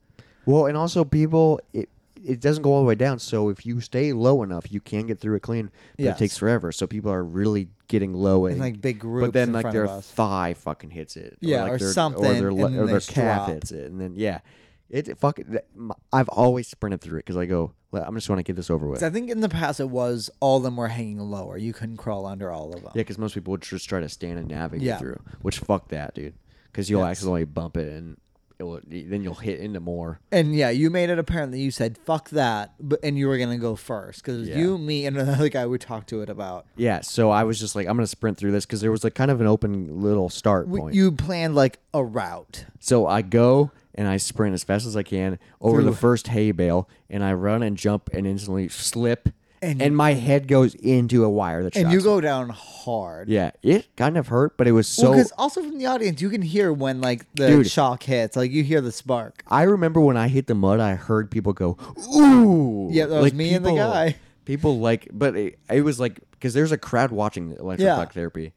Speaker 3: Well, and also people, it it doesn't go all the way down. So if you stay low enough, you can get through it clean. But
Speaker 2: Yes.
Speaker 3: it takes forever. So people are really getting low and
Speaker 2: like, big
Speaker 3: But
Speaker 2: groups
Speaker 3: then
Speaker 2: in
Speaker 3: like
Speaker 2: front
Speaker 3: their
Speaker 2: of us.
Speaker 3: thigh fucking hits it.
Speaker 2: Yeah,
Speaker 3: like
Speaker 2: or
Speaker 3: their-
Speaker 2: something,
Speaker 3: Or their, le-
Speaker 2: and
Speaker 3: or
Speaker 2: then
Speaker 3: their
Speaker 2: they
Speaker 3: calf
Speaker 2: drop.
Speaker 3: hits it, and then yeah, it, it fucking. that- my- I've always sprinted through it because I go. "Well, I'm just want to get this over with.
Speaker 2: 'Cause I think in the past it was all of them were hanging lower. You couldn't crawl under all of them.
Speaker 3: Yeah, because most people would just try to stand and navigate
Speaker 2: Yeah.
Speaker 3: through, which fuck that, dude. Because you'll accidentally bump it and it will, then you'll hit into more.
Speaker 2: And yeah, you made it apparent that you said "fuck that," but and you were gonna go first because
Speaker 3: Yeah.
Speaker 2: you, me, and another *laughs* guy we talked to it about.
Speaker 3: Yeah, so I was just like, I'm gonna sprint through this because there was like kind of an open little start
Speaker 2: W-
Speaker 3: point.
Speaker 2: You planned like a route.
Speaker 3: so I go and I sprint as fast as I can over the first hay bale, and I run and jump and instantly slip, and, my head goes into a wire that
Speaker 2: And
Speaker 3: shocks
Speaker 2: you
Speaker 3: me.
Speaker 2: go down hard.
Speaker 3: Yeah, it kind of hurt, but it was so.
Speaker 2: because also from the audience, you can hear when like the
Speaker 3: Dude.
Speaker 2: shock hits, like you hear the spark.
Speaker 3: I remember when I hit the mud, I heard people go, "Ooh!"
Speaker 2: Yeah, that was me and the
Speaker 3: *laughs*
Speaker 2: guy. *laughs*
Speaker 3: People like, but it, it was like because there's a crowd watching the electric
Speaker 2: Yeah.
Speaker 3: shock therapy.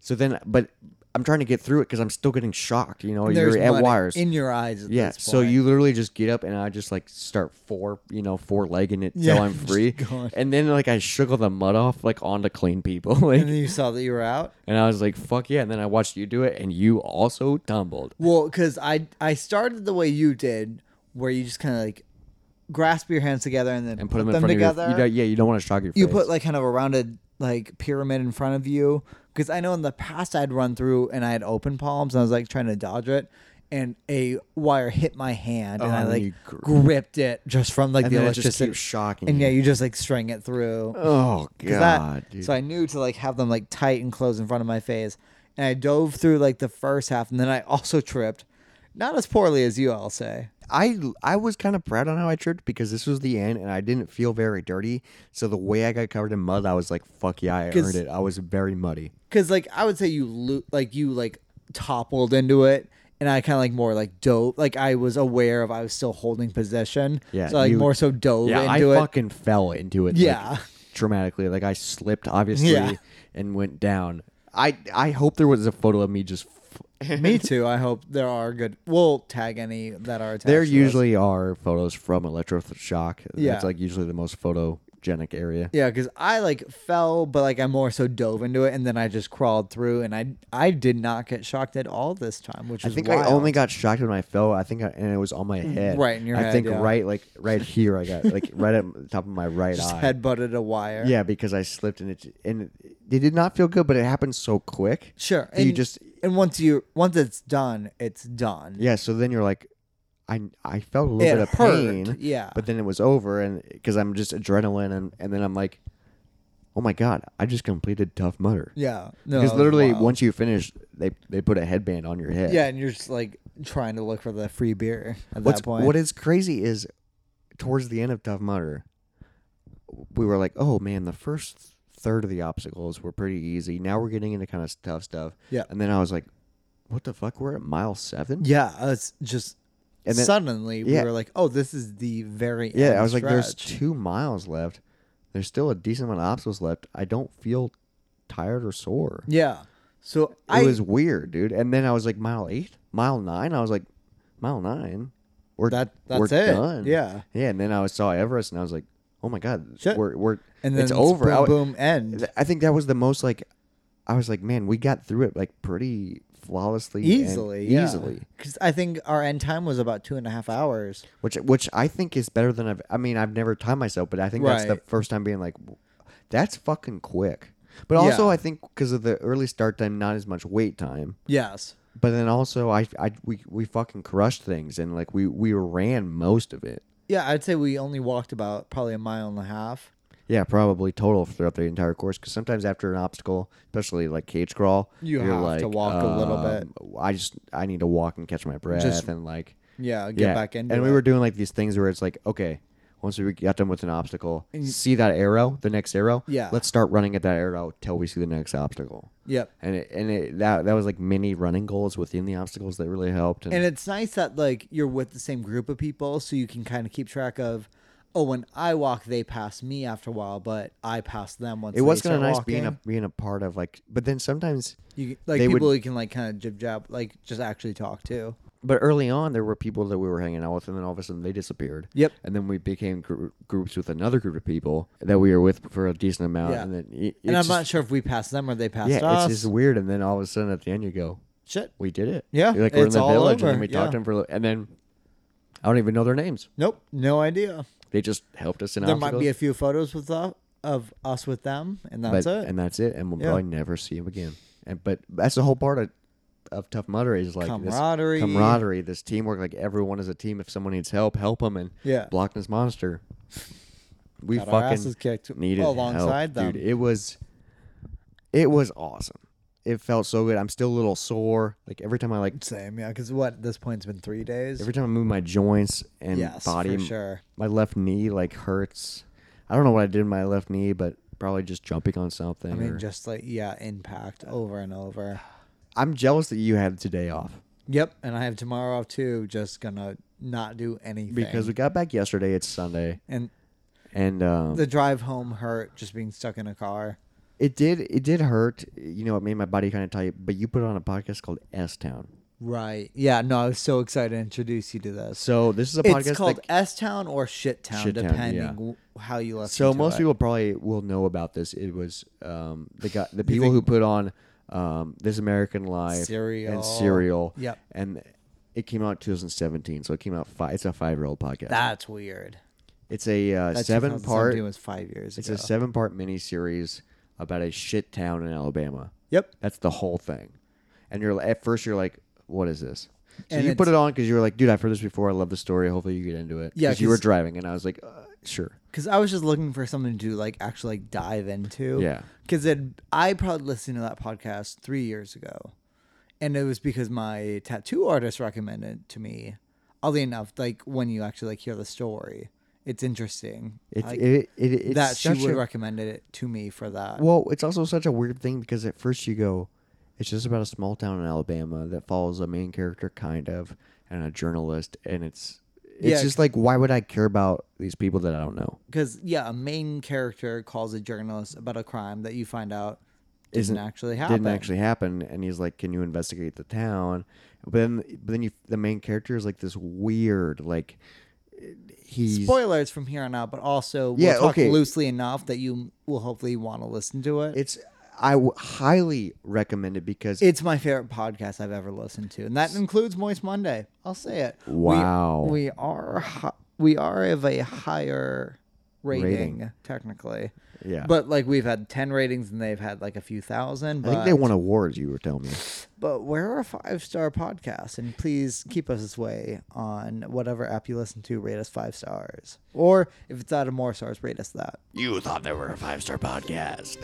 Speaker 3: So then, but I'm trying to get through it because I'm still getting shocked. You know,
Speaker 2: There's
Speaker 3: you're at
Speaker 2: mud
Speaker 3: wires.
Speaker 2: in your eyes. At
Speaker 3: yeah,
Speaker 2: this
Speaker 3: so
Speaker 2: point.
Speaker 3: you literally just get up and I just like start four, you know, four legging it
Speaker 2: Yeah,
Speaker 3: till I'm
Speaker 2: *laughs* just
Speaker 3: free,
Speaker 2: going.
Speaker 3: and then like I shook all the mud off like onto clean people, *laughs*
Speaker 2: *laughs*
Speaker 3: like,
Speaker 2: and then you saw that you were out.
Speaker 3: and I was like, "Fuck yeah!" And then I watched you do it, and you also tumbled.
Speaker 2: Well, because I I started the way you did, where you just kind of like grasp your hands together and then
Speaker 3: And put them in
Speaker 2: them
Speaker 3: front
Speaker 2: together.
Speaker 3: of you. don't- Yeah, you don't want to shock your face.
Speaker 2: you put like kind of a rounded like pyramid in front of you because I know in the past I'd run through and I had open palms and I was like trying to dodge it and a wire hit my hand and I
Speaker 3: Oh, and then
Speaker 2: like
Speaker 3: you gr-
Speaker 2: gripped it just from like
Speaker 3: And
Speaker 2: the
Speaker 3: then it just
Speaker 2: electricity
Speaker 3: keeps shocking
Speaker 2: and
Speaker 3: you.
Speaker 2: yeah you just like string it through
Speaker 3: *laughs* Oh
Speaker 2: 'Cause
Speaker 3: god,
Speaker 2: that,
Speaker 3: dude.
Speaker 2: so I knew to like have them like tight and close in front of my face and I dove through like the first half and then I also tripped not as poorly as you I'll say
Speaker 3: I I was kind of proud on how I tripped because this was the end and I didn't feel very dirty. So the way I got covered in mud, I was like, "Fuck yeah, I
Speaker 2: 'Cause-
Speaker 3: earned it." I was very muddy.
Speaker 2: because like I would say you lo- like you like toppled into it, and I kind of like more like dove. Like I was aware of I was still holding position.
Speaker 3: Yeah,
Speaker 2: So like
Speaker 3: you-
Speaker 2: more so dove
Speaker 3: Yeah, I
Speaker 2: into it.
Speaker 3: fucking fell into it. like,
Speaker 2: Yeah.
Speaker 3: dramatically. Like I slipped, obviously,
Speaker 2: Yeah.
Speaker 3: and went down. I I hope there was a photo of me just.
Speaker 2: *laughs*
Speaker 3: F- *laughs*
Speaker 2: Me too. I hope there are good. We'll tag any that are. attached
Speaker 3: there
Speaker 2: to us.
Speaker 3: usually are photos from electroshock.
Speaker 2: Yeah.
Speaker 3: That's like usually the most photogenic area.
Speaker 2: Yeah, because I like fell, but like I more so dove into it, and then I just crawled through, and I I did not get shocked at all this time, which
Speaker 3: I
Speaker 2: is
Speaker 3: think
Speaker 2: wild.
Speaker 3: I only got shocked when I fell. I think, I, and it was on my head.
Speaker 2: Right in your
Speaker 3: I
Speaker 2: head,
Speaker 3: think
Speaker 2: yeah.
Speaker 3: Mm, right, like right here, I got like right at the top of my *laughs* right
Speaker 2: just
Speaker 3: eye.
Speaker 2: headbutted a wire.
Speaker 3: Yeah, because I slipped and it, and it did not feel good, but it happened so quick.
Speaker 2: sure.
Speaker 3: that
Speaker 2: And,
Speaker 3: you just
Speaker 2: and once you once it's done, it's done.
Speaker 3: yeah. So then you're like, I I felt a little
Speaker 2: It
Speaker 3: bit of
Speaker 2: hurt,
Speaker 3: pain.
Speaker 2: yeah.
Speaker 3: but then it was over, and because I'm just adrenaline, and and then I'm like, oh my god, I just completed tough mutter.
Speaker 2: Yeah, no,
Speaker 3: Because
Speaker 2: it was
Speaker 3: literally,
Speaker 2: wild.
Speaker 3: once you finish, they, they put a headband on your head.
Speaker 2: Yeah, and you're just like trying to look for the free beer at
Speaker 3: What's,
Speaker 2: that point.
Speaker 3: What is crazy is towards the end of Tough Mudder, we were like, oh man, the first third of the obstacles were pretty easy. Now we're getting into kind of tough stuff.
Speaker 2: Yeah.
Speaker 3: And then I was like, what the fuck? We're at mile seven?
Speaker 2: yeah, it's just
Speaker 3: And then-
Speaker 2: suddenly
Speaker 3: uh, yeah.
Speaker 2: we were like, oh, this is the very
Speaker 3: Yeah.
Speaker 2: end
Speaker 3: I was like, there's
Speaker 2: stretch."
Speaker 3: two miles left. There's still a decent amount of obstacles left. I don't feel tired or sore.
Speaker 2: yeah. So
Speaker 3: It
Speaker 2: I
Speaker 3: was weird, dude. And then I was like, mile eight, mile nine. I was like, mile nine. We're
Speaker 2: That- that's
Speaker 3: we're
Speaker 2: it.
Speaker 3: Done.
Speaker 2: Yeah.
Speaker 3: yeah. And then I saw Everest, and I was like, oh my god,
Speaker 2: Shit.
Speaker 3: we're we're
Speaker 2: and then
Speaker 3: it's over. I,
Speaker 2: Boom,
Speaker 3: w-
Speaker 2: boom, end.
Speaker 3: th- I think that was the most like, I was like, man, we got through it like pretty flawlessly, and
Speaker 2: Easily, yeah.
Speaker 3: easily.
Speaker 2: Because I think our end time was about two and a half hours.
Speaker 3: Which which I think is better than I've. I mean, I've never timed myself, but I think that's the
Speaker 2: Right.
Speaker 3: first time being like, that's fucking quick. But also,
Speaker 2: Yeah.
Speaker 3: I think because of the early start time, not as much wait time.
Speaker 2: Yes.
Speaker 3: But then also, I, I we we fucking crushed things, and like we we ran most of it.
Speaker 2: Yeah, I'd say we only walked about probably a mile and a half.
Speaker 3: Yeah, probably total throughout the entire course. Because sometimes after an obstacle, especially like cage crawl,
Speaker 2: You
Speaker 3: you're
Speaker 2: have to walk a little bit.
Speaker 3: um, I just I need to walk and catch my breath and like
Speaker 2: Yeah, get
Speaker 3: yeah.
Speaker 2: back into
Speaker 3: And
Speaker 2: it.
Speaker 3: we were doing like these things where it's like, okay, Once we got done with an obstacle, see that arrow, the next arrow.
Speaker 2: Yeah.
Speaker 3: Let's start running at that arrow till we see the next obstacle.
Speaker 2: Yep.
Speaker 3: And it, and it, that that was like mini running goals within the obstacles that really helped. And,
Speaker 2: And it's nice that like you're with the same group of people, so you can kind of keep track of. Oh, when I walk, they pass me after a while, but I pass them once.
Speaker 3: it was
Speaker 2: kind of
Speaker 3: nice
Speaker 2: walking.
Speaker 3: being a being a part of like. But then sometimes,
Speaker 2: you, like
Speaker 3: they would-
Speaker 2: people you can like kind of jib jab, like just actually talk to.
Speaker 3: but early on there were people that we were hanging out with, and then all of a sudden they disappeared.
Speaker 2: Yep.
Speaker 3: And then we became gr- groups with another group of people that we were with for a decent amount.
Speaker 2: Yeah.
Speaker 3: And then it,
Speaker 2: And
Speaker 3: it's
Speaker 2: I'm
Speaker 3: just-
Speaker 2: not sure if we passed them or they passed
Speaker 3: Yeah,
Speaker 2: us.
Speaker 3: it's just weird. And then all of a sudden at the end you go,
Speaker 2: Shit.
Speaker 3: we did it.
Speaker 2: Yeah,
Speaker 3: You're like we're in
Speaker 2: it's
Speaker 3: the
Speaker 2: all
Speaker 3: village, and then
Speaker 2: over,
Speaker 3: we talked
Speaker 2: yeah.
Speaker 3: to them for, a little- and then I don't even know their names.
Speaker 2: Nope. No idea.
Speaker 3: They just helped us in
Speaker 2: There might
Speaker 3: obstacles.
Speaker 2: be a few photos with us, of us with them, and that's
Speaker 3: but,
Speaker 2: it.
Speaker 3: and that's it, and we'll
Speaker 2: Yeah.
Speaker 3: probably never see him again. And but that's the whole part of, of tough mudder is like
Speaker 2: Camaraderie.
Speaker 3: this camaraderie, this teamwork. Like everyone is a team. If someone needs help, help them and
Speaker 2: Yeah.
Speaker 3: block this monster. We
Speaker 2: Got our
Speaker 3: fucking
Speaker 2: asses kicked
Speaker 3: needed
Speaker 2: alongside
Speaker 3: help,
Speaker 2: them.
Speaker 3: dude. It was, it was awesome. It felt so good. I'm still a little sore. Like every time I like
Speaker 2: Same, yeah. Because what at this point it's been three days.
Speaker 3: every time I move my joints and
Speaker 2: yes,
Speaker 3: body,
Speaker 2: for sure.
Speaker 3: my left knee like hurts. I don't know what I did in my left knee, but probably just jumping on something.
Speaker 2: I mean,
Speaker 3: or- Uh,
Speaker 2: just like yeah, impact over and over.
Speaker 3: I'm jealous that you had today off
Speaker 2: Yep, and I have tomorrow off too. Just gonna not do anything
Speaker 3: because we got back yesterday. It's Sunday,
Speaker 2: and
Speaker 3: and um,
Speaker 2: the drive home hurt just being stuck in a car.
Speaker 3: it did it did hurt. You know, it made my body kind of tight. But you put on a podcast called S Town.
Speaker 2: Right. Yeah. No, I was so excited to introduce you to this.
Speaker 3: So this is a podcast.
Speaker 2: It's called
Speaker 3: that-
Speaker 2: S Town or Shit Town,
Speaker 3: Shit Town,
Speaker 2: depending
Speaker 3: yeah.
Speaker 2: w- how you listen.
Speaker 3: so
Speaker 2: to
Speaker 3: most
Speaker 2: it.
Speaker 3: people probably will know about this. It was um, the guy, the people who put on um, This American Life
Speaker 2: Serial.
Speaker 3: and Serial.
Speaker 2: Yep.
Speaker 3: and it came out 2017. So it came out five. It's a five year old podcast.
Speaker 2: That's weird.
Speaker 3: it's a uh,
Speaker 2: That
Speaker 3: seven
Speaker 2: 2017
Speaker 3: part.
Speaker 2: was five years
Speaker 3: It's
Speaker 2: ago.
Speaker 3: a seven part miniseries about a shit town in Alabama.
Speaker 2: Yep.
Speaker 3: That's the whole thing. And you're at first you're like, what is this? So
Speaker 2: And
Speaker 3: you put
Speaker 2: it's-
Speaker 3: it on because you were like, dude, I've heard this before. I love the story. Hopefully you get into it.
Speaker 2: Yeah,
Speaker 3: 'Cause you were
Speaker 2: 'cause-
Speaker 3: driving, and I was like, uh, sure.
Speaker 2: Because I was just looking for something to like actually like dive into.
Speaker 3: Yeah.
Speaker 2: Because I probably listened to that podcast three years ago, and it was because my tattoo artist recommended it to me. Oddly enough, like when you actually like hear the story, it's interesting.
Speaker 3: It's
Speaker 2: like,
Speaker 3: it, it, it's
Speaker 2: that she
Speaker 3: such
Speaker 2: would
Speaker 3: a-
Speaker 2: recommended it to me for that.
Speaker 3: Well, it's also such a weird thing because at first you go, it's just about a small town in Alabama that follows a main character kind of and a journalist, and it's it's
Speaker 2: Yeah,
Speaker 3: just
Speaker 2: 'cause-
Speaker 3: like why would I care about these people that I don't know?
Speaker 2: Because yeah, a main character calls a journalist about a crime that you find out didn't
Speaker 3: Isn't-
Speaker 2: actually happen.
Speaker 3: Didn't actually happen. And he's like, "Can you investigate the town?" But then, but then you, the main character is like this weird, like he's
Speaker 2: spoilers from here on out, but also we'll
Speaker 3: Yeah,
Speaker 2: talk
Speaker 3: okay.
Speaker 2: loosely enough that you will hopefully want to listen to it.
Speaker 3: It's I w- highly recommend it because
Speaker 2: It's my favorite podcast I've ever listened to, and that includes Moist Monday. I'll say it. We-
Speaker 3: Wow.
Speaker 2: we, are hi- we are of a higher rating,
Speaker 3: Rating.
Speaker 2: technically.
Speaker 3: Yeah.
Speaker 2: but like we've had ten ratings, and they've had like a few thousand.
Speaker 3: I
Speaker 2: But,
Speaker 3: think they won awards. You were telling me.
Speaker 2: But we're a five star podcast, and please keep us this way on whatever app you listen to. Rate us five stars, or if it's out of more stars, rate us that. *laughs*
Speaker 1: You thought they were a five star
Speaker 3: *laughs*
Speaker 1: podcast.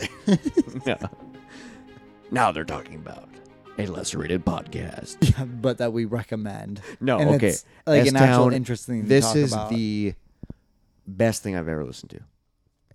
Speaker 1: Now they're talking about a lesser rated podcast.
Speaker 2: but that we recommend.
Speaker 3: No,
Speaker 2: And
Speaker 3: okay.
Speaker 2: it's, like an
Speaker 3: S-Town,
Speaker 2: actual interesting.
Speaker 3: This
Speaker 2: to talk
Speaker 3: is
Speaker 2: about.
Speaker 3: the best thing I've ever listened to,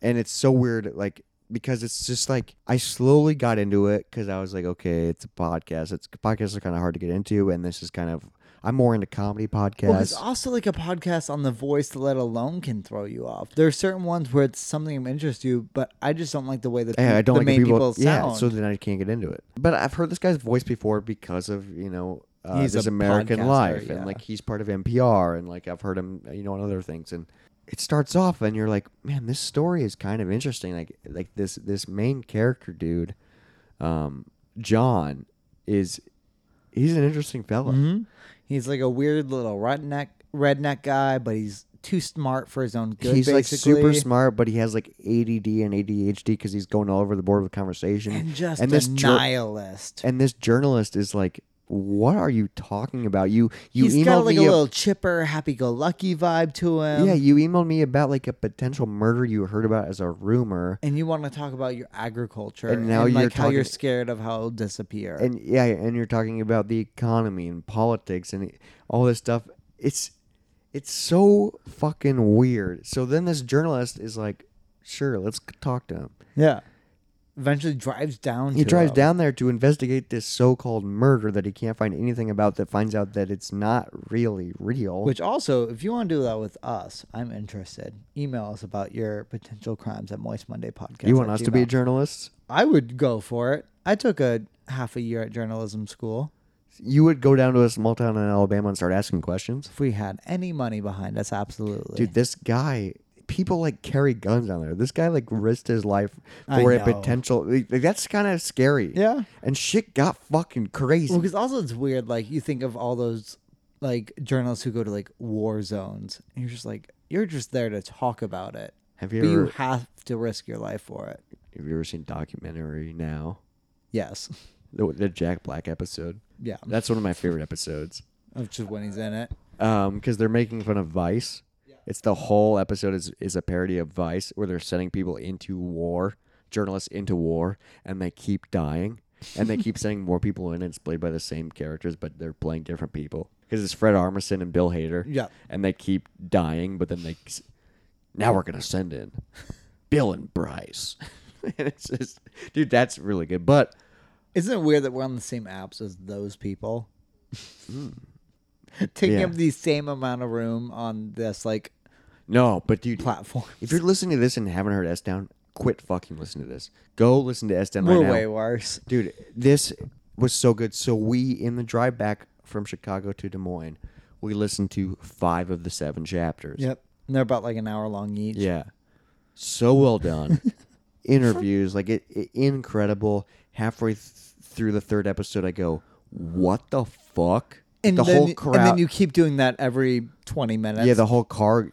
Speaker 3: and it's so weird, like because it's just like I slowly got into it because I was like, okay, it's a podcast. It's podcasts are kind of hard to get into, and this is kind of I'm more into comedy podcasts.
Speaker 2: Well, it's also like a podcast on The Voice, let alone can throw you off. There are certain ones where it's something that interests you, but I just don't like the way that
Speaker 3: Yeah, I don't
Speaker 2: the
Speaker 3: like
Speaker 2: main
Speaker 3: the people.
Speaker 2: sound.
Speaker 3: Yeah, so then I can't get into it. But I've heard this guy's voice before because of you know uh,
Speaker 2: He's
Speaker 3: this
Speaker 2: a
Speaker 3: American
Speaker 2: podcaster,
Speaker 3: Life,
Speaker 2: yeah.
Speaker 3: and like he's part of NPR, and like I've heard him you know on other things, and it starts off and you're like, man, this story is kind of interesting. Like like this this main character dude, um, John, is he's an interesting fella.
Speaker 2: Mm-hmm. he's like a weird little redneck redneck guy, but he's too smart for his own good.
Speaker 3: He's like
Speaker 2: basically.
Speaker 3: super smart, but he has like ADD and ADHD because he's going all over the board with conversation.
Speaker 2: and just
Speaker 3: this
Speaker 2: a
Speaker 3: jour-
Speaker 2: nihilist.
Speaker 3: and this journalist is like what are you talking about you you
Speaker 2: he's
Speaker 3: emailed
Speaker 2: got like
Speaker 3: me
Speaker 2: a little chipper, happy-go-lucky vibe to him.
Speaker 3: yeah you emailed me about like a potential murder you heard about as a rumor
Speaker 2: and you want to talk about your agriculture
Speaker 3: And
Speaker 2: and,
Speaker 3: now you're
Speaker 2: like how you're
Speaker 3: talking-
Speaker 2: scared of how it'll disappear.
Speaker 3: and yeah and you're talking about the economy and politics and all this stuff it's It's so fucking weird. So then this journalist is like, sure, let's talk to him.
Speaker 2: Yeah. Eventually drives down.
Speaker 3: He
Speaker 2: to
Speaker 3: drives
Speaker 2: him.
Speaker 3: down there to investigate this so called murder that he can't find anything about that finds out that it's not really real.
Speaker 2: Which also, if you want to do that with us, I'm interested. Email us about your potential crimes at Moist Monday Podcast.
Speaker 3: you want
Speaker 2: at
Speaker 3: us to be
Speaker 2: gmail.
Speaker 3: journalists?
Speaker 2: I would go for it. I took a half a year at journalism school.
Speaker 3: You would go down to a small town in Alabama and start asking questions?
Speaker 2: If we had any money behind us, absolutely.
Speaker 3: Dude, this guy, people like carry guns down there. This guy like risked his life
Speaker 2: I
Speaker 3: for a
Speaker 2: know.
Speaker 3: potential. Like, that's kind of scary.
Speaker 2: Yeah.
Speaker 3: And shit got fucking crazy.
Speaker 2: Well, because also it's weird. Like you think of all those like journalists who go to like war zones, and you're just like you're just there to talk about it,
Speaker 3: have
Speaker 2: but
Speaker 3: you
Speaker 2: you
Speaker 3: ever
Speaker 2: have to risk your life for it.
Speaker 3: have you ever seen documentary now?
Speaker 2: Yes. *laughs*
Speaker 3: The, the Jack Black episode.
Speaker 2: Yeah.
Speaker 3: That's one of my favorite episodes.
Speaker 2: Of just when he's in it.
Speaker 3: Um, because they're making fun of Vice. It's the whole episode is is a parody of Vice where they're sending people into war, journalists into war, and they keep dying. And they keep sending more people in, and it's played by the same characters, but they're playing different people. Because it's Fred Armisen and Bill Hader.
Speaker 2: Yeah.
Speaker 3: And they keep dying, but then they. s- Now we're going to send in Bill and Bryce. *laughs* and it's just. Dude, that's really good. But
Speaker 2: Isn't it weird that we're on the same apps as those people? *laughs* Taking
Speaker 3: Hmm. Yeah.
Speaker 2: up the same amount of room on this like
Speaker 3: no, but dude,
Speaker 2: platform.
Speaker 3: If you're listening to this and haven't heard S Down, quit fucking listening to this. Go listen to S Down right
Speaker 2: We're
Speaker 3: now.
Speaker 2: way worse.
Speaker 3: Dude, this was so good. So we in the drive back from Chicago to Des Moines, we listened to five of the seven chapters.
Speaker 2: Yep. And they're about like an hour long each.
Speaker 3: Yeah. So
Speaker 2: *laughs*
Speaker 3: well done. Interviews, like it, it incredible. Halfway th- through the third episode, I go, "What the fuck?"
Speaker 2: And
Speaker 3: the
Speaker 2: then,
Speaker 3: whole crowd.
Speaker 2: And then you keep doing that every twenty minutes.
Speaker 3: Yeah, the whole car.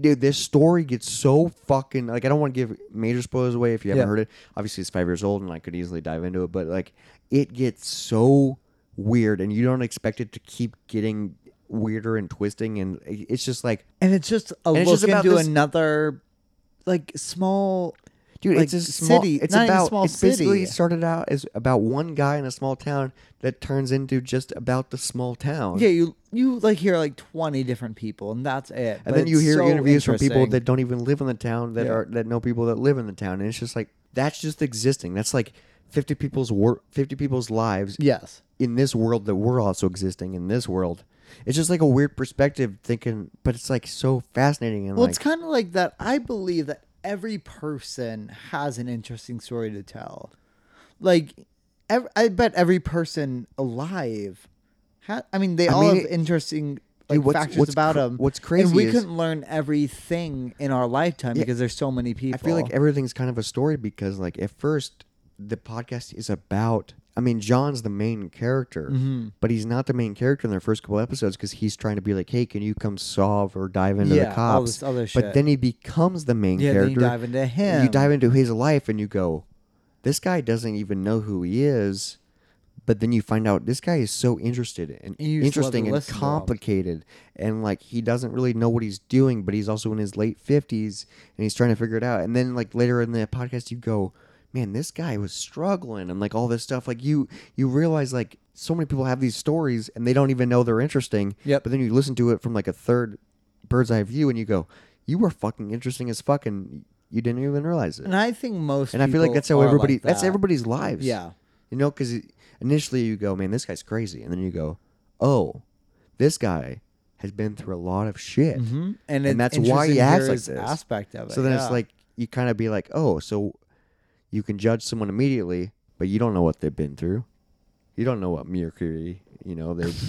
Speaker 3: Dude, this story gets so fucking like I don't want to give major spoilers away if you haven't
Speaker 2: Yeah.
Speaker 3: heard it. Obviously, it's five years old, and I could easily dive into it, but like it gets so weird, and you don't expect it to keep getting weirder and twisting, and it- it's just like,
Speaker 2: And it's just a look
Speaker 3: it's just about
Speaker 2: into
Speaker 3: this-
Speaker 2: another, like small.
Speaker 3: dude,
Speaker 2: like,
Speaker 3: it's a small,
Speaker 2: city.
Speaker 3: It's
Speaker 2: not even
Speaker 3: about
Speaker 2: a small
Speaker 3: it's
Speaker 2: city.
Speaker 3: basically started out as about one guy in a small town that turns into just about the small town.
Speaker 2: yeah, you you like hear like twenty different people, and that's it.
Speaker 3: and then you hear interviews from people
Speaker 2: that.
Speaker 3: that don't even live in the town that
Speaker 2: Yeah.
Speaker 3: are that know people that live in the town and it's just like that's just existing that's like 50 people's work 50 people's lives
Speaker 2: Yes.
Speaker 3: in this world that we're also existing in this world it's just like a weird perspective thinking but it's like so fascinating and
Speaker 2: Well,
Speaker 3: like
Speaker 2: it's kind of like that. I believe that every person has an interesting story to tell. Like, ev- I bet every person alive, ha- I mean, they all
Speaker 3: mean,
Speaker 2: have
Speaker 3: it-
Speaker 2: interesting like,
Speaker 3: what's-
Speaker 2: factors
Speaker 3: what's
Speaker 2: about
Speaker 3: cr-
Speaker 2: them.
Speaker 3: what's
Speaker 2: And
Speaker 3: crazy
Speaker 2: we
Speaker 3: is-
Speaker 2: couldn't learn everything in our lifetime because there's so many people.
Speaker 3: i feel like everything's kind of a story because like at first the podcast is about I mean, John's the main character, but he's not the main character in their first couple episodes because he's trying to be like, "Hey, can you come solve or dive into
Speaker 2: Yeah,
Speaker 3: the
Speaker 2: all
Speaker 3: cops?"
Speaker 2: this other
Speaker 3: But
Speaker 2: shit.
Speaker 3: then he becomes the main
Speaker 2: yeah, then
Speaker 3: character.
Speaker 2: you dive into him.
Speaker 3: You dive into his life and you go, this guy doesn't even know who he is. But then you find out this guy is so interested and
Speaker 2: And you just love to
Speaker 3: interesting and
Speaker 2: listen to him.
Speaker 3: complicated, and like he doesn't really know what he's doing, but he's also in his late fifties and he's trying to figure it out. And then like later in the podcast, you go, "Man, this guy was struggling," and like all this stuff. Like you, you realize like so many people have these stories and they don't even know they're interesting.
Speaker 2: Yep.
Speaker 3: But then you listen to it from like a third bird's eye view, and you go, "You were fucking interesting as fuck, and you didn't even realize it."
Speaker 2: and I think most.
Speaker 3: and I feel like
Speaker 2: people
Speaker 3: that's how
Speaker 2: are
Speaker 3: everybody
Speaker 2: like
Speaker 3: that's
Speaker 2: that.
Speaker 3: everybody's lives.
Speaker 2: Yeah.
Speaker 3: You know, because initially you go, man, this guy's crazy, and then you go, oh, this guy has been through a lot of shit,
Speaker 2: Mhm. And,
Speaker 3: and
Speaker 2: it's
Speaker 3: that's why
Speaker 2: interesting
Speaker 3: he
Speaker 2: to
Speaker 3: acts
Speaker 2: hear
Speaker 3: like
Speaker 2: his
Speaker 3: this.
Speaker 2: Aspect of it.
Speaker 3: so then
Speaker 2: yeah.
Speaker 3: it's like you kind of be like, oh, so you can judge someone immediately, but you don't know what they've been through. You don't know what mercury, you know, they've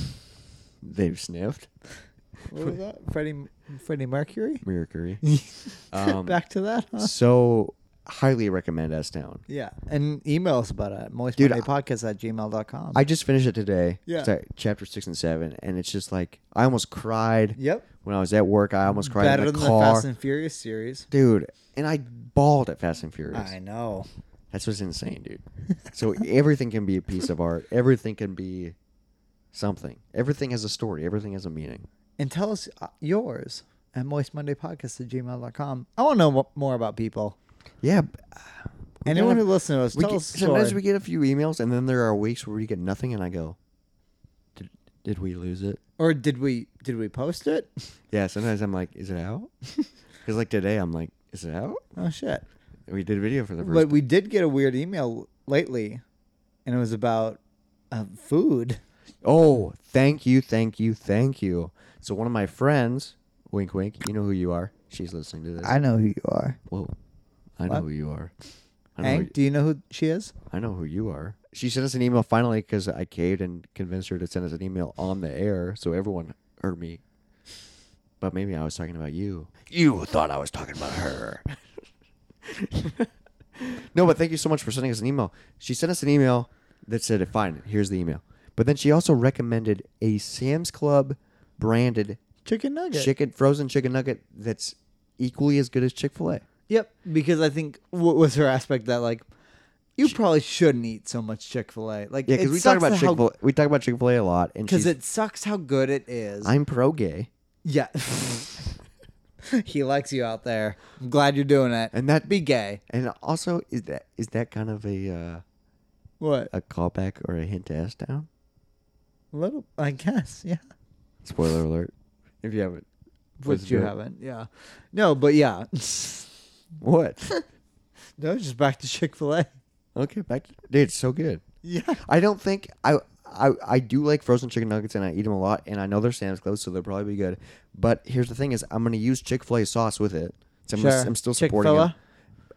Speaker 3: they've sniffed
Speaker 2: what was that? Freddie Freddie Mercury.
Speaker 3: mercury. Um,
Speaker 2: *laughs* Back to that. Huh?
Speaker 3: so highly recommend S Town.
Speaker 2: Yeah. And email us about it. Moist
Speaker 3: Dude,
Speaker 2: Monday Podcast at gmail.com.
Speaker 3: I just finished it today.
Speaker 2: Yeah.
Speaker 3: Sorry, chapter six and seven, and it's just like I almost cried.
Speaker 2: Yep.
Speaker 3: When I was at work, I almost cried
Speaker 2: Better
Speaker 3: in the
Speaker 2: than
Speaker 3: car,
Speaker 2: the Fast and Furious series.
Speaker 3: dude. And I bawled at Fast and Furious.
Speaker 2: I know.
Speaker 3: That's what's insane, dude. so everything can be a piece of art. Everything can be something. Everything has a story. Everything has a meaning.
Speaker 2: And tell us uh, yours at moist Monday Podcast at gmail.com. I want to know mo- more about people.
Speaker 3: Yeah. b-
Speaker 2: Anyone
Speaker 3: gotta-
Speaker 2: who listens to us,
Speaker 3: We
Speaker 2: tell
Speaker 3: get,
Speaker 2: us a story.
Speaker 3: sometimes we get a few emails, and then there are weeks where we get nothing, and I go, "Did, Did we lose it?
Speaker 2: Or did we did we post
Speaker 3: *laughs*
Speaker 2: it?
Speaker 3: Yeah, sometimes I'm like, is it out? *laughs* Because like today, I'm like, is it out?
Speaker 2: Oh shit.
Speaker 3: We did a video for the first.
Speaker 2: But we did get a weird email lately and it was about uh, food.
Speaker 3: Oh, thank you, thank you, thank you. So one of my friends, wink, wink, you know who you are. She's listening to this.
Speaker 2: know who you are.
Speaker 3: Whoa, I know who you are. I know, who
Speaker 2: Hank,
Speaker 3: you,
Speaker 2: do you know who she is?
Speaker 3: I know who you are. She sent us an email finally because I caved and convinced her to send us an email on the air, so everyone heard me. But maybe I was talking about you.
Speaker 1: You thought I was talking about her.
Speaker 3: *laughs* No, but thank you so much for sending us an email. She sent us an email that said, "Fine, here's the email." But then she also recommended a Sam's Club branded
Speaker 2: Chicken nugget.
Speaker 3: chicken frozen chicken nugget that's equally as good as Chick Fil A.
Speaker 2: Yep, because I think what was her aspect that like you probably shouldn't eat so much Chick Fil A. Like
Speaker 3: Yeah,
Speaker 2: it
Speaker 3: because we talk
Speaker 2: sucks
Speaker 3: about
Speaker 2: how-
Speaker 3: Chick Fil we talk about Chick Fil A a lot, and
Speaker 2: Because
Speaker 3: she's-
Speaker 2: it sucks how good it is.
Speaker 3: I'm pro gay,
Speaker 2: yeah. *laughs* he likes you out there. I'm glad you're doing it.
Speaker 3: and that
Speaker 2: be gay.
Speaker 3: and also is that is that kind of a uh,
Speaker 2: What?
Speaker 3: a callback or a hint to S down?
Speaker 2: A little, I guess. *laughs* Yeah.
Speaker 3: Spoiler alert! If you haven't,
Speaker 2: Which you
Speaker 3: good.
Speaker 2: haven't. Yeah. No, but yeah. *laughs*
Speaker 3: what?
Speaker 2: no, just back to Chick Fil A.
Speaker 3: okay, back to, dude, it's so good.
Speaker 2: *laughs* Yeah.
Speaker 3: I don't think I. I, I do like frozen chicken nuggets and I eat them a lot and I know they're Sam's Club so they'll probably be good. But here's the thing is I'm gonna use Chick Fil A sauce with it. So I'm,
Speaker 2: Sure.
Speaker 3: I'm still supporting
Speaker 2: Chick-fil-A?
Speaker 3: it.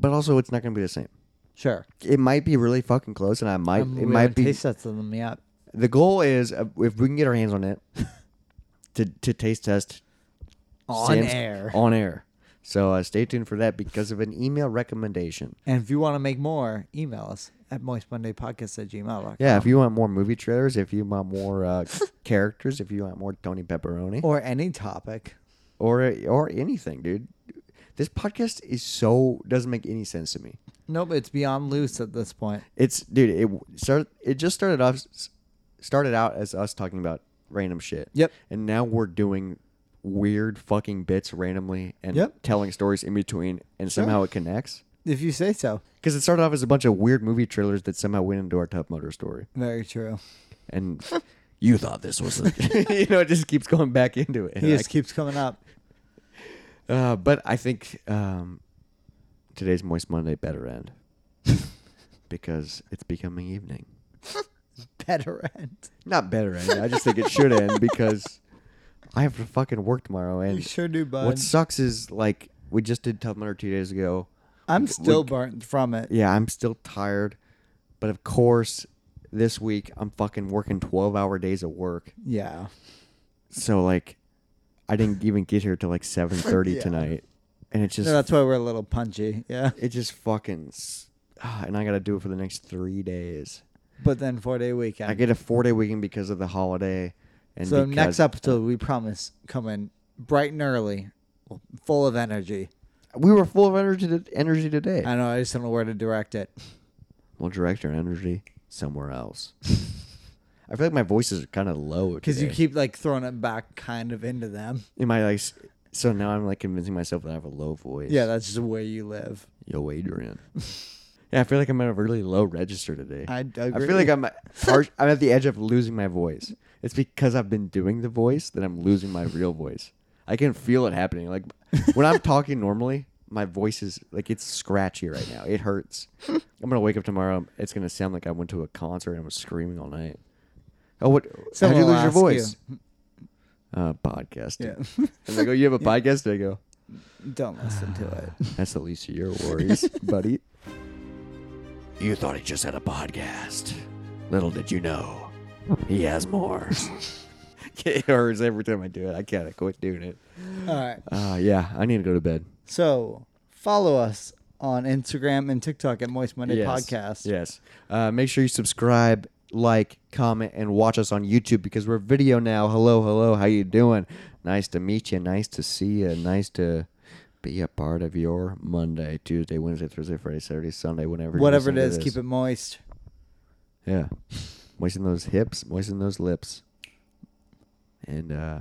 Speaker 3: But also it's not gonna be the same.
Speaker 2: Sure.
Speaker 3: it might be really fucking close, and I might
Speaker 2: Um, we
Speaker 3: it might
Speaker 2: haven't
Speaker 3: be.
Speaker 2: taste tests of them yet.
Speaker 3: The goal is uh, if we can get our hands on it *laughs* to to taste test
Speaker 2: On
Speaker 3: Sam's-
Speaker 2: air.
Speaker 3: on air. So uh, stay tuned for that because of an email recommendation.
Speaker 2: And if you want to make more, email us at moistmondaypodcast at gmail.com.
Speaker 3: Yeah, if you want more movie trailers, if you want
Speaker 2: *laughs*
Speaker 3: more uh, characters, if you want more Tony Pepperoni,
Speaker 2: Or any topic.
Speaker 3: or or anything, dude. This podcast is so doesn't make any sense to me.
Speaker 2: Nope, it's beyond loose at this point.
Speaker 3: It's dude. It w- start. It just started off. Started out as us talking about random shit.
Speaker 2: Yep.
Speaker 3: And now we're doing weird fucking bits randomly and
Speaker 2: Yep.
Speaker 3: telling stories in between, and somehow it connects.
Speaker 2: If you say so.
Speaker 3: Because it started off as a bunch of weird movie trailers that somehow went into our Tough Motor story,
Speaker 2: Very true.
Speaker 3: *laughs* and
Speaker 1: You thought this was a. *laughs*
Speaker 3: you know it just keeps going back into it. And
Speaker 2: He
Speaker 3: I
Speaker 2: just keeps coming
Speaker 3: *laughs*
Speaker 2: up.
Speaker 3: c- uh, but I think um, today's Moist Monday better end because it's becoming evening.
Speaker 2: Better end.
Speaker 3: Not better end. I just think it
Speaker 2: *laughs*
Speaker 3: should end because I have to fucking work tomorrow. And
Speaker 2: You sure do, bud.
Speaker 3: what sucks is like we just did Tough Mudder two days ago.
Speaker 2: I'm still burnt from it.
Speaker 3: Yeah, I'm still tired, but of course, this week I'm fucking working twelve hour days at work.
Speaker 2: Yeah.
Speaker 3: So like, I didn't even get here till like seven thirty
Speaker 2: *laughs* Yeah.
Speaker 3: tonight, and it just
Speaker 2: No, that's why we're a little punchy. Yeah.
Speaker 3: it just fucking. s- ah, And I gotta do it for the next three days.
Speaker 2: But then four day weekend.
Speaker 3: I get a four day weekend because of the holiday. And
Speaker 2: so
Speaker 3: because-
Speaker 2: next episode, we promise coming bright and early, full of energy.
Speaker 3: we were full of energy to, energy today.
Speaker 2: I know. I just don't know where to direct it.
Speaker 3: We'll direct our energy
Speaker 2: *laughs*
Speaker 3: somewhere else. I feel like my voice is kind of low
Speaker 2: Because you
Speaker 3: today.
Speaker 2: keep like throwing it back kind of into them.
Speaker 3: Am I like? s- So now I'm like convincing myself that I have a low voice.
Speaker 2: Yeah, that's just where you live.
Speaker 3: Yo, Adrian. *laughs* yeah, I feel like I'm at a really low register today.
Speaker 2: I d-
Speaker 3: I
Speaker 2: agree.
Speaker 3: feel like I'm *laughs* at- harsh, I'm at the edge of losing my voice. It's because I've been doing the voice that I'm losing my real voice. I can feel it happening. *laughs* Like when I'm talking normally, my voice is like it's scratchy right now. It hurts. I'm gonna wake up tomorrow. It's gonna sound like I went to a concert and was screaming all night. Oh, what?
Speaker 2: Someone
Speaker 3: how'd you
Speaker 2: will
Speaker 3: lose your
Speaker 2: ask you.
Speaker 3: voice? Uh, podcasting. And they go, "You *laughs* have a podcast?" And I go,
Speaker 2: *laughs* Don't listen to
Speaker 3: *sighs*
Speaker 2: it.
Speaker 3: "That's the least of your *laughs* worries, buddy."
Speaker 1: You thought he just had a podcast. Little did you know, he has
Speaker 3: *laughs*
Speaker 1: more.
Speaker 3: it hurts every time I do it. I gotta quit doing it.
Speaker 2: All right.
Speaker 3: Uh, yeah, I need to go to bed.
Speaker 2: So follow us on Instagram and TikTok at Moist Monday
Speaker 3: Yes.
Speaker 2: Podcast.
Speaker 3: Yes. Uh, make sure you subscribe, like, comment, and watch us on YouTube because we're video now. Hello, hello. How you doing? Nice to meet you. Nice to see you. Nice to be a part of your Monday, Tuesday, Wednesday, Thursday, Friday, Saturday, Sunday, whenever. you
Speaker 2: Whatever it
Speaker 3: listen
Speaker 2: is,
Speaker 3: to
Speaker 2: keep
Speaker 3: this.
Speaker 2: it moist.
Speaker 3: Yeah. Moisten those hips. Moisten those lips. And uh,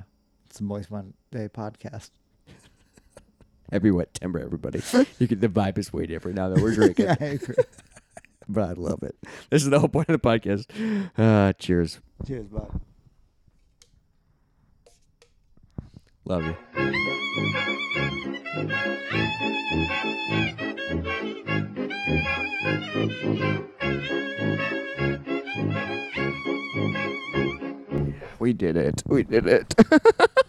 Speaker 2: It's the Moist Monday Podcast.
Speaker 3: every wet timber, everybody. you can, the vibe is way different now that
Speaker 2: *laughs*
Speaker 3: we're drinking.
Speaker 2: I
Speaker 3: *laughs*
Speaker 2: agree.
Speaker 3: but I love it. This is the whole point of the podcast. Uh, cheers.
Speaker 2: Cheers, bud.
Speaker 1: Love you. We did it. We did it.